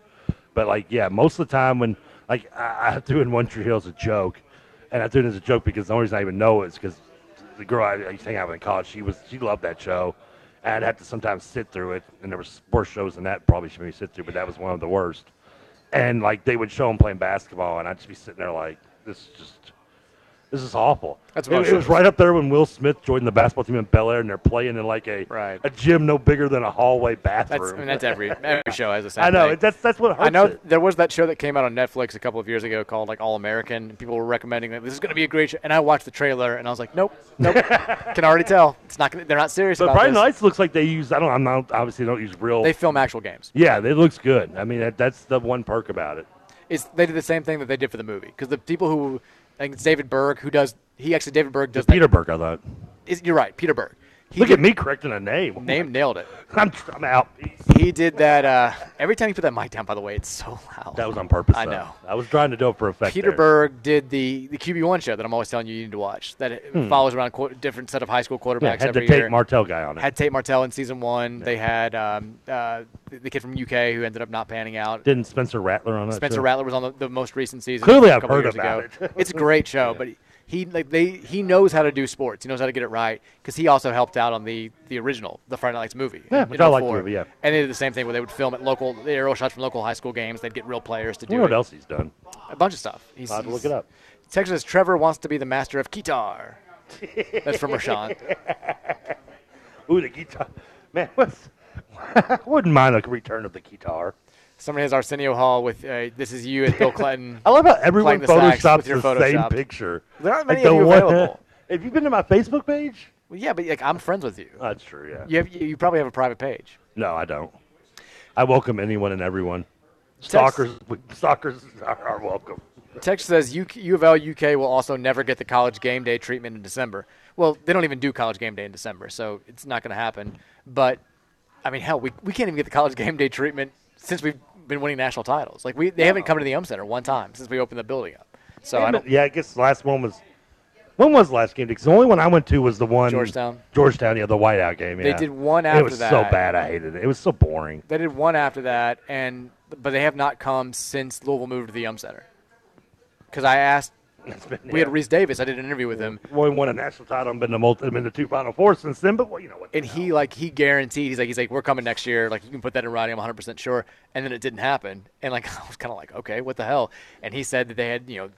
But like, yeah, most of the time when like I, I threw in One Tree Hill as a joke, and I threw it as a joke because the only reason I even know is because the girl I, I used to hang out with in college, she was she loved that show. And I'd have to sometimes sit through it, and there was worse shows than that probably should be sit through, but that was one of the worst. And like they would show them playing basketball, and I'd just be sitting there like, this is just this is awful. That's it, what it was right up there when Will Smith joined the basketball team in Bel Air, and they're playing in like a a gym no bigger than a hallway bathroom. That's, I mean, that's every every show has the same. I know thing. it- that's that's what hurts I know it. there was that show that came out on Netflix a couple of years ago called like All American. and People were recommending that this is going to be a great show, and I watched the trailer and I was like, nope, nope. Can already tell it's not. Gonna, they're not serious But about Brian this. Lights looks like they use. I don't. I'm not obviously don't use real. They film actual games. yeah, it looks good. I mean, that, that's the one perk about it. It's they did the same thing that they did for the movie because the people who I think it's David Berg who does he actually David Berg does Peter Burke, I thought. Is, you're right, Peter Berg. He Look did- at me correcting a name. Name nailed it. I'm, I'm out. He did that. Uh, every time you put that mic down, by the way, it's so loud. That was on purpose. I though. know. I was trying to do it for effect. Peter there. Berg did the, the QB1 show that I'm always telling you you need to watch. That it Hmm. follows around a qu- different set of high school quarterbacks Yeah, had the every Tate year. Martell guy on it. Had Tate Martell in season one. They had um, uh, the the kid from UK who ended up not panning out. Didn't Spencer Rattler on it? Spencer Rattler was on the, the most recent season. Clearly a I've couple heard years about ago. it's a great show, but He like they he knows how to do sports. He knows how to get it right because he also helped out on the the original, the Friday Night Lights movie. Yeah, in which I liked the 04. movie, yeah. And they did the same thing where they would film at local the aerial shots from local high school games. They'd get real players to do You know what it. else he's done? A bunch of stuff. He's, I'll have to he's- look it up. Text says Trevor wants to be the master of guitar. That's from Rashawn. Ooh, the guitar. Man, what's, I wouldn't mind a return of the guitar. Somebody has Arsenio Hall with uh, "This Is You" and Bill Clinton. I love how playing everyone the sax photoshops with your the Photoshop. same picture. There aren't Like many of the you one- available. Have you been to my Facebook page? Well, yeah, but like I'm friends with you. That's true. Yeah. You, have, you you probably have a private page. No, I don't. I welcome anyone and everyone. Stalkers, stalkers are, are welcome. Text says U U of L UK will also never get the college game day treatment in December. Well, they don't even do college game day in December, so it's not going to happen. But I mean, hell, we, we can't even get the college game day treatment since we've been winning national titles. Like we they haven't come to the Um Center one time since we opened the building up. So I Damn don't. it. yeah, I guess the last one was. When was the last game? Because the only one I went to was the one Georgetown? Georgetown, yeah, the whiteout game. They yeah. did one And after It was so that. bad. I hated it. It was so boring. They did one after that, and but they have not come since Louisville moved to the Um Center. Because I asked, we had yeah. Reese Davis. I did an interview with him. Well, we won a national title and been to multi, been to two Final Fours since then. But well, you know what? and he like he guaranteed he's like he's like we're coming next year like you can put that in writing i'm 100% sure and then it didn't happen and like i was kind of like okay what the hell and he said that they had you know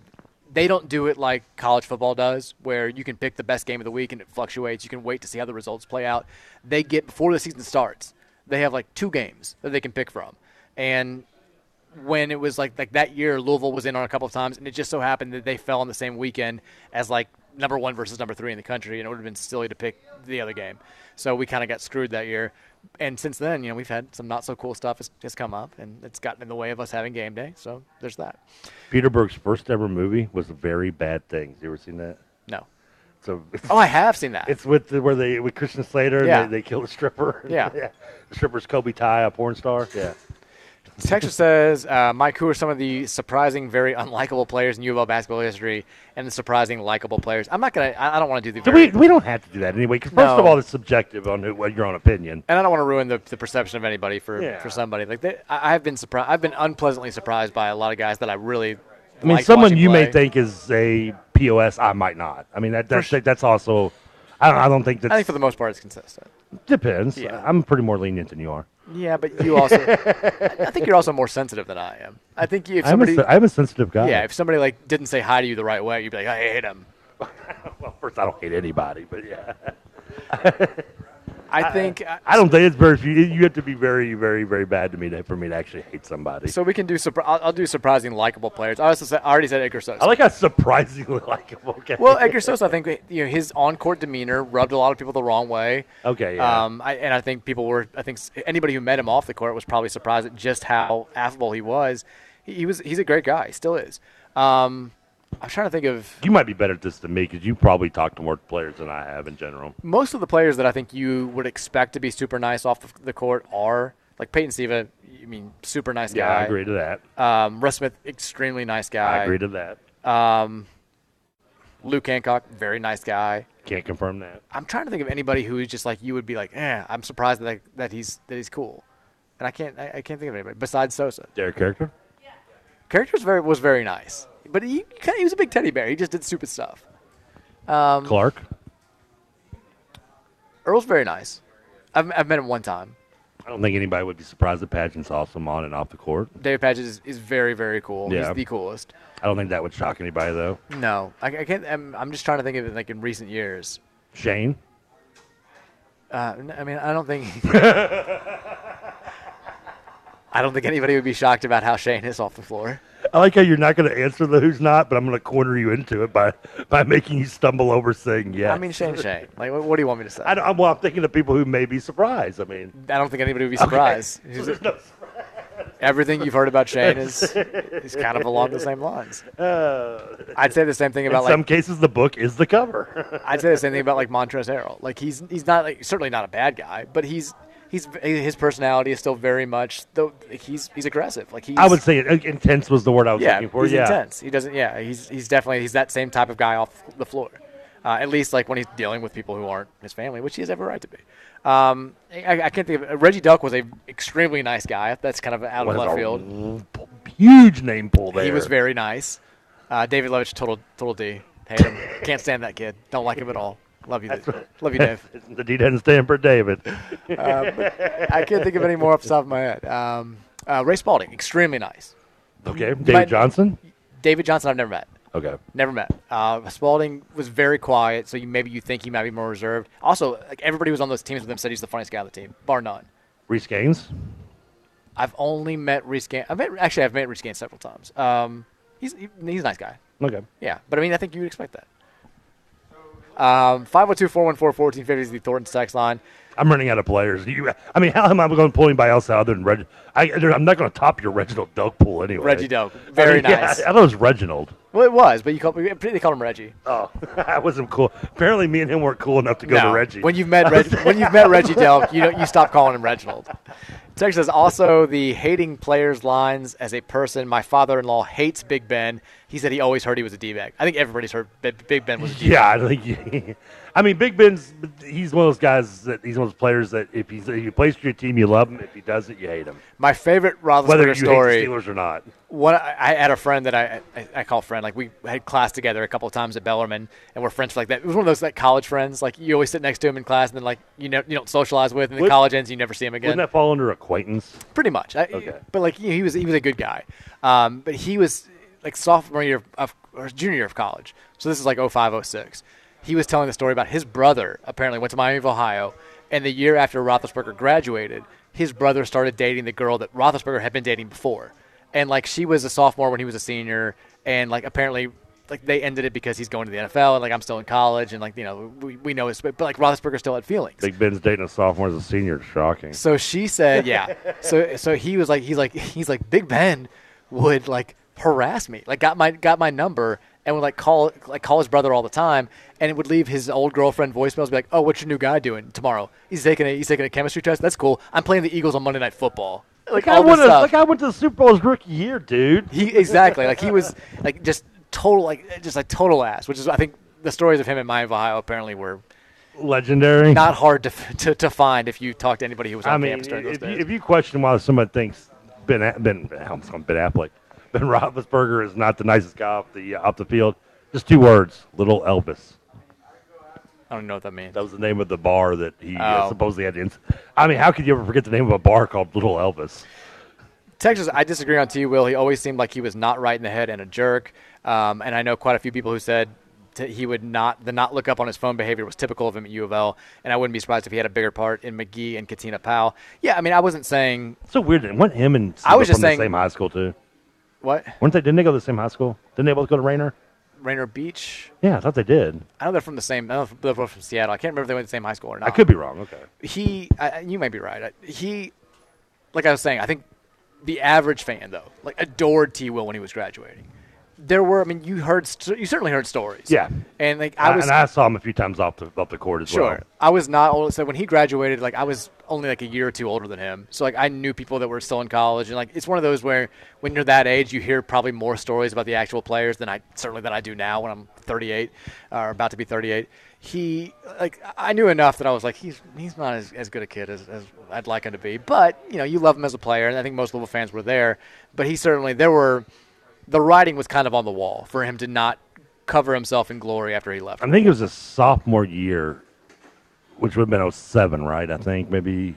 they don't do it like college football does where you can pick the best game of the week and it fluctuates you can wait to see how the results play out they get before the season starts they have like two games that they can pick from and when it was like like that year Louisville was in on a couple of times and it just so happened that they fell on the same weekend as like number 1 versus number 3 in the country and it would have been silly to pick the other game. So we kind of got screwed that year. And since then, you know, we've had some not so cool stuff has, has come up and it's gotten in the way of us having game day. So there's that. Peter Berg's first ever movie was Very Bad Things. You ever seen that? No. So it's, Oh, I have seen that. it's with the, where they with Christian Slater. Yeah. And they, they kill a stripper. Yeah. The stripper's Kobe Ty, a porn star. Yeah. Texas says, uh, Mike, who are some of the surprising, very unlikable players in U of L basketball history and the surprising likable players? I'm not going to, I I don't want to do the Do very- we we don't have to do that anyway. Because first of No. all, it's subjective on who, what your own opinion. and I don't want to ruin the, the perception of anybody for, Yeah. for somebody. Like they, I, I've been surprised. I've been unpleasantly surprised by a lot of guys that I really. I mean, liked someone watching you may play. think is a POS, I might not. I mean, that, that's that's also. I don't, I don't think that's. I think for the most part it's consistent. depends. Yeah. I'm pretty more lenient than you are. Yeah, but you also. I I think you're also more sensitive than I am. I think if I'm a, somebody. sen- I'm a sensitive guy. yeah, if somebody like didn't say hi to you the right way, you'd be like, I hate him. well, first I don't hate anybody, but yeah. I think. uh, I, I don't think it's very. few- You have to be very, very, very bad to me to, for me to actually hate somebody. so we can do. Surpri- I'll, I'll do surprising likable players. I also said, I already said Edgar Sosa. I like how surprisingly likable. Okay. Well, Edgar Sosa, I think you know his on-court demeanor rubbed a lot of people the wrong way. Okay, yeah. Um, I, and I think people were, I think s- anybody who met him off the court was probably surprised at just how affable he was. He, he was, he's a great guy, still is. Um, I'm trying to think of you might be better at this than me because you probably talk to more players than I have in general. most of the players that I think you would expect to be super nice off the, the court are like Peyton Siva. I mean, super nice Yeah, guy. I agree to that. Um, Russ Smith, extremely nice guy. I agree to that. Um, Luke Hancock, very nice guy. Can't confirm that. I'm trying to think of anybody who is just like you would be like, eh, I'm surprised that that he's that he's cool, and I can't I, I can't think of anybody besides Sosa. Derek character. Character was very was very nice, but he kind of, he was a big teddy bear. He just did stupid stuff. Um, Clark. Earl's very nice. I've, I've met him one time. I don't think anybody would be surprised that Pageant saw some on and off the court. David Padgett is, is very very cool. Yeah. He's the coolest. I don't think that would shock anybody though. No, I, I can't. I'm, I'm just trying to think of it like in recent years. Shane. Uh, n- I mean, I don't think. I don't think anybody would be shocked about how Shane is off the floor. I like how you're not going to answer the who's not, but I'm going to corner you into it by by making you stumble over saying yes. I mean, Shane, Shane. Like, what, what do you want me to say? I don't, I'm, well, I'm thinking of people who may be surprised. I mean, I don't think anybody would be Okay. surprised. So He's- there's no everything you've heard about Shane is, is kind of along the same lines. Uh. I'd say the same thing in about some like cases the book is the cover. I'd say the same thing about like Montrezl Harrell. Like he's he's not like certainly not a bad guy, but he's he's his personality is still very much though he's he's aggressive. Like he's I would say it, intense was the word I was yeah looking for. he's yeah, intense. He doesn't yeah he's he's definitely he's that same type of guy off the floor. Uh, at least like when he's dealing with people who aren't his family, which he has every right to be. Um, I, I can't think of Reggie Duck was a extremely nice guy. That's kind of out of Was left a field. Huge name pull there. He was very nice. Uh, David Levitch, total total D. Hate him. Can't stand that kid. Don't like him at all. Love you, love you, Dave. the D doesn't stand for David. Um, I can't think of any more off the top of my head. Um, uh, Ray Spalding, extremely nice. Okay, You David might- Johnson. David Johnson, I've never met. Okay. Never met. Uh, Spalding was very quiet, so you, maybe you think he might be more reserved. Also, like everybody who was on those teams with him said he's the funniest guy on the team, bar none. Reese Gaines. I've only met Reese Gaines. I've met, actually, I've met Reese Gaines several times. Um, he's, he- he's a nice guy. Okay. Yeah, but I mean, I think you would expect that. Um, 502-414-1450 is the Thornton text line. I'm running out of players. You, I mean, how am I going to pull anybody else out other than Reg? I, I'm not going to top your Reginald Doak pool anyway. Reggie Doak. Very I mean, yeah, nice. I, I thought it was Reginald. Well, it was, but you called, they called him Reggie. Oh, I wasn't cool. Apparently, me and him weren't cool enough to go No. to Reggie. When you've met Reg- when you've met Reggie Delk, you don't, you stop calling him Reginald. Text says also the hating players lines as a person. My father-in-law hates Big Ben. He said he always heard he was a d-bag. I think everybody's heard B- Big Ben was a d-bag. Yeah, I think. I mean, Big Ben's. He's one of those guys that he's one of those players that if he's if he plays for your team, you love him. If he doesn't, you hate him. My favorite Roethlisberger Whether you hate the story, Steelers or not. One, I I had a friend that I, I I call friend. Like we had class together a couple of times at Bellarmine, and we're friends for like that. It was one of those like college friends. Like you always sit next to him in class, and then like you know you don't socialize with, and then Would- college ends, you never see him again. Wouldn't that fall under acquaintance? Pretty much. I, Okay. But like you know, he was he was a good guy. Um, but he was like sophomore year of, of or junior year of college. So this is like 05, 06. He was telling the story about his brother apparently went to Miami of Ohio, and the year after Roethlisberger graduated, his brother started dating the girl that Roethlisberger had been dating before, and like she was a sophomore when he was a senior, and like apparently. Like they ended it because he's going to the NFL, and like I'm still in college, and like you know we, we know it's but like Roethlisberger still had feelings. Big Ben's dating a sophomore as a senior. is Shocking. So she said, yeah. so so he was like, he's like, he's like, Big Ben would like harass me, like got my got my number and would like call like call his brother all the time, and it would leave his old girlfriend voicemails, be like, oh, what's your new guy doing tomorrow? He's taking a he's taking a chemistry test. That's cool. I'm playing the Eagles on Monday Night Football. Like, all I this went to, stuff. like I went to the Super Bowl his rookie year, dude. He exactly like he was like just total like just like total ass, which is I think the stories of him in Miami of Ohio apparently were legendary. not hard to to, to find if you talk to anybody who was on I mean, campus during those if you, days. if you question why someone thinks Ben A- Ben I'm sorry, Ben Affleck, Ben Roethlisberger is not the nicest guy off the uh, off the field, just two words: little Elvis. I don't know what that means. That was the name of the bar that he uh, Oh. supposedly had. Ins- I mean, how could you ever forget the name of a bar called Little Elvis? Texas, I disagree on T. Will. He always seemed like he was not right in the head and a jerk. Um, and I know quite a few people who said t- he would not the not look up on his phone behavior was typical of him at U of L. And I wouldn't be surprised if he had a bigger part in McGee and Katina Powell. Yeah, I mean, I wasn't saying It's so weird. that- Weren't him and I was Silva just from saying- the same high school too? what Weren't they? Didn't they go to the same high school? Didn't they both go to Rainer? Rainier Beach. Yeah, I thought they did. I know they're from the same. I know they're both from Seattle. I can't remember if they went to the same high school or not. I could be wrong. Okay. he I, I- you might be right I- he like i was saying i think the average fan though like adored t will when he was graduating there were i mean you heard st- you certainly heard stories Yeah. and like i was and I saw him a few times off the off the court as sure well. i was not old so when he graduated like i was only like a year or two older than him so like i knew people that were still in college and like it's one of those where when you're that age you hear probably more stories about the actual players than i certainly than i do now when i'm 38 or about to be 38 he like i knew enough that i was like he's he's not as, as good a kid as, as i'd like him to be but you know you love him as a player and i think most Louisville fans were there but he certainly there were the writing was kind of on the wall for him to not cover himself in glory after he left I think it was a sophomore year, which would have been 07, right? I think maybe.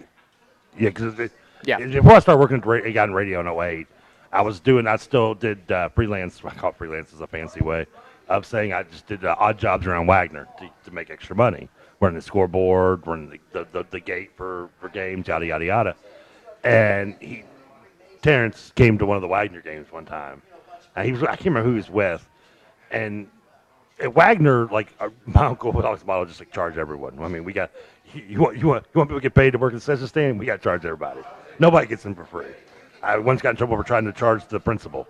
Yeah, because Yeah. before I started working, at ra- I got in radio in 08. I was doing, I still did uh, freelance. I call it freelance is a fancy way of saying I just did uh, odd jobs around Wagner to, to make extra money. Running the scoreboard, running the, the, the, the gate for, for games, yada, yada, yada. And he, Terrence came to one of the Wagner games one time. And he was, I can't remember who he was with. And at Wagner, like uh, my uncle would always model, just like charge everyone. I mean, we got you, you want you want you want people to get paid to work in the concession stand. We got to charge everybody. Nobody gets in for free. I once got in trouble for trying to charge the principal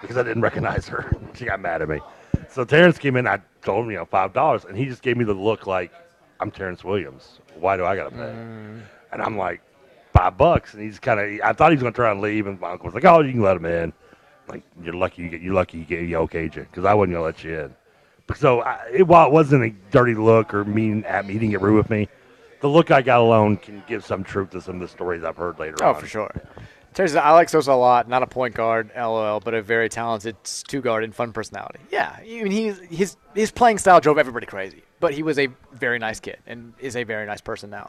because I didn't recognize her. she got mad at me. So Terrence came in. I told him, you know, five dollars, and he just gave me the look like I'm Terrence Williams. Why do I got to pay? And I'm like, five bucks. And he's kind of, I thought he was going to try and leave. And my uncle was like, oh, you can let him in. Like, you're lucky you get, you're lucky you get, you okayed you because I wasn't going to let you in. But so I, it, while it wasn't a dirty look or mean at me, he didn't get rude with me, the look I got alone can give some truth to some of the stories I've heard later Oh, on. for sure. Terry says, I like Sosa a lot. Not a point guard, lol, but a very talented two guard and fun personality. Yeah, I mean, he's, his his playing style drove everybody crazy, but he was a very nice kid and is a very nice person now.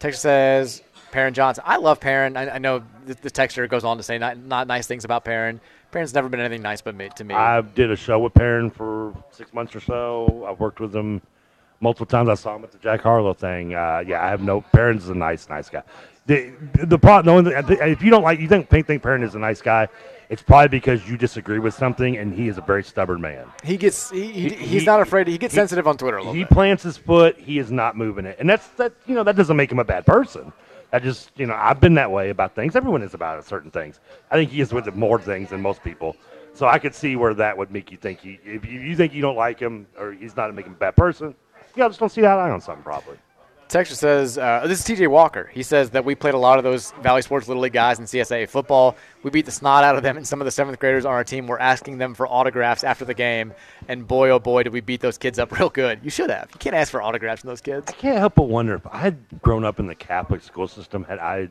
Texture says, Perrin Johnson. I love Perrin. I, I know the, the texture goes on to say not, not nice things about Perrin. Perrin's never been anything nice but me, to me. I did a show with Perrin for six months or so. I've worked with him multiple times. I saw him at the Jack Harlow thing. Uh, yeah, I have no. Perrin's a nice, nice guy. The the problem, no, if you don't like, you think think think Perrin is a nice guy. It's probably because you disagree with something, and he is a very stubborn man. he gets he, he, he's not afraid. He gets sensitive on Twitter a little He bit. plants his foot. He is not moving it, and that's that. You know that doesn't make him a bad person. I just you know I've been that way about things. Everyone is about certain things. I think he is with more things than most people. So I could see where that would make you think he. If you, you think you don't like him or he's not making a bad person, yeah, I just don't see that eye on something probably. Texture says, uh, this is TJ Walker. He says that we played a lot of those Valley Sports Little League guys in CSA football. We beat the snot out of them, and some of the seventh graders on our team were asking them for autographs after the game. And boy, oh boy, did we beat those kids up real good. You should have. You can't ask for autographs from those kids. I can't help but wonder if I had grown up in the Catholic school system, had I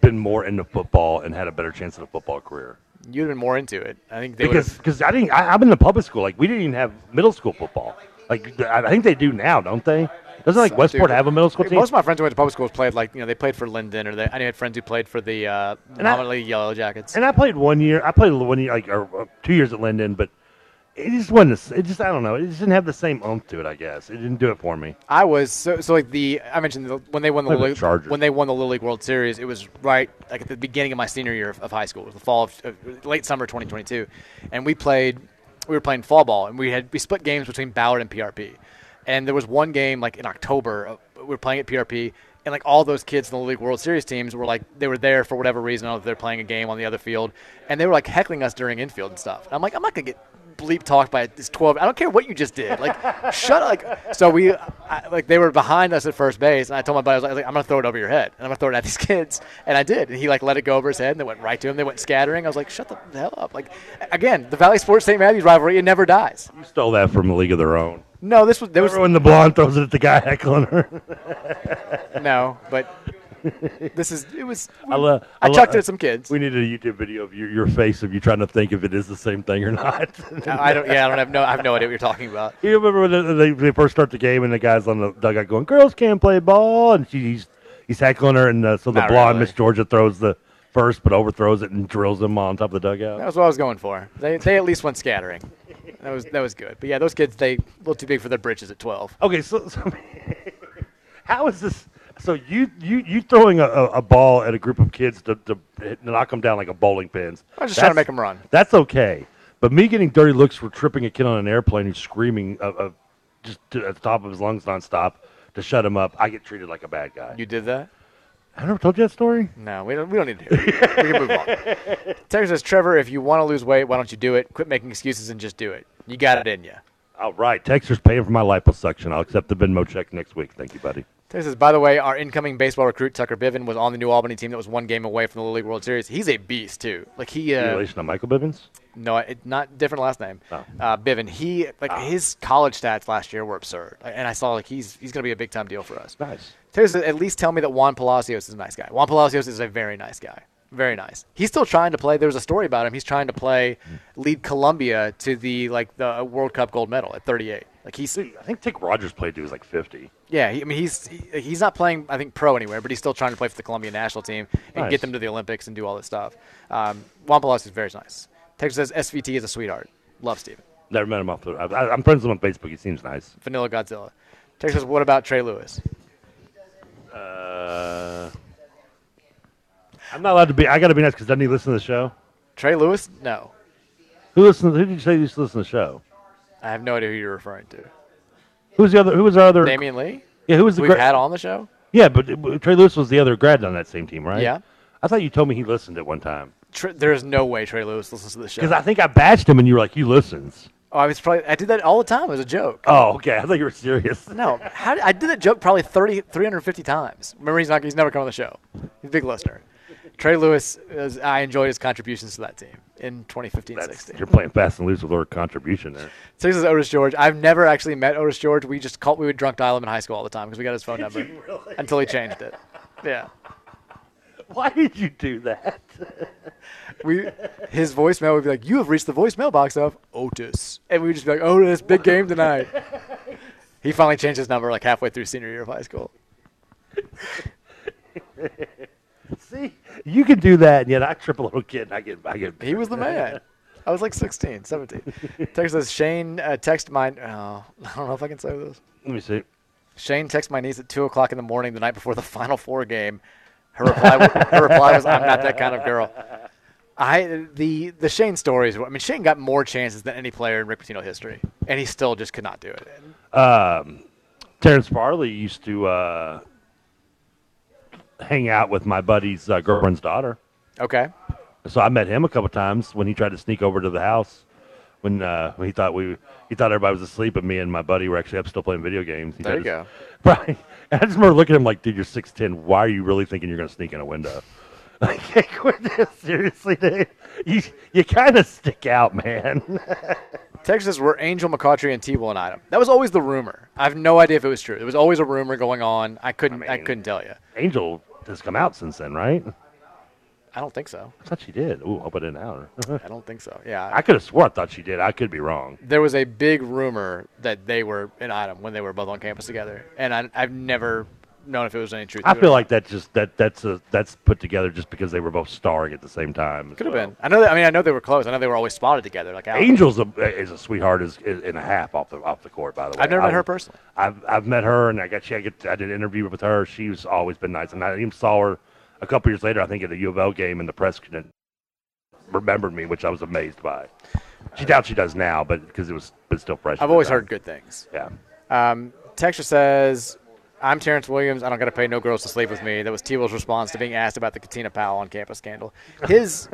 been more into football and had a better chance at a football career. You'd have been more into it. I think they Because would've- because I didn't I, I'm in the public school like we didn't even have middle school football like I I think they do now don't they doesn't like Some Westport dude- have a middle school team Most of my friends who went to public schools played like you know they played for Linden or they, I had friends who played for the uh, And I- nominally Yellow Jackets. And I played one year. I played one year, like or, uh, two years at Linden, but it just wasn't. the s- It just I don't know. It just didn't have the same oomph to it. I guess it didn't do it for me. I was so, so like the I mentioned the, when they won the Little Played with League, the Chargers. when they won the Little League World Series, it was right like at the beginning of my senior year of, of high school. It was the fall of of- late summer 2022, and we played we were playing fall ball and we had we split games between Ballard and PRP, and there was one game like in October uh, we were playing at PRP. And like all those kids in the Little League World Series teams were like they were there for whatever reason. I don't know if they're playing a game on the other field, and they were like heckling us during infield and stuff. And I'm like, I'm not gonna get bleep talked by this 12. I don't care what you just did. Like, shut up. Like, so we, I, like, they were behind us at first base, and I told my buddy, I was like, I was like, I'm gonna throw it over your head, and I'm gonna throw it at these kids, and I did, and he like let it go over his head, and they went right to him. They went scattering. I was like, shut the hell up. Like, again, the Valley Sports St. Matthews rivalry, it never dies. You stole that from a league of their own. No, this was there was Remember when the blonde throws it at the guy heckling her? no, but this is it was. I, lo- I lo- chucked it at some kids. We needed a YouTube video of your, your face of you trying to think if it is the same thing or not. I don't. Yeah, I don't have no. I have no idea what you're talking about. You remember when they- they, they first start the game and the guy's on the dugout going, "Girls can't play ball," and she's he's heckling her, and uh, so the Not blonde really. Miss Georgia throws the first, but overthrows it and drills him on top of the dugout. That was what I was going for. They, they at least went scattering. That was that was good. But yeah, those kids they a little too big for their britches at 12. Okay, so, so how is this? So you you you throwing a, a, a ball at a group of kids to, to hit- knock them down like a bowling pins? I was just trying to That's- make 'em run. That's okay, but me getting dirty looks for tripping a kid on an airplane who's screaming of, of just to, at the top of his lungs nonstop to shut him up, I get treated like a bad guy. You did that? I never told you that story. No, we don't. We don't need to. Hear it. We can move on. Texas says, Trevor, if you want to lose weight, why don't you do it? Quit making excuses and just do it. You got it in you. All right, Texas paying for my liposuction. I'll accept the Venmo check next week. Thank you, buddy. Texas says, by the way, our incoming baseball recruit Tucker Biven was on the New Albany team that was one game away from the Little League World Series. He's a beast too. Like he. You Uh, relation to Michael Bivens? No, it, not different last name. Uh, Biven. He like his college stats last year were absurd, and I saw like he's he's gonna be a big time deal for us. Nice. Texas, at least tell me that Juan Palacios is a nice guy. Juan Palacios is a very nice guy. Very nice. He's still trying to play. There was a story about him. He's trying to play, lead Colombia to the like the World Cup gold medal at 38. Like he's. I think Tick Rogers played. Dude was like fifty. Yeah, he, I mean he's he, he's not playing I think pro anywhere, but he's still trying to play for the Colombia national team and Nice. get them to the Olympics and do all this stuff. Um, Juan Palacios is very nice. Texas says SVT is a sweetheart. Love Steven. Never met him off the. I, I'm friends with him on Facebook. He seems nice. Vanilla Godzilla. Texas, what about Trey Lewis? Uh, I'm not allowed to be. I got to be nice because doesn't he listen to the show? Trey Lewis? No. Who listens? Who did you say used to listen to the show? I have no idea who you're referring to. Who's the other? Who was our other? Damian Lee? Yeah, who was the We've gra- had on the show? Yeah, but uh, Trey Lewis was the other grad on that same team, right? Yeah. I thought you told me he listened at one time Tre- there is no way Trey Lewis listens to this show. because I think I bashed him and you were like, "He listens." oh, I was probably I did that all the time. It was a joke. Oh, okay. I thought you were serious. No, how, did- I did that joke probably 30, 350 times. Remember, he's not he's never come on the show. He's a big listener. Trey Lewis, is, I enjoyed his contributions to that team in 2015-16. You're playing fast and loose with our contribution there. Six is Otis George. I've never actually met Otis George. We just called, we would drunk dial him in high school all the time because we got his phone number until he changed it. Yeah. Why did you do that? we his voicemail would be like, "You have reached the voicemail box of Otis," and we'd just be like, "Otis, big game tonight." he finally changed his number like halfway through senior year of high school. See, you can do that, and yet I trip a little kid, and I get, I get. He was the man. I was like 16, 17. Text says Shane uh, text my. Oh, I don't know if I can say this. Let me see. Shane texted my niece at two o'clock in the morning the night before the Final Four game. Her reply, wa- her reply was, "I'm not that kind of girl." I the the Shane stories. I mean, Shane got more chances than any player in Rick Pitino history, and he still just could not do it. Um, Terrence Farley used to uh, hang out with my buddy's uh, girlfriend's daughter. Okay. So I met him a couple times when he tried to sneak over to the house when uh, when he thought we he thought everybody was asleep and me and my buddy were actually up still playing video games. He There you tried to go. s- Right. And I just remember looking at him like, dude, you're six ten. Why are you really thinking you're gonna sneak in a window? Like, seriously, dude, you you kind of stick out, man. Texas were Angel McCautry and Tebow an item. That was always the rumor. I have no idea if it was true. There was always a rumor going on. I couldn't. I, couldn't tell you. Angel has come out since then, right? I don't think so. I thought she did. Ooh, I put in an hour. I don't think so. Yeah. I could have swore I thought she did. I could be wrong. there was a big rumor that they were an item when they were both on campus together, and I, I've never known if it was any truth. I to it. feel like that just that that's a that's put together just because they were both starring at the same time. as could have well. been. I know that. I mean, I know they were close. I know they were always spotted together. Like out. Angel's a, is a sweetheart is, is and a half off the off the court. By the way, I've never met I- her personally. I've I've met her and I got she I, get, I did an interview with her. She's always been nice, and I even saw her a couple years later. I think at a U of L game, and the press couldn't remembered me, which I was amazed by. She doubts she does now, but because it was but still fresh. at I've the always time. heard good things. Yeah. Um, Texture says, "I'm Terrence Williams. I don't got to pay no girls to sleep with me." That was Tebow's response to being asked about the Katina Powell on campus scandal. His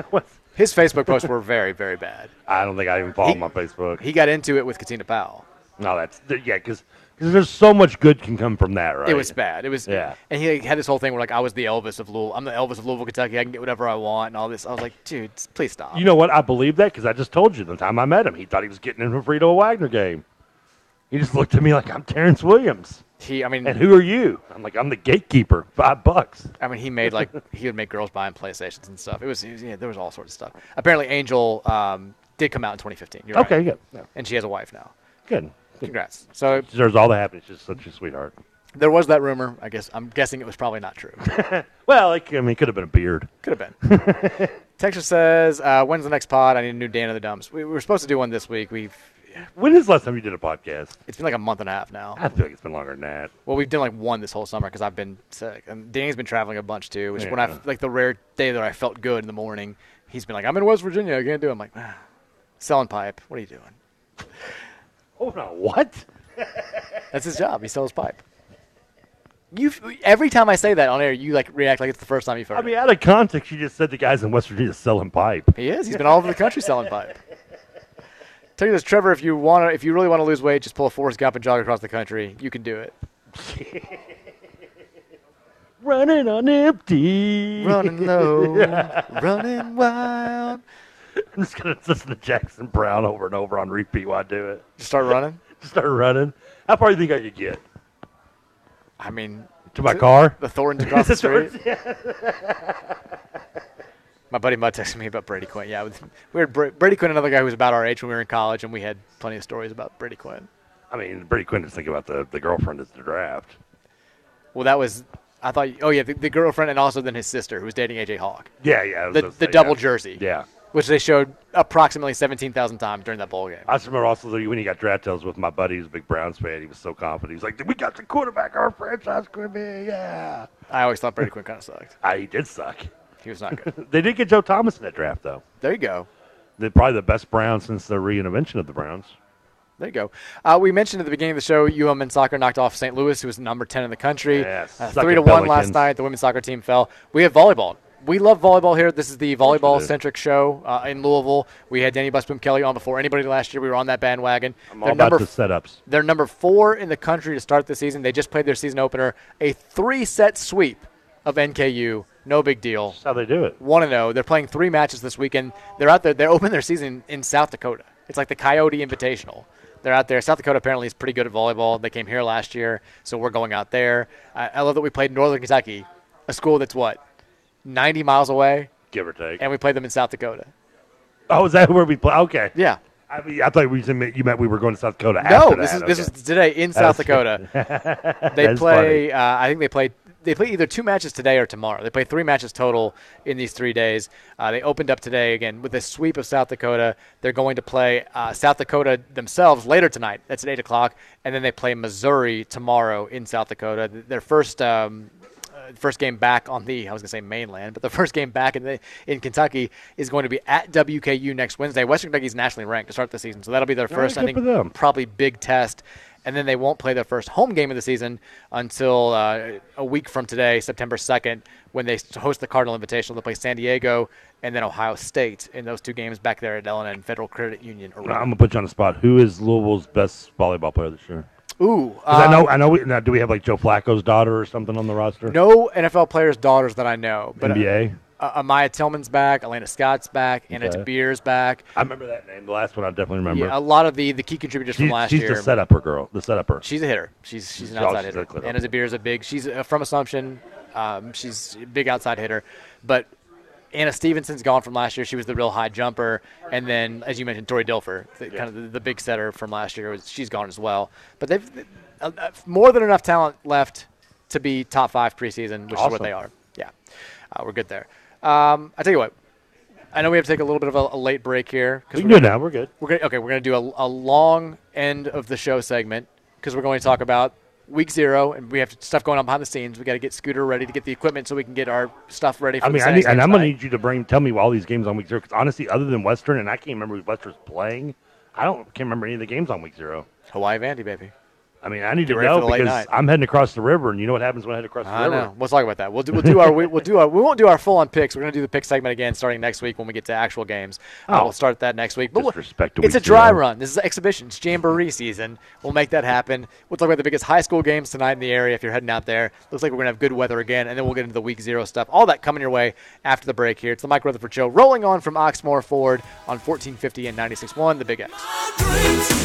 his Facebook posts were very very bad. I don't think I even follow him on Facebook. He got into it with Katina Powell. No, that's th- yeah, because there's so much good can come from that, right? It was bad. It was Yeah. And he like, had this whole thing where like I was the Elvis of Louisville. I'm the Elvis of Louisville, Kentucky. I can get whatever I want and all this. I was like, dude, s- please stop. You know what? I believe that because I just told you the time I met him, he thought he was getting in a Frito Wagner game. He just looked at me like I'm Terrence Williams. He, I mean, and who are you? I'm like, I'm the gatekeeper. Five bucks. I mean, he made like he would make girls buy him PlayStations and stuff. It was, it was- yeah, there was all sorts of stuff. Apparently, Angel um, did come out in 2015. You're Okay, right. good. Yeah. And she has a wife now. Good. Congrats. So She deserves all the happiness. She's such a sweetheart. there was that rumor. I guess I'm guessing it was probably not true. Well, like, I mean, it could have been a beard. Could have been. Texture says, uh, "When's the next pod? I need a new Dan of the Dumps. We, we were supposed to do one this week. We've when is the last time you did a podcast? It's been like a month and a half now. I feel like it's been longer than that. Well, we've done like one this whole summer because I've been sick, and Danny's been traveling a bunch too. Which when I Yeah. like the rare day that I felt good in the morning, he's been like, "I'm in West Virginia. I can't do." It. I'm like, ah, "Selling pipe? What are you doing?" Hold on, Oh, what? That's his job. He sells pipe. You every time I say that on air, you like react like it's the first time you've heard. I mean, out of context, you just said the guys in West Virginia selling pipe. He is. He's been all over the country selling pipe. Tell you this, Trevor. If you want to, if you really want to lose weight, just pull a Forrest Gump and jog across the country. You can do it. Running on empty. Running low, running wild. I'm just gonna listen to Jackson Brown over and over on repeat while I do it. Just start running. Just start running. How far do you think I could get? I mean, To my car? The Thorntons across the Thorntons, street. my buddy Mud texted me about Brady Quinn. Yeah, with- we had Bra- Brady Quinn, another guy who was about our age when we were in college, and we had plenty of stories about Brady Quinn. I mean, Brady Quinn is thinking about the, the girlfriend at the draft. Well, that was I thought. Oh yeah, the, the girlfriend and also then his sister who was dating AJ Hawk. Yeah, yeah. I was The, gonna the say, double yeah. jersey. Yeah. Which they showed approximately seventeen thousand times during that bowl game. I just remember also that when he got drafted, I was with my buddy who's a big Browns fan. He was so confident. He was like, "Dude, we got the quarterback our franchise could be. Yeah. I always thought Brady Quinn kind of sucked. I, he did suck. He was not good. they did get Joe Thomas in that draft, though. There you go. They're probably the best Browns since the reinvention of the Browns. There you go. Uh, we mentioned at the beginning of the show, UM and soccer knocked off St. Louis, who was number ten in the country. Yes, Uh, suck three it, to one last Pelicans. night. The women's soccer team fell. We have volleyball. We love volleyball here. This is the volleyball centric show uh, in Louisville. We had Danny Busboom Kelly on before anybody last year. We were on that bandwagon. I'm all about the setups. They're number four in the country to start the season. They just played their season opener, a three-set sweep of NKU. No big deal. That's how they do it. One to know. They're playing three matches this weekend. They're out there. They open their season in South Dakota. It's like the Coyote Invitational. They're out there. South Dakota apparently is pretty good at volleyball. They came here last year, so we're going out there. I, I love that we played Northern Kentucky, a school that's what 90 miles away. Give or take. And we played them in South Dakota. Oh, is that where we play? Okay. Yeah. I, mean, I thought you meant, you meant we were going to South Dakota. No, after this that. is this Okay. was today in That's- South Dakota. they That's play. Uh, I think they play. They play either two matches today or tomorrow. They play three matches total in these three days. Uh, they opened up today again with a sweep of South Dakota. They're going to play uh, South Dakota themselves later tonight. That's at eight o'clock, and then they play Missouri tomorrow in South Dakota. Th- Their first. Um, uh, First game back on the I was gonna say mainland, but the first game back in the in Kentucky is going to be at WKU next Wednesday. Western Kentucky's nationally ranked to start the season, so that'll be their All right, first. I good think for them. probably big test. And then they won't play their first home game of the season until uh, a week from today, September 2nd, when they host the Cardinal Invitational. They play San Diego and then Ohio State in those two games back there at LNN Federal Credit Union I'm Arena. gonna put you on the spot. Who is Louisville's best volleyball player this year? Ooh, 'Cause I know. um, I know. We, now, do we have like Joe Flacco's daughter or something on the roster? No NFL players' daughters that I know. But uh, NBA? Uh, Amaya Tillman's back, Elena Scott's back, Anna Okay. Beer's back. I remember that name. The last one I definitely remember. Yeah, a lot of the, the key contributors She- from last she's year. the setup girl. The setup She's a hitter. She's she's an Oh, outside she's a hitter. clear- Anna Zabir is a big. She's uh, from Assumption. Um, she's a big outside hitter, but Anna Stevenson's gone from last year. She was the real high jumper, and then as you mentioned, Tori Dilfer, the, kind of the, the big setter from last year, was, she's gone as well. But they've uh, uh, more than enough talent left to be top five preseason, which is what Awesome. they are. Yeah, uh, we're good there. Um, I tell you what. I know we have to take a little bit of a, a late break here. 'cause We can we're do it gonna- now. We're good. We're gonna, okay. We're going to do a, a long end of the show segment because we're going to talk about week zero, and we have stuff going on behind the scenes. We got to get Scooter ready to get the equipment so we can get our stuff ready. For I mean, the I need, Saints and games I'm gonna tonight. need you to bring tell me all these games on week zero. Because honestly, other than Western, and I can't remember who Western's playing. I don't can't remember any of the games on week zero. Hawaii Vandy, baby. I mean, I need Get to ready for know the late night. because I'm heading across the river, and you know what happens when I head across the I river? know. We'll talk about that. We'll do. We'll do our. We, we'll do our. We won't do our full on picks. We're going to do the pick segment again starting next week when we get to actual games. Uh, Oh. we'll start that next week. But we'll- Disrespect to it's a week dry zero. run. This is exhibition. It's jamboree season. We'll make that happen. We'll talk about the biggest high school games tonight in the area. If you're heading out there, looks like we're gonna have good weather again, and then we'll get into the week zero stuff. All that coming your way after the break. Here, it's the Mike Rutherford Show, rolling on from Oxmoor Ford on 1450 and 96.1, the Big X.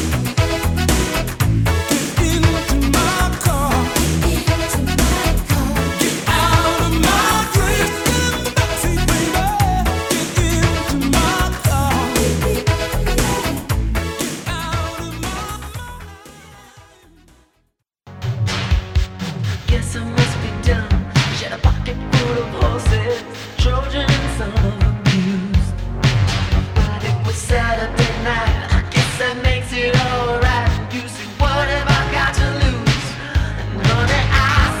Guess I must be dumb. Shed a pocket full of horses, Trojan and some abused. But it was Saturday night. I guess that makes it alright. You see, what have I got to lose? And honey, I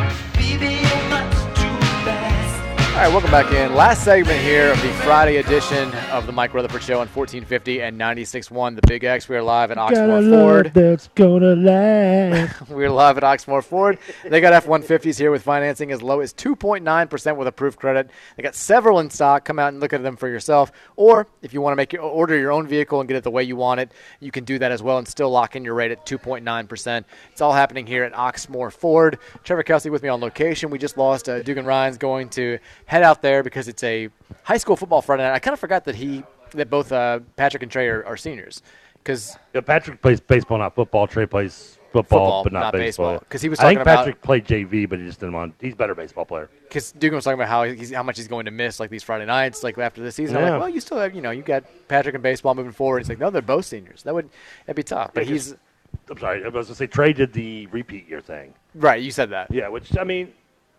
say, leave it, call it. Baby, you're much too fast. All right, welcome back in. Last segment here of the Friday edition of the Mike Rutherford Show on 1450 and 96.1, the Big X. We are live at Oxmoor Ford. that's gonna last. We're live at Oxmoor Ford. They got F 150s here with financing as low as 2.9% with approved credit. They got several in stock. Come out and look at them for yourself. Or if you want to make your, order your own vehicle and get it the way you want it, you can do that as well and still lock in your rate at 2.9%. It's all happening here at Oxmoor Ford. Trevor Kelsey with me on location. We just lost uh, Dugan Ryan's going to head out there because it's a high school football Friday night. I kind of forgot that he that both uh, Patrick and Trey are, are seniors. Because Yeah, Patrick plays baseball, not football. Trey plays football, Football, but not, not baseball. baseball. 'Cause he was I think talking about- Patrick played JV, but he just didn't want. He's a better baseball player. because Dugan was talking about how he's, how much he's going to miss like these Friday nights, like after the season. I'm Yeah. like, well, you still have, you know, you got Patrick and baseball moving forward. He's like, no, they're both seniors. That would that'd be tough. But Yeah, 'cause- he's I'm sorry. I was gonna say Trey did the repeat year thing. right. You said that. Yeah, which I mean,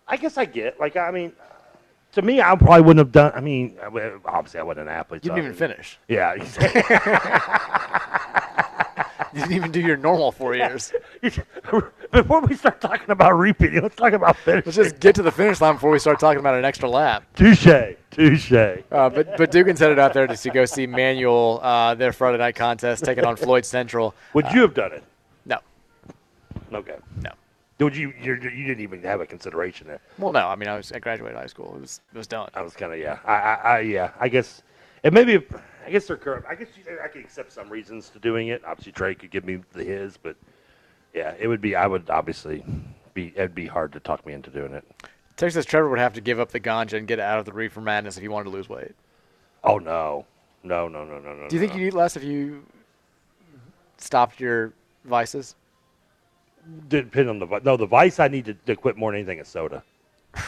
I guess I get. Like, I mean, to me, I probably wouldn't have done. I mean, I would- obviously, I wasn't an athlete. You so didn't I- even finish. Yeah, exactly. you didn't even do your normal four years. Before we start talking about repeating, let's talk about finishing. Let's just get to the finish line before we start talking about an extra lap. Touche, touche. Uh, but but Dugan's headed out there to see, go see Manuel uh, their Friday night contest taking on Floyd Central. Would you have done it? No. Okay. No. Would you? You're, you didn't even have a consideration there. Well, no. I mean, I was I graduated high school. It was it was done. I was kind of yeah. I, I, I yeah. I guess and maybe if- I guess they're current. I guess you, I could accept some reasons to doing it. Obviously, Trey could give me the his, but yeah, it would be. I would obviously be. It'd be hard to talk me into doing it. Texas Trevor would have to give up the ganja and get out of the reefer madness if he wanted to lose weight. Oh no, no, no, no, no, no. Do you think no. you'd eat less if you stopped your vices? depend on the vi- no the vice I need to, to quit more than anything is soda.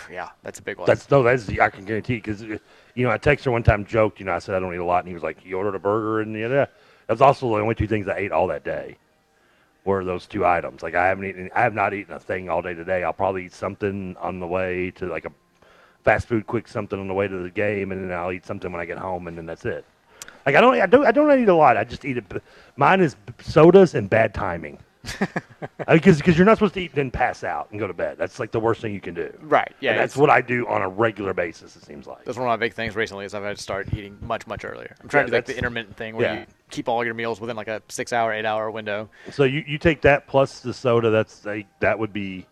Yeah, that's a big one. That's no, that's I can guarantee because you know I texted her one time, joked, you know, I said I don't eat a lot, and he was like, you ordered a burger and yeah, that was also the only two things I ate all that day were those two items. Like I haven't eaten, I have not eaten a thing all day today. I'll probably eat something on the way to like a fast food quick something on the way to the game, and then I'll eat something when I get home, and then that's it. Like I don't, I don't, I don't eat a lot. I just eat it. Mine is sodas and bad timing. Because because you're not supposed to eat and then pass out and go to bed. That's like the worst thing you can do. Right, yeah, And that's it's- what I do on a regular basis. It seems like. That's one of my big things recently is I've had to start eating much, much earlier. I'm trying Yeah, to do like the that's- intermittent thing where yeah. you keep all your meals within like a six hour, eight hour window. So you, you take that plus the soda. That's like that would be,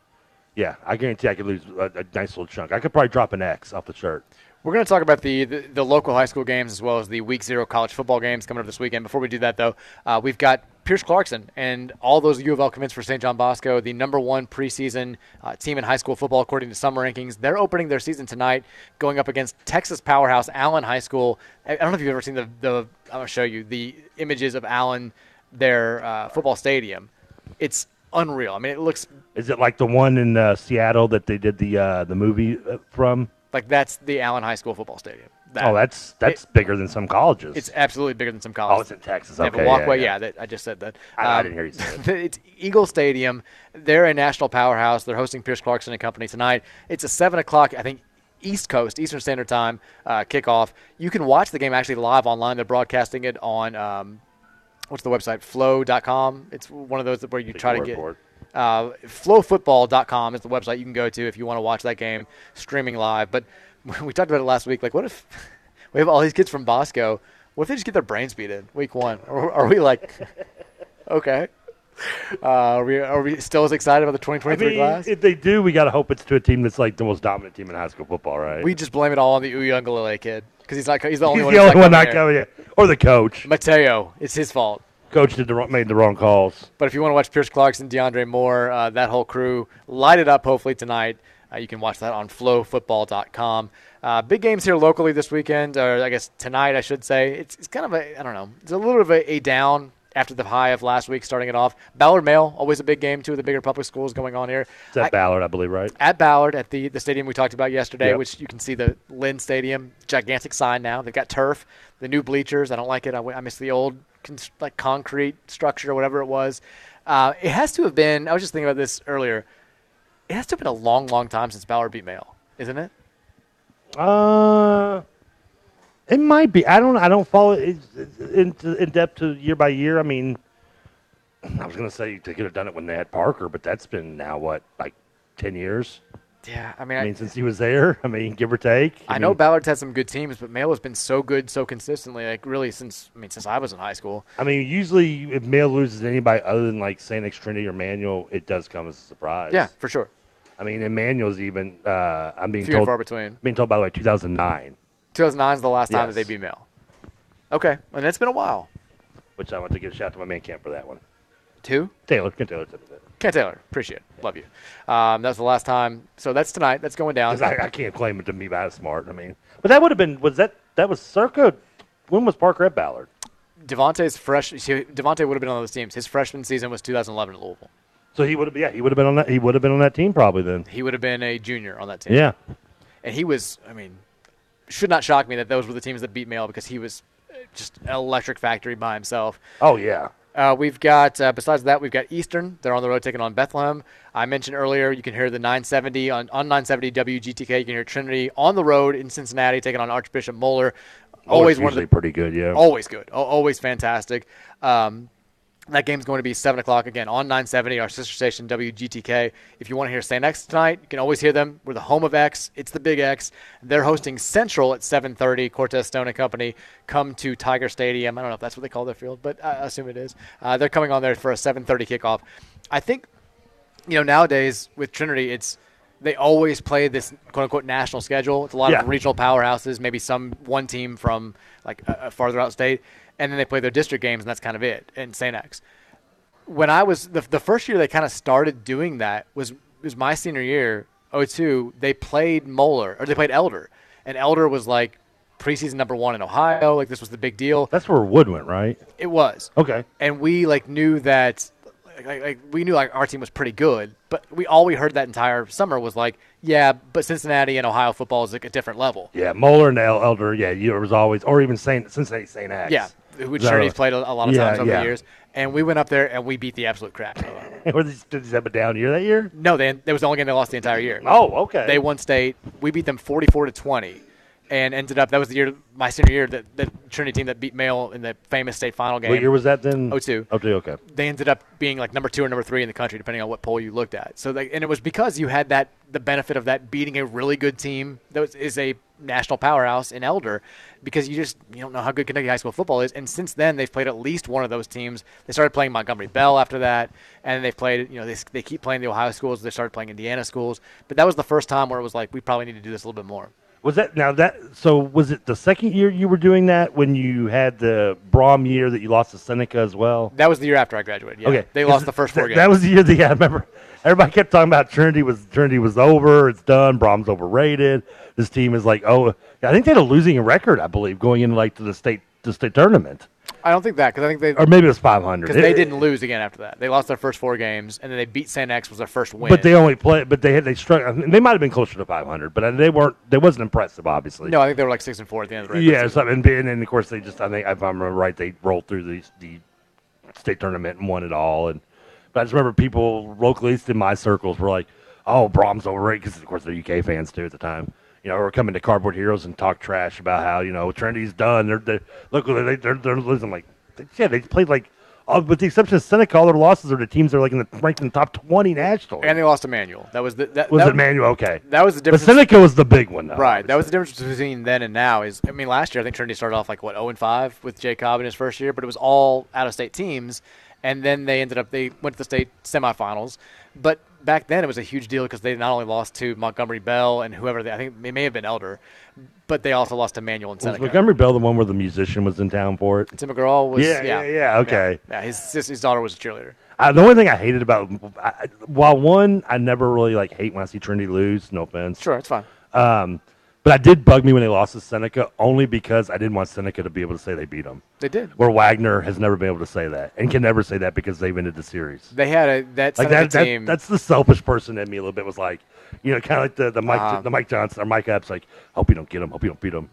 yeah. I guarantee I could lose a, a nice little chunk. I could probably drop an X off the shirt. We're going to talk about the, the, the local high school games as well as the week zero college football games coming up this weekend. Before we do that, though, uh, we've got Pierce Clarkson and all those U of L commits for St. John Bosco, the number one preseason uh, team in high school football according to some rankings. They're opening their season tonight, going up against Texas powerhouse Allen High School. I, I don't know if you've ever seen the, the I'm going to show you the images of Allen, their uh, football stadium. It's unreal. I mean, it looks Is it like the one in uh, Seattle that they did the uh, the movie uh, from? like that's the Allen High School football stadium. That- oh, that's that's bigger than some colleges. It's absolutely bigger than some colleges. Oh, it's in Texas. They have Okay, a yeah, walkway. yeah. Yeah, that, I just said that. I- I didn't hear you say that. it's Eagle Stadium. They're a national powerhouse. They're hosting Pierce Clarkson and Company tonight. It's a seven o'clock. I think. East Coast, Eastern Standard Time uh, kickoff. You can watch the game actually live online. They're broadcasting it on um, what's the website? Flow.com. It's one of those that- where you try to word get. for it. Uh, flowfootball.com is the website you can go to if you want to watch that game streaming live. But we talked about it last week. Like, what if we have all these kids from Bosco? What if they just get their brains beat in week one? Or are we like, okay, uh, are we are we still as excited about the 2023 I mean, class? if they do, we gotta hope it's to a team that's like the most dominant team in high school football, right? We just blame it all on the Uyunglele kid because he's not co- he's the only He's one the who's only one not here. coming in, or the coach. Mateo, it's his fault. Coach did the wrong, made the wrong calls. But if you want to watch Pierce Clarkson, DeAndre Moore, uh, that whole crew light it up hopefully tonight. Uh, you can watch that on flowfootball.com. Uh, big games here locally this weekend, or I guess tonight, I should say. It's, it's kind of a, I don't know, it's a little bit of a, a down after the high of last week, starting it off. Ballard Mail, always a big game, two of the bigger public schools going on here. It's at I- Ballard, I believe, right? at Ballard at the, the stadium we talked about yesterday, Yep. which you can see the Lynn Stadium gigantic sign now. They've got turf, the new bleachers. I don't like it. I, w- I miss the old cons- like concrete structure or whatever it was. Uh, it has to have been. I was just thinking about this earlier. It has to have been a long, long time since Ballard beat Mail, isn't it? Uh, it might be. I don't. I don't follow it in, in depth to year by year. I mean, I was gonna say they could have done it when they had Parker, but that's been now what like ten years. Yeah, I mean, I I, mean, since he was there, I mean, give or take. I know mean, Ballard's had some good teams, but Mail has been so good so consistently, like really since I mean since I was in high school. I mean, usually if Mail loses to anybody other than like Saint Trinity or Manuel, it does come as a surprise. Yeah, for sure. I mean, and Manuel's even. Uh, I'm being Few and told far between. Being told by the way, 2009, 2009 is the last time that they Yes. beat Mail. Okay, and it's been a while. which I want to give a shout out to my man Camp for that one. Two. Taylor, Ken Taylor tipped it. Kent Taylor, appreciate it. Love you. Um, that was the last time. So that's tonight. That's going down. 'Cause I, I can't claim it to be that smart. I mean, but that would have been was that that was circa when was Parker at Ballard? Devontae's fresh. Devontae would have been on those teams. His freshman season was 2011 at Louisville. So he would have yeah he would have been on that he would have been on that team probably then. He would have been a junior on that team. Yeah, And he was, I mean, should not shock me that those were the teams that beat Mail because he was uh, just an electric factory by himself. Oh, yeah. Uh, we've got, uh, besides that, we've got Eastern. They're on the road taking on Bethlehem. I mentioned earlier you can hear the 970 on, on 970 WGTK. You can hear Trinity on the road in Cincinnati taking on Archbishop Moeller. Always one of usually the pretty good. Yeah, Always good. Al- Always fantastic. Um, that game's going to be 7 o'clock again on 970, our sister station, WGTK. If you want to hear St. X tonight, you can always hear them. We're the home of X. It's the big X. They're hosting Central at 730. Cortez Stone and Company come to Tiger Stadium. I don't know if that's what they call their field, but I assume it is. Uh, they're coming on there for a 730 kickoff. I think you know nowadays with Trinity, it's they always play this quote unquote national schedule. It's a lot Yeah. of regional powerhouses, maybe some one team from like a, a farther out state, and then they play their district games, and that's kind of it. And St. X. When I was the, the first year they kind of started doing that was was my senior year, 02, They played Moeller or they played Elder, and Elder was like preseason number one in Ohio. Like this was the big deal. that's where Wood went right. It was. Okay. And we like knew that like, like we knew like our team was pretty good, but we all we heard that entire summer was like, yeah, but Cincinnati and Ohio football is like a different level. Yeah, Moeller and El- Elder. Yeah, you, it was always, or even Saint Cincinnati Saint Acts. Yeah, which Journey's played a, a lot of Yeah, times over yeah. the years, and we went up there and we beat the absolute crap out of them. Were they did they have a down year that year? No, they, that was the only game they lost the entire year. Oh, okay. They won state. We beat them 44 to 20 and ended up, that was the year, my senior year, that the Trinity team that beat Mail in the famous state final game. What year was that then? Oh, two. Oh, two. Okay. They ended up being like number two or number three in the country, depending on what poll you looked at. So, they, and it was because you had that, the benefit of that beating a really good team that was, is a national powerhouse in Elder because you just, you don't know how good Kentucky high school football is. And since then, they've played at least one of those teams. They started playing Montgomery Bell after that, and they've played, you know, they, they keep playing the Ohio schools. They started playing Indiana schools. But that was the first time where it was like, we probably need to do this a little bit more. Was that now that? So was it the second year you were doing that when you had the Brom year that you lost to Seneca as well? That was the year after I graduated. Yeah. Okay, They 'cause lost the first four th- games. That was the year that yeah, I remember. Everybody kept talking about Trinity was Trinity was over. It's done. Brom's overrated. This team is like oh, I think they had a losing record. I believe going in like to the state the state tournament, I don't think that because I think they or maybe it was five hundred. because they didn't lose again after that. They lost their first four games, and then they beat San X was their first win. But they only played. But they had they struck. I mean, They might have been closer to five hundred, but they weren't. They wasn't impressive, obviously. no, I think they were like six and four at the end of the regular Yeah, season. so, and, and then of course they just I think if I remember right they rolled through the the state tournament and won it all and but I just remember people locally, at least in my circles, were like, "Oh, Brom's overrated," because of course they're UK fans too at the time. You know, were coming to Cardboard Heroes and talk trash about how you know Trinity's done. They're, they're look, they- they're they're losing like yeah they played like oh, with the exception of Seneca, all their losses are to teams that are like in the ranked in the top twenty nationally. and they lost Emmanuel. That was the that Was that, Emmanuel okay? That was the difference. But Seneca was the big one though. right, that was the difference between then and now. Is I mean, last year I think Trinity started off like what zero and five with Jacob in his first year, but it was all out of state teams, and then they ended up they went to the state semifinals, but. Back then, it was a huge deal because they not only lost to Montgomery Bell and whoever they, I think it may have been Elder, but they also lost to Manuel and Was Seneca. Montgomery Bell the one where the musician was in town for it? Tim McGraw was Yeah, yeah, yeah, okay. yeah, his sis- his daughter was a cheerleader. I, the only thing I hated about, I, I- while one, I never really like hate when I see Trinity lose. No offense. Sure, it's fine. Um, but I did bug me when they lost to Seneca only because I didn't want Seneca to be able to say they beat them. They did. Where Wagner has never been able to say that and can never say that because they've ended the series. They had a that Like Seneca that, that- team. that's the selfish person in me a little bit was like, you know, kind of like the, the Mike Um, the Mike Johnson or Mike Epps like, hope you don't get him, hope you don't beat him.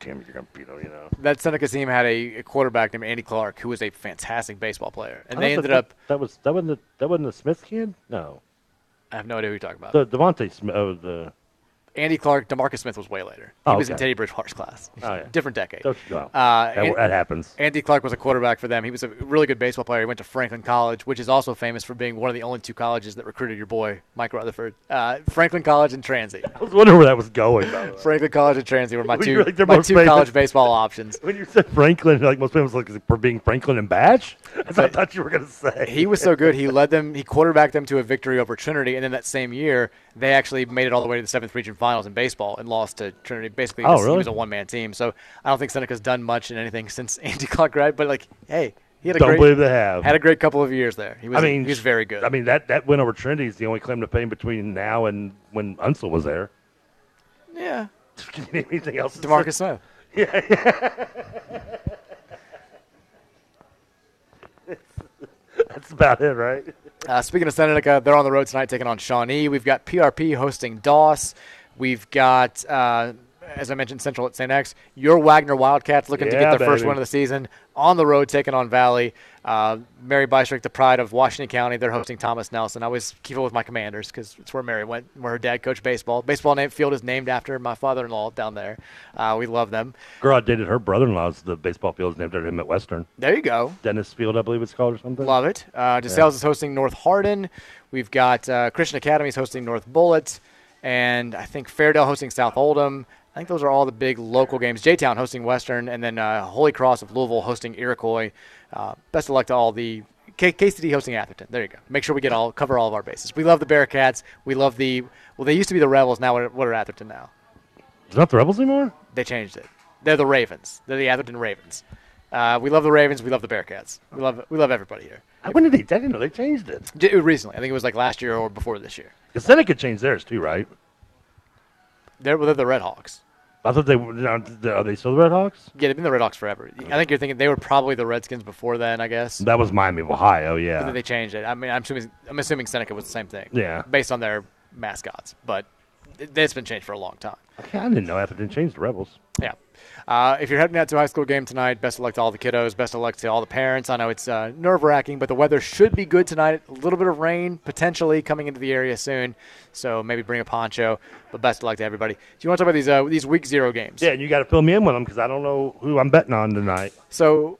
Damn, you're gonna beat him, you know. that Seneca team had a, a quarterback named Andy Clark, who was a fantastic baseball player, and I they don't ended think up. That was that wasn't the, that wasn't the Smith kid. No, I have no idea who you're talking about. the Devontae Smith. Oh, the Andy Clark, Demarcus Smith was way later. He Oh, was in okay. Teddy Bridgewater's class. Oh, yeah. Different decade. Don't- well, Uh, that- that happens. Andy Clark was a quarterback for them. He was a really good baseball player. He went to Franklin College, which is also famous for being one of the only two colleges that recruited your boy, Mike Rutherford. Uh, Franklin College and Transy. I was wondering where that was going. by the way. Franklin College and Transy were my When two, you're like their my most two famous- college baseball options. when you said Franklin, like most people was like for being Franklin and Batch. That's what I thought you were gonna say. He was so good. He led them. He quarterbacked them to a victory over Trinity, and then that same year, they actually made it all the way to the seventh region finals in baseball and lost to Trinity. Basically, Oh, he was- he really? was a one-man team. So I don't think Seneca's done much in anything since Andy Clark grad. But like, hey, he had a Don't great, believe they have. had a great couple of years there. He was, I mean, he was very good. I mean that that win over Trinity is the only claim to fame between now and when Unsel was there. yeah. Anything else? to Demarcus say? Smith. That's about it, right? Uh, speaking of Seneca, they're on the road tonight taking on Shawnee. We've got PRP hosting Doss. We've got, uh, as I mentioned, Central at St. X. Your Wagner Wildcats looking to Yeah, get their first baby. win of the season on the road taking on Valley. Uh, Mary Bystrick, the pride of Washington County, they're hosting Thomas Nelson. I always keep it with my commanders because it's where Mary went, where her dad coached baseball. Baseball name, field is named after my father in law down there. Uh, we love them. Girl I dated her brother-in-law's the baseball field is named after him at Western. There you go. Dennis Field, I believe it's called or something. Love it. Uh, DeSales is hosting North Hardin. We've got uh, Christian Academy is hosting North Bullet. And I think Fairdale hosting South Oldham. I think those are all the big local games. J Town hosting Western. And then uh, Holy Cross of Louisville hosting Iroquois. Uh, best of luck to all the. K- KCD hosting Atherton. There you go. Make sure we get all cover all of our bases. We love the Bearcats. We love the well. They used to be the Rebels. Now what are, what are Atherton now? It's not the Rebels anymore. They changed it. They're the Ravens. They're the Atherton Ravens. Uh, we love the Ravens. We love the Bearcats. We love we love everybody here. Uh, When did they? I didn't know they changed it. J- recently. I think it was like last year or before this year. Because Seneca changed theirs too, right? They're, well, they're the Red Hawks. I thought they were. Are they still the Red Hawks? Yeah, they've been the Red Hawks forever. I think you're thinking they were probably the Redskins before then. I guess. That was Miami of Ohio. But Yeah. then they changed it. I mean, I'm assuming I'm assuming Seneca was the same thing. Yeah. Based on their mascots, but it- it's been changed for a long time. I didn't know Atherton changed the Rebels. Yeah. Uh, if you're heading out to a high school game tonight, best of luck to all the kiddos. Best of luck to all the parents. I know it's uh, nerve wracking, but the weather should be good tonight. A little bit of rain potentially coming into the area soon, so maybe bring a poncho. But best of luck to everybody. Do you want to talk about these uh, these week zero games? Yeah, and you got to fill me in with them because I don't know who I'm betting on tonight. So,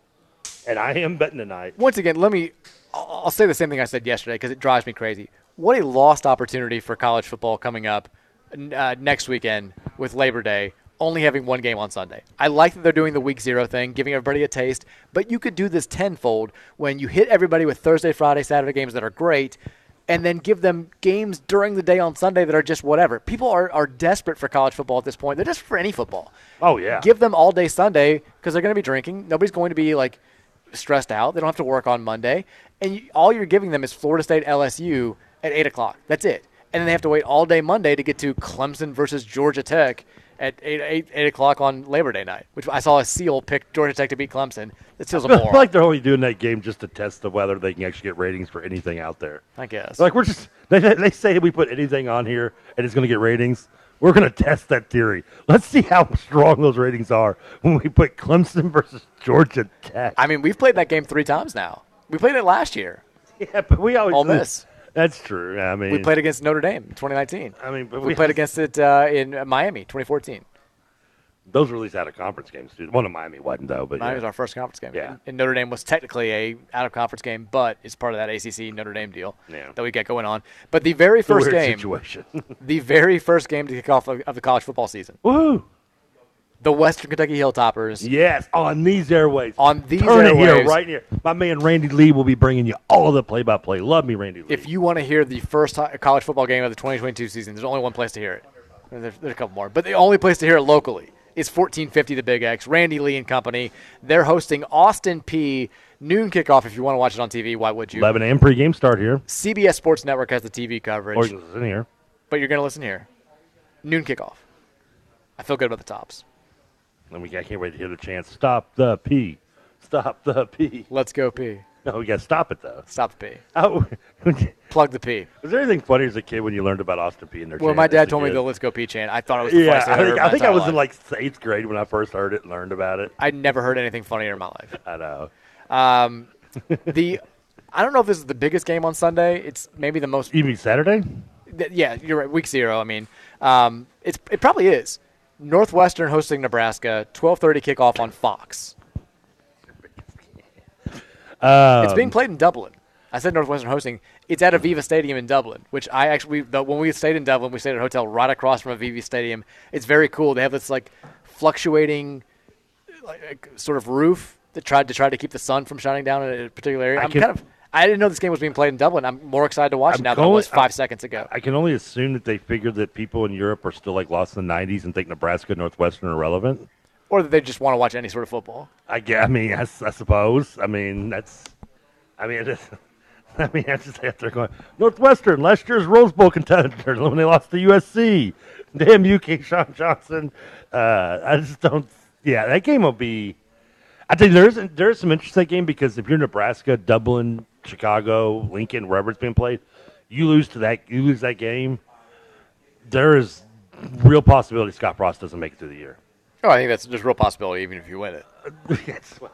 and I am betting tonight. Once again, let me. I'll I'll say the same thing I said yesterday because it drives me crazy. What a lost opportunity for college football coming up n- uh, next weekend with Labor Day, only having one game on Sunday. I like that they're doing the week zero thing, giving everybody a taste, but you could do this tenfold when you hit everybody with Thursday, Friday, Saturday games that are great, and then give them games during the day on Sunday that are just whatever. People are, are desperate for college football at this point. They're just for any football. Oh yeah. Give them all day Sunday because they're going to be drinking. Nobody's going to be like stressed out. They don't have to work on Monday, and you, all you're giving them is Florida State LSU at eight o'clock. That's it. And then they have to wait all day Monday to get to Clemson versus Georgia Tech at eight eight, eight o'clock on Labor Day night. Which I saw a seal pick Georgia Tech to beat Clemson. That seals a I feel moron. like they're only doing that game just to test the weather. They can actually get ratings for anything out there. I guess. Like we're just they, they- they say we put anything on here and it's going to get ratings. We're going to test that theory. Let's see how strong those ratings are when we put Clemson versus Georgia Tech. I mean, we've played that game three times now. We played it last year. Yeah, but we always Ole Miss. That's true. I mean, We played against Notre Dame in 2019. I mean, but we, we played had- against it uh, in Miami 2014. those were at least out of conference games. Dude. One of Miami wasn't though, but Miami yeah. was our first conference game. Yeah. And Notre Dame was technically a out of conference game, but it's part of that ACC Notre Dame deal that we got going on. But the very It's a first weird game, situation. the very first game to kick off of, of the college football season. Woo! The Western Kentucky Hilltoppers. Yes, on these airways. On these Turn it airways. here, right here. My man Randy Lee will be bringing you all the play-by-play. Love me, Randy Lee. If you want to hear the first ho- college football game of the 2022 season, there's only one place to hear it. There's, there's a couple more, but the only place to hear it locally is 1450 The Big X, Randy Lee and company. They're hosting Austin P. Noon kickoff. If you want to watch it on TV, why would you? 11 a.m. pregame start here. CBS Sports Network has the TV coverage. Or you can listen here. But you're going to listen here. Noon kickoff. I feel good about the tops. And we, I can't wait to hear the chant. Stop the P. Stop the P. Let's go P. No, we got to stop it, though. Stop the P. Oh. Plug the P. Was there anything funny as a kid when you learned about Austin P and their Well, chant my as dad a told me kid? the Let's Go P chant. I thought it was the Yeah, funniest I thing I've think, ever I, heard think my I entire was in life. like eighth grade when I first heard it and learned about it. I'd never heard anything funnier in my life. I know. Um, the I don't know if this is the biggest game on Sunday. It's maybe the most. You mean Saturday? Th- yeah, you're right. Week zero. I mean, um, it's it probably is. Northwestern hosting Nebraska, 12:30 kickoff on Fox. it's being Um, played in Dublin. I said Northwestern hosting. It's at Aviva Stadium in Dublin, which I actually the, when we stayed in Dublin, we stayed at a hotel right across from Aviva Stadium. It's very cool. They have this like fluctuating like, like, sort of roof that tried to try to keep the sun from shining down in a particular area. I I'm can- kind of I didn't know this game was being played in Dublin. I'm more excited to watch it I'm now than I going- was 5 I'm- seconds ago. I can only assume that they figured that people in Europe are still like lost in the 90s and think Nebraska and Northwestern are relevant. or that they just want to watch any sort of football. I guess. I mean, I, s- I suppose. I mean, that's. I mean, it is. I mean, I just have to going Northwestern last year's Rose Bowl contender when they lost to USC. Damn you, Keyshawn Johnson. Uh, I just don't. Yeah, that game will be. I think there's there's some interest in that game because if you're Nebraska, Dublin, Chicago, Lincoln, wherever it's being played, you lose to that you lose that game. There is real possibility Scott Frost doesn't make it through the year. Oh, I think that's there's a real possibility even if you win it. yes, well,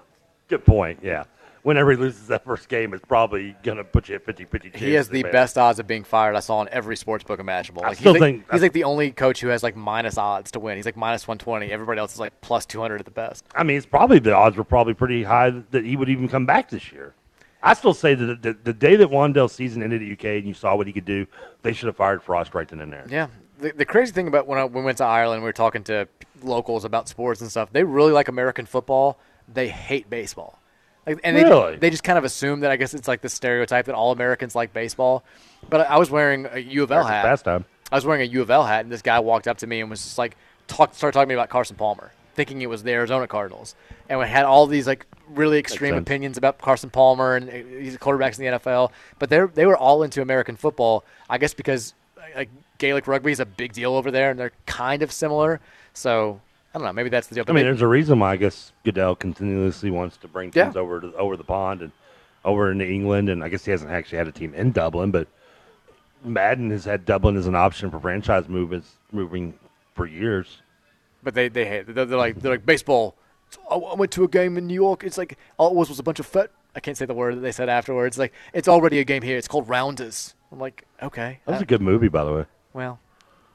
good point. Yeah. Whenever he loses that first game, it's probably going to put you at 50 50 chance. He has the man. best odds of being fired I saw on every sports book imaginable. Like, still he's like, think- he's like the only coach who has like minus odds to win. He's like minus 120. Everybody else is like plus 200 at the best. I mean, it's probably the odds were probably pretty high that he would even come back this year. I still say that the, the day that Wandell's season ended at UK and you saw what he could do, they should have fired Frost right then and there. Yeah. The, the crazy thing about when, I, when we went to Ireland, we were talking to locals about sports and stuff. They really like American football. They hate baseball. Like, and Really? they, they just kind of assume that I guess it's like the stereotype that all Americans like baseball. But I, I was wearing a U of L America's hat. pastime. I was wearing a U of L hat, and this guy walked up to me and was just like, talk, started talking to me about Carson Palmer, thinking it was the Arizona Cardinals, and we had all these like really extreme sense. opinions about Carson Palmer and uh, these quarterbacks in the NFL. But they they were all into American football, I uh, guess, because like Gaelic rugby is a big deal over there, and they're kind of similar. So I don't know. Maybe that's the deal. I mean, there's a reason why I guess Goodell continuously wants to bring Yeah. teams over to over the pond and over into England, and I guess he hasn't actually had a team in Dublin, but Madden has had Dublin as an option for franchise movements moving for years. But they they hate. They're, they're like they're like baseball. So oh, I I went to a game in New York. It's like all it was was a bunch of fat. I can't say the word that they said afterwards. Like it's already a game here. It's called rounders. I'm like, okay. That was I- a good movie, by the way. well,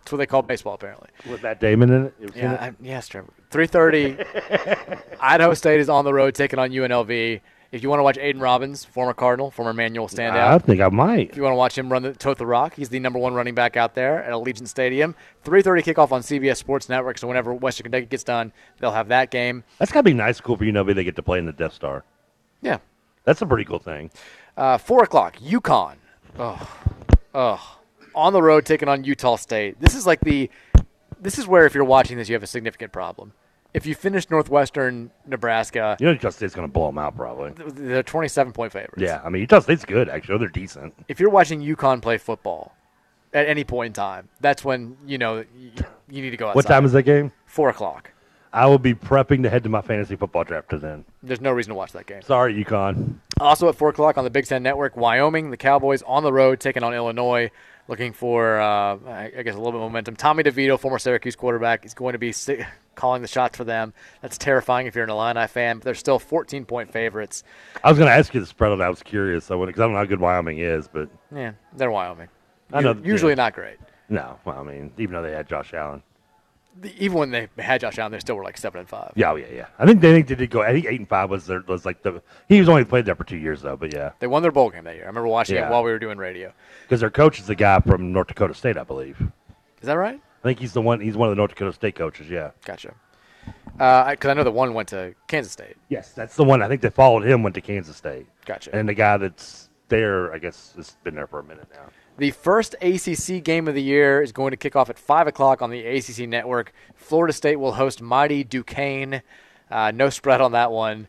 that's what they call baseball apparently. With Matt Damon in it. You ever seen Yeah, it? I, yes, Trevor. Three thirty. Idaho State is on the road taking on UNLV. If you want to watch Aiden Robbins, former Cardinal, former Manual standout, I think I might. If you want to watch him run the tote the rock, he's the number one running back out there at Allegiant Stadium. 3:30 kickoff on CBS Sports Network. So whenever Western Kentucky gets done, they'll have that game. That's gotta be nice, cool for UNLV. They get to play in the Death Star. Yeah. That's a pretty cool thing. Uh, Four o'clock, UConn. Oh, oh, on the road taking on Utah State. This is like the. This is where if you're watching this, you have a significant problem. If you finish Northwestern Nebraska, You know, Utah State's gonna blow them out probably. they're 27 point favorites. Yeah, I mean Utah State's good actually. They're decent. if you're watching UConn play football at any point in time, that's when you know you, you need to go outside. What time is that game? Four o'clock. I will be prepping to head to my fantasy football draft to then. There's no reason to watch that game. Sorry, UConn. Also at four o'clock on the Big Ten Network, Wyoming, the Cowboys on the road taking on Illinois, looking for uh, I I guess a little bit of momentum. Tommy DeVito, former Syracuse quarterback, is going to be si- calling the shots for them. That's terrifying if you're an Illini fan, but they're still 14 point favorites. I was going to ask you the spread on that. I was curious. I because I don't know how good Wyoming is, but Yeah, they're Wyoming. I know- U- usually yeah. not great. no. Well, I mean, even though they had Josh Allen. The- Even when they had Josh Allen, they still were like seven and five. Yeah, oh, yeah, yeah. I think they think they did go. I think eight and five was their was like the. He was only played there for two years though, but yeah, They won their bowl game that year. I remember watching Yeah. it while we were doing radio. because their coach is the guy from North Dakota State, I believe. Is that right? I think he's the one. He's one of the North Dakota State coaches. Yeah, Gotcha. Because I know the one went to Kansas State. Yes, that's the one. I think they followed him went to Kansas State. Gotcha. And the guy that's there, I guess, has been there for a minute now. The first ACC game of the year is going to kick off at 5 o'clock on the ACC network. Florida State will host mighty Duquesne. Uh, no spread on that one.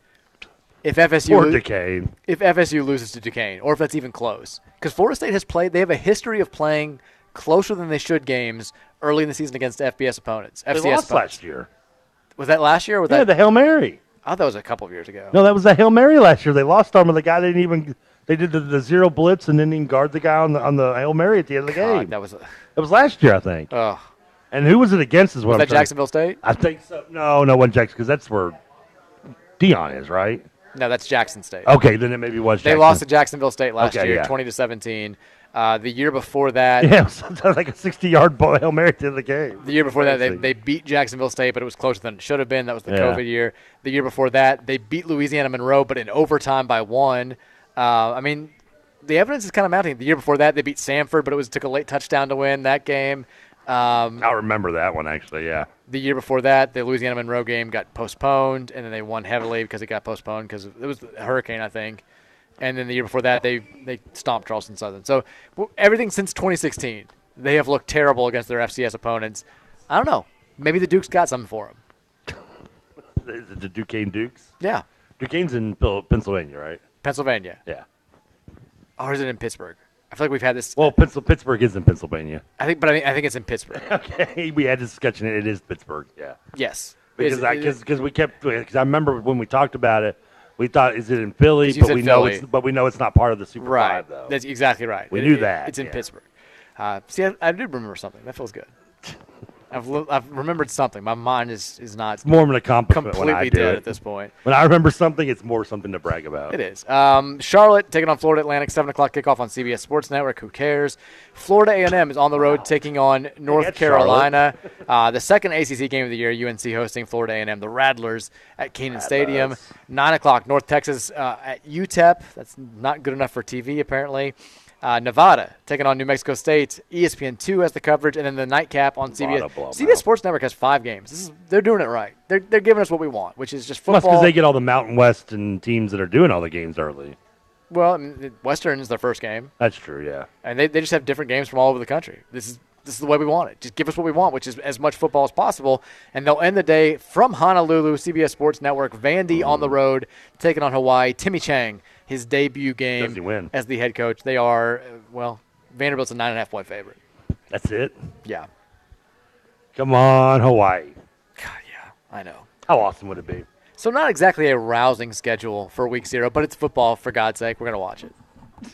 If FSU, Poor lo- Duquesne. if FSU loses to Duquesne, or if that's even close, because Florida State has played, they have a history of playing closer than they should games early in the season against FBS opponents. They FCS lost opponents. last year. Was that last year? Or was Yeah, that the Hail Mary. I thought that was a couple of years ago. No, that was the Hail Mary last year. They lost on with the guy they didn't even they did the, the zero blitz and didn't even guard the guy on the on the Hail Mary at the end of the God, game. Uh, that was. It was last year, I think. Oh. And who was it against? Is what Was I'm that trying to- Jacksonville State? I think so. No, no, one Jackson because that's where Dion is, right? No, that's Jackson State. Okay, then it maybe was. They Jackson. lost to Jacksonville State last Okay, year, yeah. twenty to seventeen. Uh, the year before that, Yeah, it was something like a 60 yard ball Hail Mary to the game. the year before that, they, Crazy. they beat Jacksonville State, but it was closer than it should have been. That was the Yeah. COVID year. The year before that, they beat Louisiana Monroe, but in overtime by one. Uh, I mean, the evidence is kind of mounting. The year before that, they beat Sanford, but it was took a late touchdown to win that game. Um, I remember that one actually. Yeah. the year before that, the Louisiana Monroe game got postponed, and then they won heavily because it got postponed because it was a hurricane, I think. And then the year before that, they they stomped Charleston Southern. So w- everything since 2016, they have looked terrible against their FCS opponents. I don't know. Maybe the Duke's got something for them. Is it the Duquesne Dukes? Yeah, Duquesne's in Pil- Pennsylvania, right? Pennsylvania. Yeah. Or is it in Pittsburgh? I feel like we've had this. Well, Pennsyl- Pittsburgh is in Pennsylvania. I think, but I think, I think it's in Pittsburgh. okay, we had discussion. It is Pittsburgh. Yeah. Yes. because Is- I is- because we kept because I remember when we talked about it, we thought is it in Philly? 'Cause you But said we know Philly. it's but we know it's not part of the Super right. Five though. That's exactly right. We It- knew it- that, It's in yeah. Pittsburgh. Uh, see, I, I did remember something. That feels good. I've, li- I've remembered something. My mind is, is not It's more of an accomplishment completely when I do dead it. at this point. When I remember something, it's more something to brag about. It is. Um, Charlotte taking on Florida Atlantic, seven o'clock kickoff on CBS Sports Network. Who cares? Florida A&M is on the road taking on North got Carolina. uh, the second ACC game of the year. UNC hosting Florida A&M, the Rattlers at Keenan Stadium. Nine o'clock. North Texas uh, at UTEP. That's not good enough for TV apparently. Uh, Nevada taking on New Mexico State. E ESPN2 has the coverage, and then the nightcap on CBS. blowout. CBS Sports Network has five games. This is, they're doing it right. They're, they're giving us what we want, which is just football. Plus, because they get all the Mountain West and teams that are doing all the games early. Well, I mean, Western is their first game, That's true. Yeah. and they, they just have different games from all over the country. This is this is the way we want it. Just give us what we want, which is as much football as possible. And they'll end the day from Honolulu, CBS Sports Network, Vandy on the road, taking on Hawaii. Timmy Chang, his debut game Does he win? as the head coach. They are, uh, well, Vanderbilt's a nine and a half point favorite. That's it. Yeah. Come on, Hawaii. God, yeah. I know. How awesome would it be? So not exactly a rousing schedule for week zero, but it's football. For God's sake, we're gonna watch it.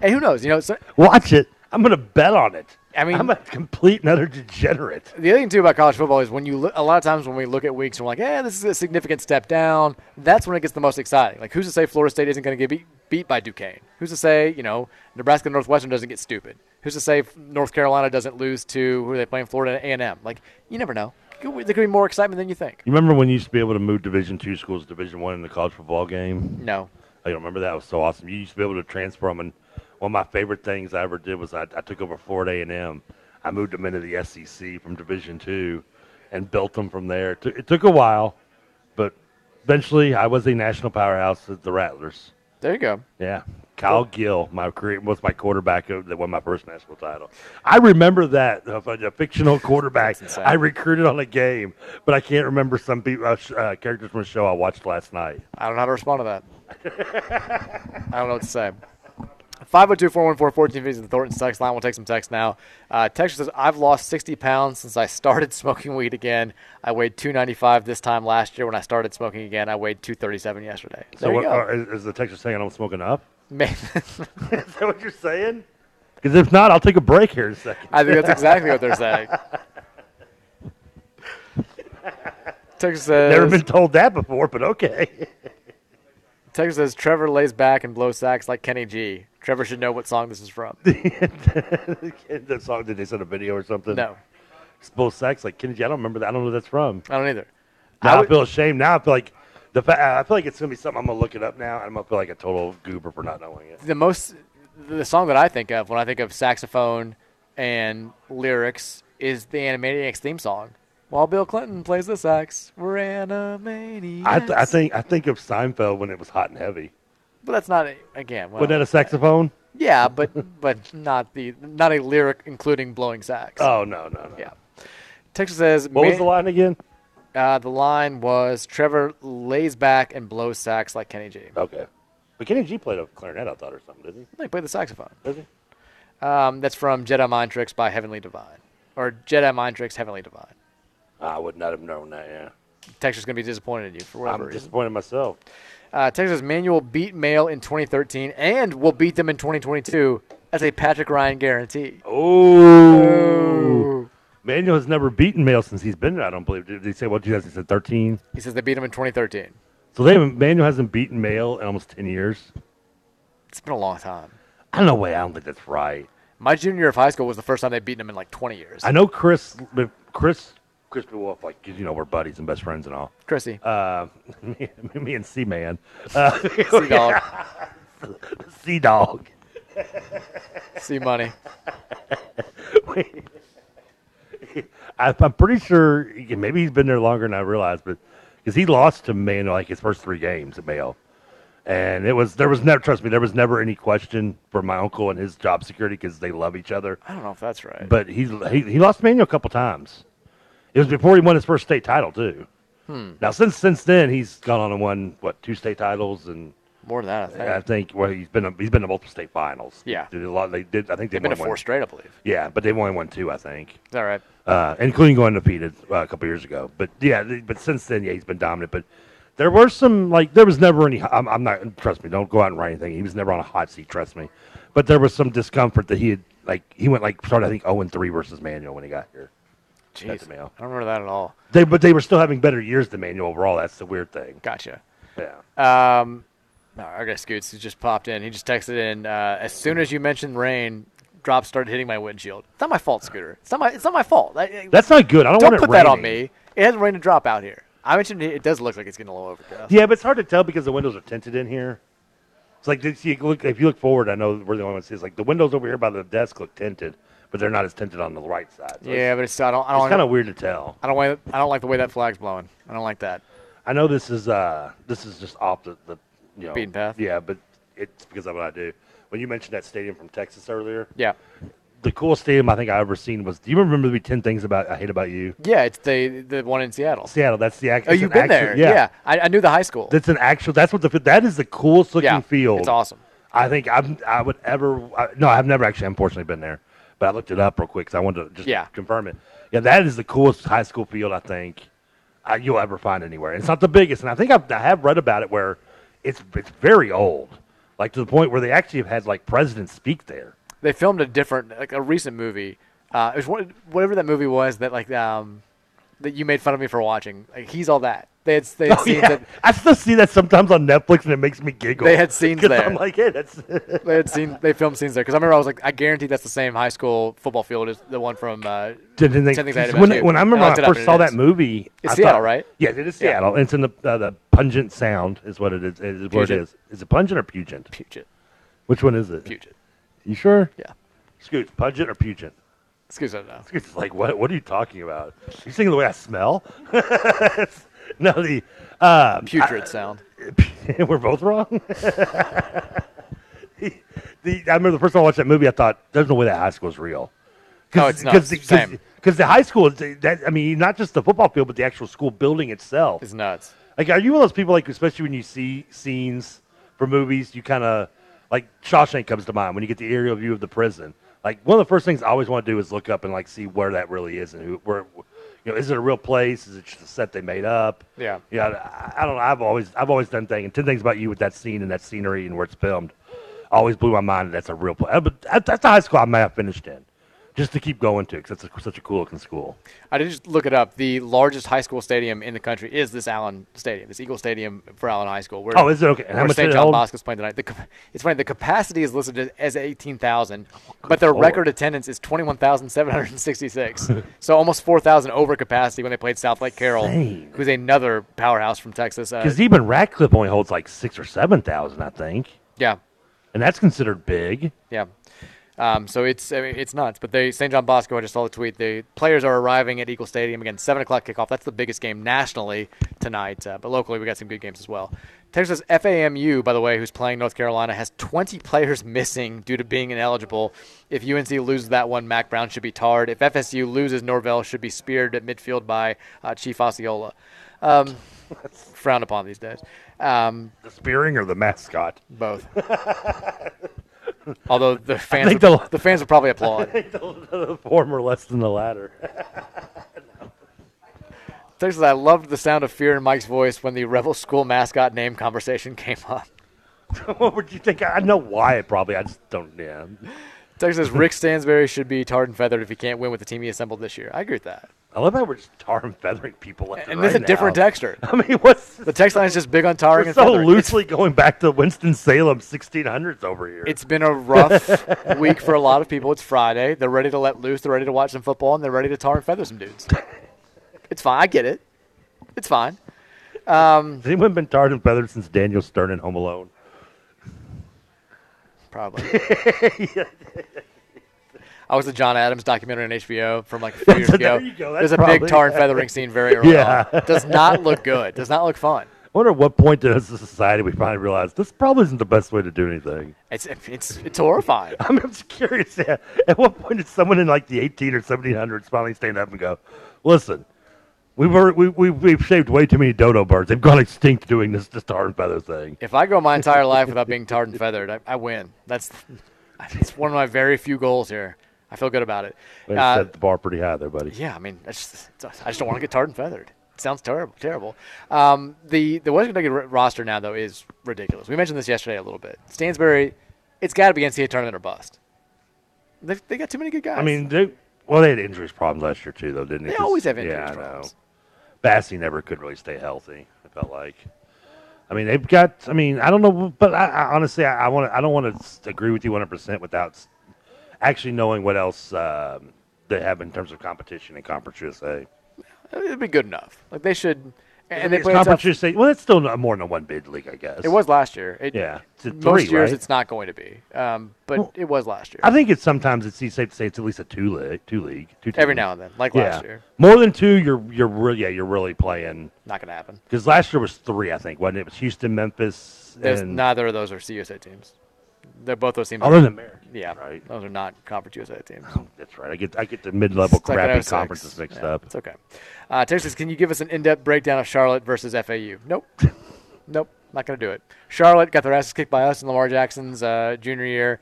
hey, who knows? You know, so, Watch it. I'm going to bet on it. I mean, I'm a complete and utter degenerate. The other thing too about college football is when you look, a lot of times when we look at weeks and we're like, eh, this is a significant step down. That's when it gets the most exciting. Like, who's to say Florida State isn't going to get beat, beat by Duquesne? Who's to say you know Nebraska Northwestern doesn't get stupid? Who's to say North Carolina doesn't lose to who are they playing? Florida A and M. Like, you never know. There could be more excitement than you think. You remember when you used to be able to move Division two schools to Division one in the college football game? No. I don't remember that. It was so awesome. You used to be able to transfer them. And one of my favorite things I ever did was I, I took over Florida A&M. I moved them into the SEC from Division two and built them from there. It took, it took a while, but eventually I was a national powerhouse at the Rattlers. There you go. Yeah. Kyle Gill, my career was my quarterback that won my first national title. I remember that a, a fictional quarterback I recruited on a game, but I can't remember some people, uh, sh- uh, characters from a show I watched last night. I don't know how to respond to that. I don't know what to say. 502 414 1450 is the Thornton text line. We'll take some text now. Uh, Texas says, I've lost 60 pounds since I started smoking weed again. I weighed 295 this time last year when I started smoking again. I weighed 237 yesterday. So There you what, go. are, is, is the Texas saying I'm smoking up? Man. Is that what you're saying? Because if not, I'll take a break here in a second. I think that's exactly what they're saying. Texas says, Never been told that before, but okay. Texas says Trevor lays back and blows sacks like Kenny G. Trevor should know what song this is from. that song, did they send a video or something? No. Spill sex like Kenny G. I don't remember that. I don't know where that's from. I don't either. Now I, would- feel ashamed. Now I feel like the fa- I feel like it's gonna be something I'm gonna look it up now, and I'm gonna feel like a total goober for not knowing it. the most the song that I think of when I think of saxophone and lyrics is the Animaniacs theme song. While Bill Clinton plays the sax, we're Animaniacs. I, th- I think I think of Seinfeld when it was hot and heavy. but that's not a- again. Well, Wasn't that a saxophone? yeah, but but not the not a lyric including blowing sax. Oh no no no. Yeah. Texas says. What was the line again? Uh, the line was Trevor lays back and blows sax like Kenny G. Okay. But Kenny G played a clarinet, I thought, or something, didn't he? He played the saxophone. Does he? Um, that's from Jedi Mind Tricks by Heavenly Divine, or Jedi Mind Tricks Heavenly Divine. I would not have known that. Yeah. Texas gonna be disappointed in you for whatever I'm reason. disappointed in myself. Uh, Texas Manual beat Mail in 2013 and will beat them in 2022 as a Patrick Ryan guarantee. Oh. Manuel has never beaten Mail since he's been there. I don't believe. Did they say what? 2013. He says they beat him in 2013. So they haven't, Manuel hasn't beaten Mail in almost 10 years. It's been a long time. I don't know way. I don't think that's right. My junior year of high school was the first time they'd beaten him in like 20 years. I know Chris, but Chris, Chris Wolf, like 'cause, you know, we're buddies and best friends and all. Chrissy. Uh, me, me and Sea Man. Uh, Sea Dog. Sea Dog. See money. I, I'm pretty sure maybe he's been there longer than I realized, but because he lost to Mayo like his first three games at Mayo, and it was there was never trust me there was never any question for my uncle and his job security because they love each other. I don't know if that's right. But he he, he lost Manuel a couple times. It was before he won his first state title too. Hmm. Now since since then he's gone on and won what two state titles and More than that, I think. I think well he's been a, he's been to multiple state finals. Yeah. Did a lot. They did. I think they They've been to won four one- straight, I believe. Yeah, but they've only won two, I think Is that right? uh, including going defeated uh, a couple years ago. But yeah, th- but since then, yeah, he's been dominant. But there were some like there was never any. I'm, I'm not trust me. Don't go out and write anything. He was never on a hot seat. Trust me. But there was some discomfort that he had like he went like started I think 0 and 3 versus Manuel when he got here. Jeez. the mail. I don't remember that at all. They but they were still having better years than Manuel overall. That's the weird thing. Gotcha. Yeah. Um, no, I guess Scoots who just popped in. He just texted in. Uh, as soon as you mentioned rain, drops started hitting my windshield. It's not my fault, Scooter. It's not my. It's not my fault. I- I- That's not good. I don't want it put that on raining. me. It hasn't rained a drop out here. I mentioned it, it does look like it's getting a little overcast. Yeah, but it's hard to tell because the windows are tinted in here. It's like did you look if you look forward, I know we're the only ones. It's like the windows over here by the desk look tinted, but they're not as tinted on the right side. So Yeah, but it's. I don't. I it's don't kind of weird to tell. I don't. Like, I don't like the way that flag's blowing. I don't like that. I know this is uh this is just off the, the you know Beaten path. Yeah, but it's because of what I do. When you mentioned that stadium from Texas earlier, Yeah. the coolest stadium I think I ever seen was. Do you remember the ten things about I hate about you? Yeah, it's the the one in Seattle. Seattle. That's the act- Oh, it's you've an been there. actual- yeah. Yeah, I, I knew the high school. That's an actual. That's what the fi- that is the coolest looking Yeah, field. it's awesome. I think I'm. I would ever. I, no, I've never actually unfortunately been there, but I looked it up real quick because I wanted to just Yeah. confirm it. Yeah, that is the coolest high school field I think uh, you'll ever find anywhere. It's not the biggest, and I think I've, I have read about it where it's it's very old, like to the point where they actually have had like presidents speak there. They filmed a different, like a recent movie. Uh, it was one, whatever that movie was that like um, that you made fun of me for watching. Like he's all that. They had, they had Oh, scenes yeah. that I still see that sometimes on Netflix, and it makes me giggle. They had scenes 'Cause there. I'm like, hey, that's they had seen they filmed scenes there because I remember I was like, I guarantee that's the same high school football field as the one from uh, Didn't think- 10 Things I Hate About when, You. when I remember looked when it I up and first it saw that is. movie, It's I Seattle, thought- right? Yeah, it is Yeah. Seattle. It's in the uh, the pungent sound is what it is. Is what it Puget. is. Is it pungent or pungent? Puget. Which one is it? Puget. You sure? Yeah. Scoot, pungent or pungent? Excuse me. no. Scoot's like, what? What are you talking about? You singing the way I smell? no, the um, Putrid I- sound. We're both wrong. the, I remember the first time I watched that movie, I thought, "There's no way that high school is real." No, it's not. Same. Because the high school, is- that, I mean, not just the football field, but the actual school building itself is nuts. Like, are you one of those people, like, especially when you see scenes for movies, you kind of like Shawshank comes to mind when you get the aerial view of the prison. Like, one of the first things I always want to do is look up and like see where that really is and who, where, you know, is it a real place? Is it just a set they made up? Yeah. Yeah, I, I don't know. I've always I've always done thing and ten things about you with that scene and that scenery and where it's filmed. Always blew my mind that that's a real place. But that- that's the high school I may have finished in, just to keep going to because that's a, such a cool looking school. I did just look it up. The largest high school stadium in the country is this Allen Stadium, this Eagle Stadium for Allen High School. Where, Oh, is it? Okay. And how where much St. did it John hold? Bosco's playing tonight. The, cap- it's funny. The capacity is listed as 18,000, but their Oh, lord. record attendance is 21,766. so almost 4,000 over capacity when they played South Lake Carroll, Insane. who's another powerhouse from Texas. Uh, Because even Ratcliffe only holds like six or seven thousand, I think, yeah, and that's considered big. Yeah. Um, so it's I mean, it's nuts, but they St. John Bosco. I just saw the tweet. The players are arriving at Eagle Stadium again, seven o'clock kickoff. That's the biggest game nationally tonight, uh, but locally we got some good games as well. Texas FAMU, by the way, who's playing North Carolina, has 20 players missing due to being ineligible. If UNC loses that one, Mac Brown should be tarred. If FSU loses, Norvell should be speared at midfield by uh, Chief Osceola. Um, frowned upon these days. Um, the spearing or the mascot? Both. Although the fans, think would- the- the fans would probably applaud. I think the, the former less than the latter. Texas, I loved the sound of fear in Mike's voice when the Rebel School mascot name conversation came up. what would you think? I know why. Probably. I just don't. Yeah. Texas Rick Stansbury should be tarred and feathered if he can't win with the team he assembled this year. I agree with that. I love how we're just tar and feathering people left And right it's a different now. texter. I mean, what's the text line is just big on tarring We're and so feathering. It's- loosely going back to Winston Salem 1600s over here. It's been a rough week for a lot of people. It's Friday. They're ready to let loose. They're ready to watch some football, and they're ready to tar and feather some dudes. It's fine. I get it. It's fine. Um, Has anyone been tarred and feathered since Daniel Stern in Home Alone? Probably. I was the John Adams documentary on HBO from like a few years There ago. you go, that's There's a probably- big tar and feathering scene very early Yeah. on. Does not look good. Does not look fun. I wonder at what point as a society we finally realized this probably isn't the best way to do anything. It's it's it's horrifying. I mean, I'm just curious. Yeah, at what point did someone in like the 18 or 1700s finally stand up and go, "Listen, we've already, we, we we've shaved way too many dodo birds. They've gone extinct doing this this tar and feather thing." If I go my entire life without being tarred and feathered, I, I win. That's it's one of my very few goals here. I feel good about it. They Uh, set the bar pretty high there, buddy. Yeah, I mean, that's just, it's- I just don't want to get tarred and feathered. It sounds terrible. Terrible. Um, the the West Kentucky r- roster now though is ridiculous. We mentioned this yesterday a little bit. Stansbury, it's got to be NCAA tournament or bust. They they got too many good guys. I mean, they well, they had injuries problems last year too, though, didn't they? They 'Cause- always have injuries Yeah, I know. problems. Bassey never could really stay healthy. I felt like. I mean, they've got. I mean, I don't know, but I, I honestly, I, I want. I don't want to agree with you 100 percent without s- actually knowing what else um, they have in terms of competition in Conference USA. it'd be good enough. Like they should. And they It's play a tough, Conference USA. Well, it's still not more than a one bid league, I guess. It was last year. It, Yeah, it's a most three, years right? it's not going to be. Um, but Well, it was last year. I think it's sometimes it's safe to say it's at least a two league, two league, two. Every team. now and then, like yeah. last year. More than two, you're you're really yeah, you're really playing. Not gonna happen. Because last year was three, I think, wasn't it? It was Houston, Memphis, There's and neither of those are CUSA teams. They're both those teams. Oh, they're the American, Yeah, right. Those are not Conference USA teams. that's right. I get I get the mid level Stuck at crappy 06. conferences mixed Yeah, up. It's okay. Uh, Texas, can you give us an in-depth breakdown of Charlotte versus FAU? Nope. nope. Not gonna do it. Charlotte got their asses kicked by us in Lamar Jackson's uh, junior year,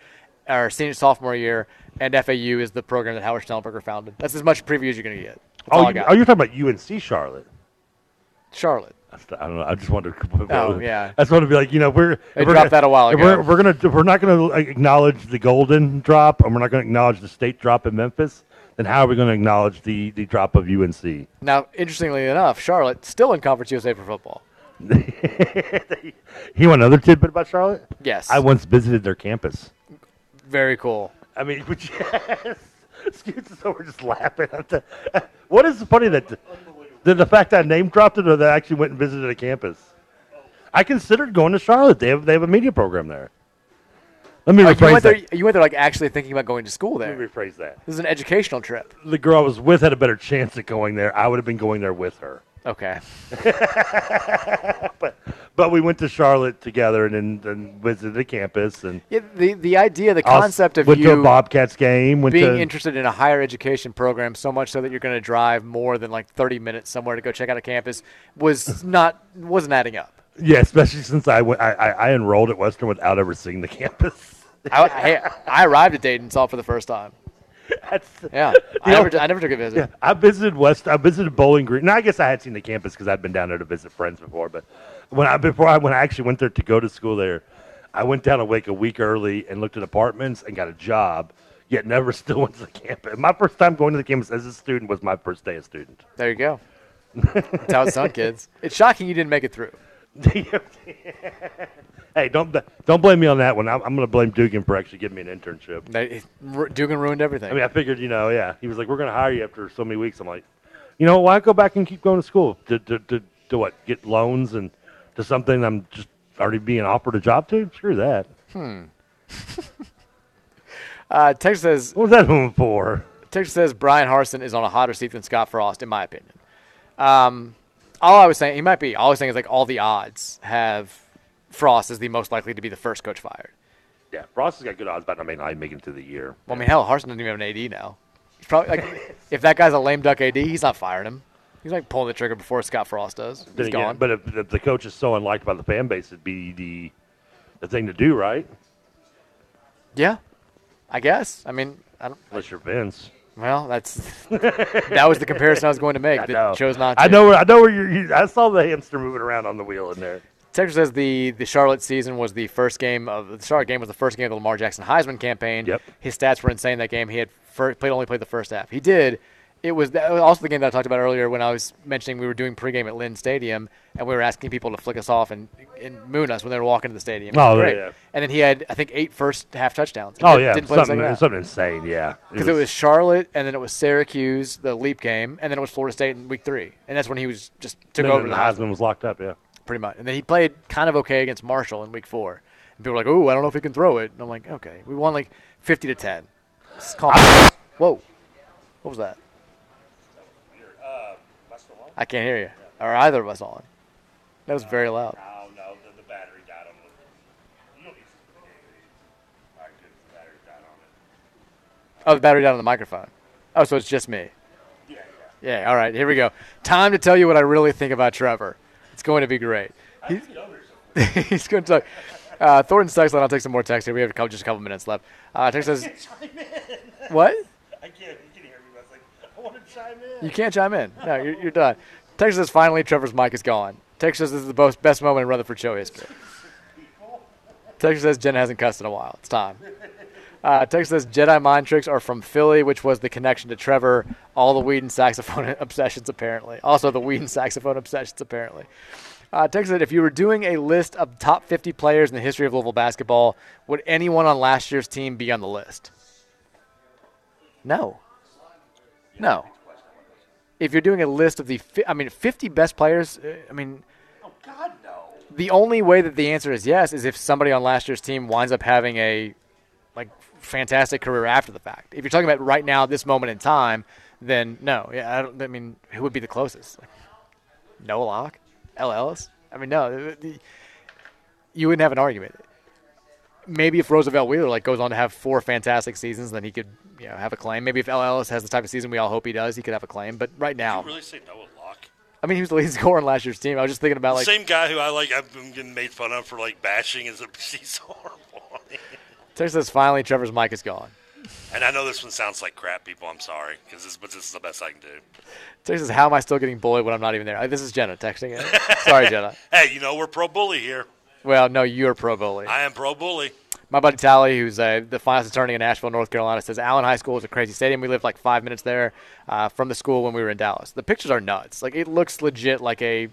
or senior sophomore year, and FAU is the program that Howard Schnellberger founded. That's as much preview as you're gonna get. That's all Oh, I you, got. oh, you're talking about UNC Charlotte. Charlotte. I don't know. I just wanted to. Oh, yeah. I just wanted to be like, you know, we're. They if we're dropped gonna- that a while if ago. We're, if we're gonna if we're not gonna like, acknowledge the golden drop, and we're not gonna acknowledge the state drop in Memphis. Then how are we gonna acknowledge the the drop of UNC? Now, interestingly enough, Charlotte still in Conference USA for football. You want another tidbit about Charlotte? Yes. I once visited their campus. Very cool. I mean, would you, Excuse us, we're just laughing. At the, what is funny that the, the fact that I name dropped it, or that I actually went and visited a campus? I considered going to Charlotte. They have they have a media program there. Let me Oh, you rephrase went that. there. You went there like actually thinking about going to school there. Let me rephrase that. This is an educational trip. The girl I was with had a better chance at going there. I would have been going there with her. Okay. But we went to Charlotte together and then then visited the campus and Yeah, the the idea, the I was- concept of went you to a Bobcats game. Went being to, interested in a higher education program so much so that you're going to drive more than like 30 minutes somewhere to go check out a campus was not wasn't adding up. yeah, especially since I went- I- I- I enrolled at Western without ever seeing the campus. I, hey, I arrived at Dayton and saw it for the first time. yeah, I Yeah. never, I never took a visit. Yeah, I visited West. I visited Bowling Green. Now I guess I had seen the campus because I'd been down there to visit friends before. But when I before I when I actually went there to go to school there, I went down a week a week early and looked at apartments and got a job. Yet never still went to the campus. My first time going to the campus as a student was my first day as student. There you go. That's how it's done, kids. It's shocking you didn't make it through. hey, don't bl- don't blame me on that one. I'm, I'm going to blame Dugan for actually giving me an internship. They, Ru- Dugan ruined everything. I mean, I figured, you know, Oh, yeah. He was like, "We're going to hire you after so many weeks." I'm like, you know, why go back and keep going to school to to to, to what? Get loans and to something I'm just already being offered a job to? Screw that. Hmm. uh, Texas says. What was that one for? Texas says Brian Harson is on a hotter seat than Scott Frost, in my opinion. Um, all I was saying, he might be. All I was saying is like all the odds have Frost as the most likely to be the first coach fired. Yeah, Frost has got good odds, but I mean, I make it to the year. Well, I mean, hell, Harson doesn't even have an AD now. He's probably like, if that guy's a lame duck AD, he's not firing him. He's like pulling the trigger before Scott Frost does. Then He's again, gone. But if, if the coach is so unliked by the fan base, it'd be the the thing to do, right? yeah, I guess. I mean, I don't. Unless you're Vince. Well, that's that was the comparison I was going to make. I that know. chose not. To. I know. Where, I know where you're. You, I saw the hamster moving around on the wheel in there. Texas says the, the Charlotte season was the first game of the Charlotte game was the first game of the Lamar Jackson Heisman campaign. Yep. His stats were insane that game. He had fir- played only played the first half. He did. It was that was also the game that I talked about earlier when I was mentioning we were doing pregame at Lynn Stadium and we were asking people to flick us off and, and moon us when they were walking to the stadium. It was Oh, great. yeah. And then he had I think eight first half touchdowns. Oh Did- yeah, didn't play the something, second half. something insane. Yeah, Because it was Charlotte, and then it was Syracuse, the leap game, and then it was Florida State in week three, and that's when he was just took then over. The the Heisman was locked up. Yeah. pretty much. And then he played kind of okay against Marshall in week four. And people were like, "Ooh, I don't know if he can throw it." And I'm like, "Okay, we won like 50 to 10." Just calm down. Whoa, what was that? I can't hear you. Or either of us on. That was very loud. Oh no, the, the battery died on Oh, the battery died on the microphone. Oh, so it's just me. Yeah. All right. Here we go. Time to tell you what I really think about Trevor. It's going to be great. He's, he's going to talk. Uh, Thornton's text line. I'll take some more text here. We have a couple, just a couple minutes left. Uh, text says, "What? I can't. You can hear me. I was like, I want to chime in. You can't chime in. No, you're, you're done." Text says, "Finally, Trevor's mic is gone." Text says, "This is the most, best moment in Rutherford show history." Text says, "Jen hasn't cussed in a while. It's time." Uh, text says Jedi mind tricks are from Philly, which was the connection to Trevor. All the weed and saxophone obsessions, apparently. Also, the weed and saxophone obsessions, apparently. Uh, text said if you were doing a list of top 50 players in the history of Louisville basketball, would anyone on last year's team be on the list? No. No. If you're doing a list of the, fi- I mean, 50 best players, uh, I mean, the only way that the answer is yes is if somebody on last year's team winds up having a like fantastic career after the fact. If you're talking about right now, this moment in time, then no. Yeah, I don't. I mean, who would be the closest? Like, Noah Locke, L. Ellis. I mean, no. the- the- You wouldn't have an argument. Maybe if Roosevelt Wheeler like goes on to have four fantastic seasons, then he could you know have a claim. Maybe if L. Ellis has the type of season we all hope he does, he could have a claim. But right now, really say Noah Locke? I mean, he was the leading scorer on last year's team. I was just thinking about like Same guy who I like. I've been getting made fun of for like bashing his. He's horrible. Texas says finally Trevor's mic is gone. And I know this one sounds like crap, people. I'm sorry, because this, but this is the best I can do. Texas, how am I still getting bullied when I'm not even there? Uh, This is Jenna texting in. Sorry, Jenna. Hey, you know we're pro bully here. Well, no, you're pro bully. I am pro bully. My buddy Tally, who's uh, the finance attorney in Asheville, North Carolina, says Allen High School is a crazy stadium. We lived like five minutes there uh, from the school when we were in Dallas. The pictures are nuts. Like it looks legit like a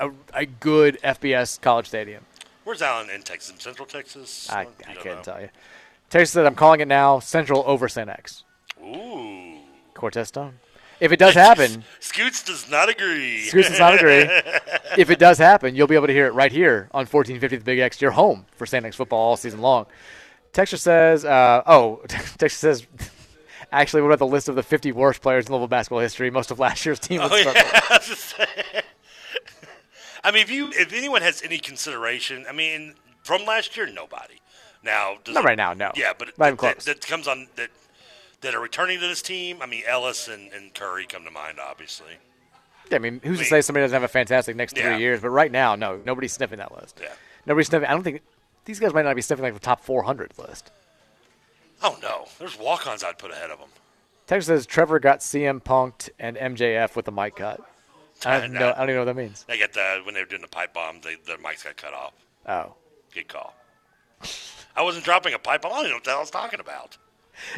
a, a good FBS college stadium. Where's Allen in Texas? In Central Texas? I, I couldn't tell you. Texas said, I'm calling it now Central over Cenex. Ooh. Cortez Stone. If it does happen, Scoots does not agree. Scoots does not agree. if it does happen, you'll be able to hear it right here on 1450 The Big X, your home for Sandix football all season long. Texas says, uh, oh, Texas says, actually, what about the list of the 50 worst players in Louisville basketball history? Most of last year's team was Oh, yeah. struggled. I was just saying. I mean, if you if anyone has any consideration, I mean, from last year, nobody. Now, does Not it- right now, no. Yeah, but Not even that, close. that comes on that that are returning to this team. I mean, Ellis and, and Curry come to mind, obviously. Yeah, I mean, who's to say somebody doesn't have a fantastic next Yeah. three years? But right now, no, nobody's sniffing that list. Yeah. Nobody's sniffing. I don't think these guys might not be sniffing like the top 400 list. Oh no, there's walk-ons I'd put ahead of them. Texas says Trevor got CM punked and MJF with the mic cut. I don't, know, I don't even know what that means. They got the when they were doing the pipe bomb, they, their mics got cut off. Oh, Good call. I wasn't dropping a pipe bomb. I don't even know what the hell I was talking about.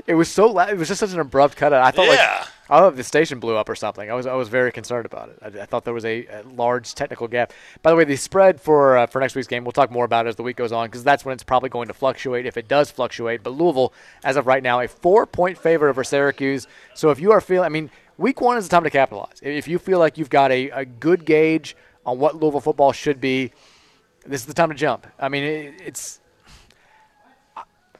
it was so loud. It was just such an abrupt cut. I thought Yeah. like I thought the station blew up or something. I was I was very concerned about it. I, I thought there was a, a large technical gap. By the way, the spread for uh, for next week's game, we'll talk more about it as the week goes on because that's when it's probably going to fluctuate if it does fluctuate. But Louisville, as of right now, a four point favorite over Syracuse. So if you are feeling, I mean, week one is the time to capitalize. If you feel like you've got a, a good gauge on what Louisville football should be, this is the time to jump. I mean, it, it's.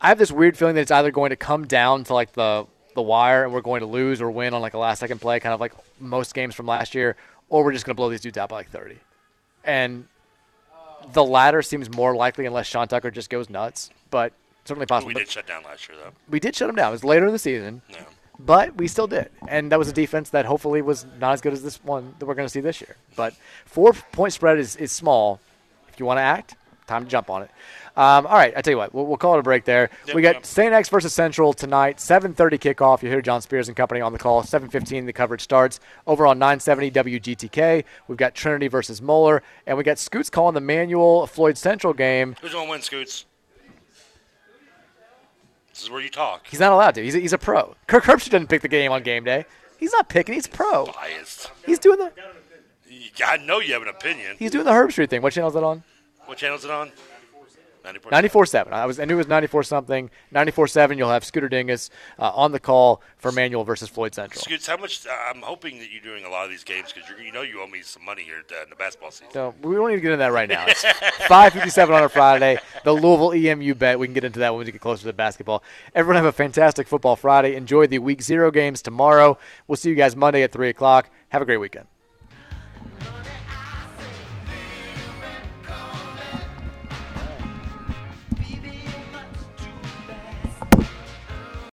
I have this weird feeling that it's either going to come down to like the the wire and we're going to lose or win on like a last second play, kind of like most games from last year, or we're just going to blow these dudes out by like 30. And the latter seems more likely unless Sean Tucker just goes nuts, but certainly possible. We But did shut down last year though. we did shut him down. It was later in the season, but we still did, and that was a defense that hopefully was not as good as this one that we're going to see this year. But four point spread is, is small. If you want to act, time to jump on it. Um, all right, I tell you what, we'll, we'll call it a break there. we got St. X versus Central tonight, 7:30 kickoff. You hear John Spears and company on the call. 7:15 the coverage starts over on 970 WGTK. We've got Trinity versus Moeller, and we got Scoots calling the manual Floyd Central game. Who's gonna win, Scoots? This is where you talk. He's not allowed to. He's a, he's a pro. Kirk Herbstreit doesn't pick the game on game day. He's not picking. He's pro. Biased. He's doing the I know you have an opinion. he's doing the Herbstreit thing. What channel is that on? What channel is it on? 94. 94.7. I was I knew it was 94 something. 94.7. You'll have Scooter Dingus uh, on the call for Manuel versus Floyd Central. Scoots, how much? uh, I'm hoping that you're doing a lot of these games because you know you owe me some money here uh, in the basketball season. So we don't need to get into that right now. It's 5:57 on a Friday. The Louisville EMU bet. We can get into that when we get closer to basketball. Everyone have a fantastic football Friday. Enjoy the Week Zero games tomorrow. We'll see you guys Monday at three o'clock. Have a great weekend.